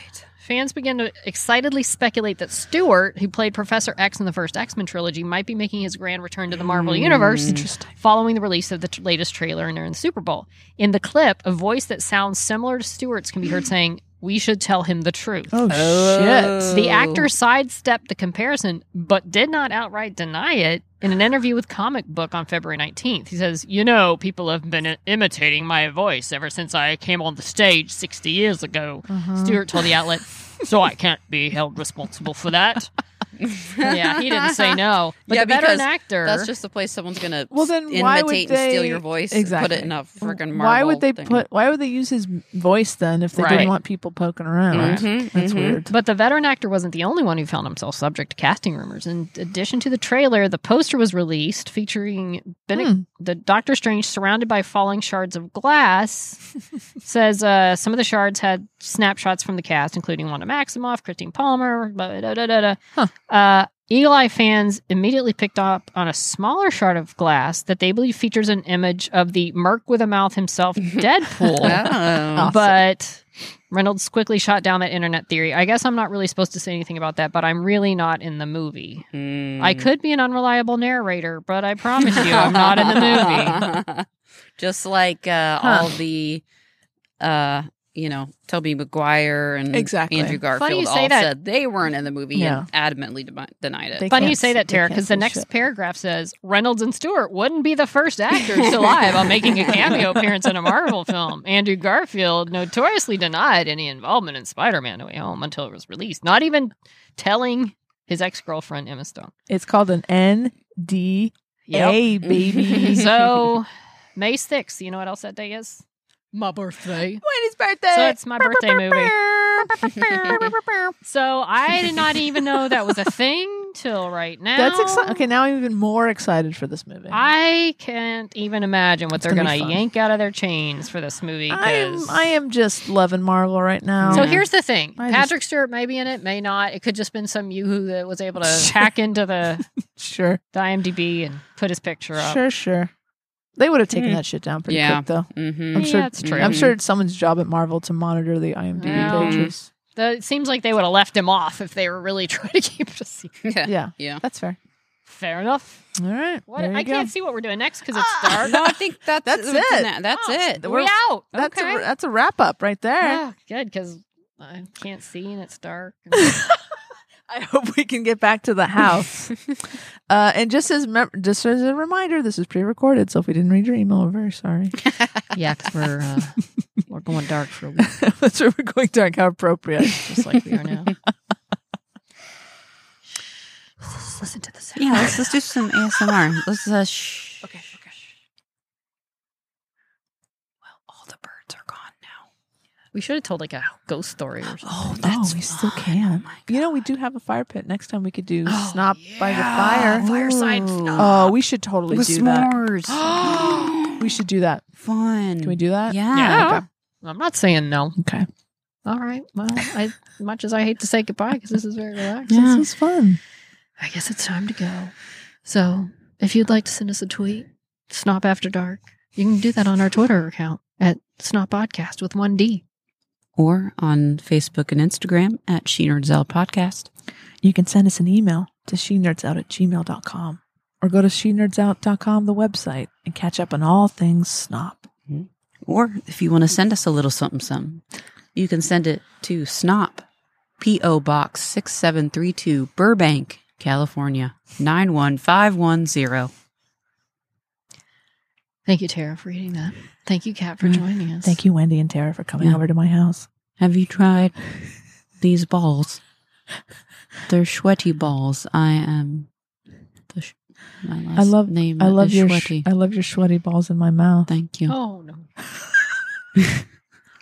[SPEAKER 4] Fans began to excitedly speculate that Stewart, who played Professor X in the first X Men trilogy, might be making his grand return to the Marvel
[SPEAKER 3] Mm.
[SPEAKER 4] Universe following the release of the t- latest trailer and during the Super Bowl. In the clip, a voice that sounds similar to Stewart's can be heard saying, We should tell him the truth.
[SPEAKER 2] Oh,
[SPEAKER 3] Oh.
[SPEAKER 2] shit.
[SPEAKER 4] The actor sidestepped the comparison, but did not outright deny it in an interview with Comic Book on February 19th. He says, You know, people have been i- imitating my voice ever since I came on the stage 60 years ago, Stewart told the outlet. So I can't be held responsible for that. yeah, he didn't say no. But
[SPEAKER 3] Yeah,
[SPEAKER 4] the veteran
[SPEAKER 3] because
[SPEAKER 4] actor.
[SPEAKER 3] That's just the place someone's gonna
[SPEAKER 2] Well, then
[SPEAKER 3] imitate
[SPEAKER 2] why would
[SPEAKER 3] and steal
[SPEAKER 2] they-
[SPEAKER 3] your voice and
[SPEAKER 2] Exactly.
[SPEAKER 3] put it in a freaking marble.
[SPEAKER 2] why would they
[SPEAKER 3] thing.
[SPEAKER 2] put? Why would they use his voice then if they
[SPEAKER 4] Right. Mm-hmm.
[SPEAKER 2] didn't want people poking around?
[SPEAKER 3] Mhm,
[SPEAKER 2] That's
[SPEAKER 3] mhm.
[SPEAKER 2] weird.
[SPEAKER 4] But the veteran actor wasn't the only one who found himself subject to casting rumors. In addition to the trailer, the poster was released featuring Benedict,
[SPEAKER 2] Hmm.
[SPEAKER 4] the Doctor Strange surrounded by falling shards of glass. says uh, some of the shards had snapshots from the cast, including Wanda Maximoff, Christine Palmer. blah, Da, da, da, da.
[SPEAKER 2] Huh.
[SPEAKER 4] Uh, Eagle Eye fans immediately picked up on a smaller shard of glass that they believe features an image of the Merc with a Mouth himself, Deadpool.
[SPEAKER 3] Oh.
[SPEAKER 4] But Reynolds quickly shot down that internet theory. I guess I'm not really supposed to say anything about that, but I'm really not in the movie.
[SPEAKER 3] Hmm.
[SPEAKER 2] Hmm.
[SPEAKER 4] I could be an unreliable narrator, but I promise you, I'm not in the movie.
[SPEAKER 3] movie. Just like uh,
[SPEAKER 2] Huh.
[SPEAKER 3] all the, uh, you know, Toby Maguire and
[SPEAKER 2] Exactly.
[SPEAKER 3] Andrew Garfield
[SPEAKER 4] Funny you say
[SPEAKER 3] all
[SPEAKER 4] that.
[SPEAKER 3] said they weren't in the movie
[SPEAKER 2] Yeah.
[SPEAKER 3] and adamantly de- denied it.
[SPEAKER 2] They
[SPEAKER 4] Funny you
[SPEAKER 2] can't
[SPEAKER 4] say
[SPEAKER 2] s-
[SPEAKER 4] that,
[SPEAKER 2] they
[SPEAKER 4] Tara,
[SPEAKER 2] can't
[SPEAKER 4] because the
[SPEAKER 2] say
[SPEAKER 4] next
[SPEAKER 2] shit.
[SPEAKER 4] paragraph says Reynolds and Stewart wouldn't be the first actors alive on making a cameo appearance in a Marvel film. Andrew Garfield notoriously denied any involvement in Spider Man No Way Home until it was released, not even telling his ex girlfriend, Emma Stone.
[SPEAKER 2] It's called an N D A baby.
[SPEAKER 4] so May 6th, you know what else that day is? My birthday.
[SPEAKER 2] Wayne's birthday.
[SPEAKER 4] So it's my birthday movie. So I did not even know that was a thing till right now.
[SPEAKER 2] That's exciting. Okay, now I'm even more excited for this movie.
[SPEAKER 4] I can't even imagine what
[SPEAKER 2] It's
[SPEAKER 4] they're
[SPEAKER 2] gonna
[SPEAKER 4] going
[SPEAKER 2] be
[SPEAKER 4] to
[SPEAKER 2] fun.
[SPEAKER 4] yank out of their chains for this movie.
[SPEAKER 2] I'm,
[SPEAKER 4] 'cause-
[SPEAKER 2] I am just loving Marvel right now.
[SPEAKER 4] So
[SPEAKER 3] Yeah.
[SPEAKER 4] here's the thing.
[SPEAKER 2] I just-
[SPEAKER 4] Patrick Stewart may be in it, may not. It could just been some yoo-hoo that was able to hack into the,
[SPEAKER 2] sure,
[SPEAKER 4] the IMDb and put his picture up.
[SPEAKER 2] sure, sure. They would have taken
[SPEAKER 3] Mm.
[SPEAKER 2] that shit down pretty
[SPEAKER 3] Yeah.
[SPEAKER 2] quick though.
[SPEAKER 3] Mm-hmm.
[SPEAKER 2] I'm
[SPEAKER 4] Yeah,
[SPEAKER 2] sure.
[SPEAKER 4] that's true.
[SPEAKER 2] I'm sure it's someone's job at Marvel to monitor the IMDb
[SPEAKER 4] Well.
[SPEAKER 2] pages.
[SPEAKER 4] The- it seems like they would have left him off if they were really trying to keep it a secret.
[SPEAKER 3] Yeah.
[SPEAKER 2] Yeah,
[SPEAKER 3] Yeah.
[SPEAKER 2] that's fair.
[SPEAKER 4] Fair enough.
[SPEAKER 2] All right,
[SPEAKER 4] What
[SPEAKER 2] there you
[SPEAKER 4] I
[SPEAKER 2] go.
[SPEAKER 4] can't see what we're doing next because it's dark.
[SPEAKER 3] No, I think that's
[SPEAKER 2] That's
[SPEAKER 3] it's in
[SPEAKER 2] it.
[SPEAKER 3] that- That's it.
[SPEAKER 2] the
[SPEAKER 4] we
[SPEAKER 2] worst-
[SPEAKER 4] out.
[SPEAKER 2] That's
[SPEAKER 4] okay.
[SPEAKER 2] a, that's a wrap up right there.
[SPEAKER 4] Ah, good because I can't see and it's dark.
[SPEAKER 2] I hope we can get back to the house. uh, and just as mem- just as a reminder, this is pre recorded, so if we didn't read your email, we're very sorry.
[SPEAKER 4] yeah, because we're uh, we're going dark for a week.
[SPEAKER 2] that's where we're going dark. How appropriate.
[SPEAKER 4] just like we are now. Just Listen to the sound.
[SPEAKER 3] Yeah, let's, let's do some ASMR. Let's uh, shh.
[SPEAKER 4] Okay, okay.
[SPEAKER 3] Well, all the birds are gone now.
[SPEAKER 4] We should have told like a ghost story or something.
[SPEAKER 3] Oh,
[SPEAKER 2] oh, we still
[SPEAKER 3] fun.
[SPEAKER 2] can.
[SPEAKER 3] Oh my
[SPEAKER 2] You know, we do have a fire pit. Next time we could do
[SPEAKER 4] Oh,
[SPEAKER 2] snot by the
[SPEAKER 3] yeah.
[SPEAKER 2] fire.
[SPEAKER 4] Fireside
[SPEAKER 3] Ooh.
[SPEAKER 2] Oh, we should totally
[SPEAKER 3] With
[SPEAKER 2] do
[SPEAKER 3] s'mores.
[SPEAKER 2] that. we should do that.
[SPEAKER 3] Fun.
[SPEAKER 2] Can we do that?
[SPEAKER 3] Yeah.
[SPEAKER 4] Yeah. I'm not saying no.
[SPEAKER 2] Okay.
[SPEAKER 4] All right. Well, I, much as I hate to say goodbye because this is very relaxing,
[SPEAKER 2] This
[SPEAKER 3] Yeah.
[SPEAKER 2] was fun.
[SPEAKER 4] I guess it's time to go. So if you'd like to send us a tweet, Snop After Dark, you can do that on our Twitter account at Snop Podcast with one D.
[SPEAKER 3] Or on Facebook and Instagram at She Nerds Out Podcast.
[SPEAKER 2] You can send us an email to she nerds out at gmail.com or go to she nerds out.com, the website, and catch up on all things snop.
[SPEAKER 3] Or if you want to send us a little something something, you can send it to Snop, P.O. Box 6732, Burbank, California, 91510.
[SPEAKER 4] Thank you, Tara, for reading that. Thank you, Kat, for
[SPEAKER 3] Mm.
[SPEAKER 4] joining us.
[SPEAKER 2] Thank you, Wendy and Tara, for coming
[SPEAKER 3] Yeah.
[SPEAKER 2] over to my house.
[SPEAKER 3] Have you tried these balls? They're sweaty balls. I am. The sh- my last
[SPEAKER 2] love-
[SPEAKER 3] name.
[SPEAKER 2] I love
[SPEAKER 3] is
[SPEAKER 2] your
[SPEAKER 3] sweaty.
[SPEAKER 2] I love your sweaty balls in my mouth.
[SPEAKER 3] Thank you.
[SPEAKER 4] Oh no.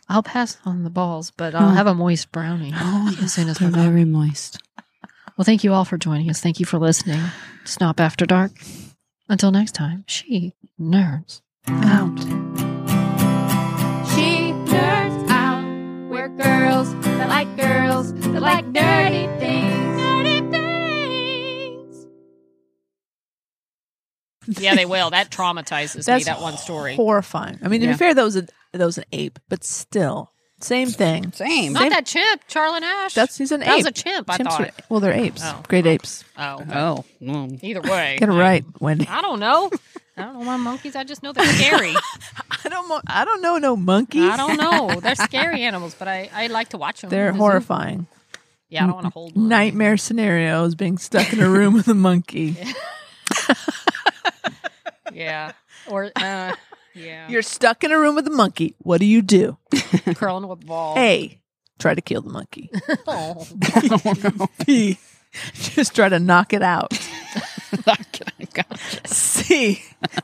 [SPEAKER 4] I'll pass on the balls, but I'll
[SPEAKER 3] Mm.
[SPEAKER 4] have a moist brownie
[SPEAKER 3] Oh,
[SPEAKER 4] as soon as
[SPEAKER 3] they're
[SPEAKER 4] we're done.
[SPEAKER 3] very moist.
[SPEAKER 4] Well, thank you all for joining us. Thank you for listening. Snop After Dark. Until next time, she nerds out.
[SPEAKER 1] She nerds out. We're girls that like girls that like nerdy things. Nerdy things.
[SPEAKER 4] Yeah, they will. That traumatizes
[SPEAKER 2] That's
[SPEAKER 4] me. That one story.
[SPEAKER 2] Horrifying. I mean, to
[SPEAKER 3] Yeah.
[SPEAKER 2] be fair, that was a that was an ape, but still, same thing.
[SPEAKER 3] Same.
[SPEAKER 4] Not that chimp, Charlie Nash.
[SPEAKER 2] That's he's an
[SPEAKER 4] that was
[SPEAKER 2] ape.
[SPEAKER 4] a chimp. I
[SPEAKER 2] Chimps
[SPEAKER 4] thought.
[SPEAKER 2] are- well, they're apes.
[SPEAKER 4] Oh.
[SPEAKER 2] Great apes.
[SPEAKER 4] Oh,
[SPEAKER 3] Oh. mm.
[SPEAKER 4] either way,
[SPEAKER 2] Get it right, Wendy.
[SPEAKER 4] I don't know. I don't know my monkeys. I just know they're scary.
[SPEAKER 2] I don't. mo- I don't know no monkeys.
[SPEAKER 4] I don't know. They're scary animals, but I, I like to watch them.
[SPEAKER 2] They're
[SPEAKER 4] There's no-
[SPEAKER 2] horrifying.
[SPEAKER 4] Yeah, I don't want to hold one.
[SPEAKER 2] Nightmare scenarios: being stuck in a room with a monkey.
[SPEAKER 4] Yeah. Or uh, yeah.
[SPEAKER 2] You're stuck in a room with a monkey. What do you do?
[SPEAKER 4] curling with ball.
[SPEAKER 2] A. Try to kill the monkey.
[SPEAKER 4] Oh.
[SPEAKER 2] B. Just try to knock it out.
[SPEAKER 3] Gotcha.
[SPEAKER 2] C.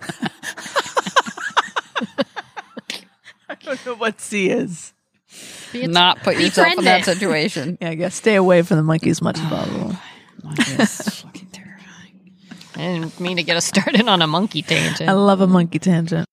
[SPEAKER 2] I don't know what C is.
[SPEAKER 4] Be its-
[SPEAKER 3] Not put yourself in that
[SPEAKER 4] friendly.
[SPEAKER 3] situation.
[SPEAKER 2] Yeah, I guess stay away from the monkey as much as possible.
[SPEAKER 3] My goodness, it's fucking terrifying.
[SPEAKER 4] I didn't mean to get us started on a monkey tangent.
[SPEAKER 2] I love a monkey tangent.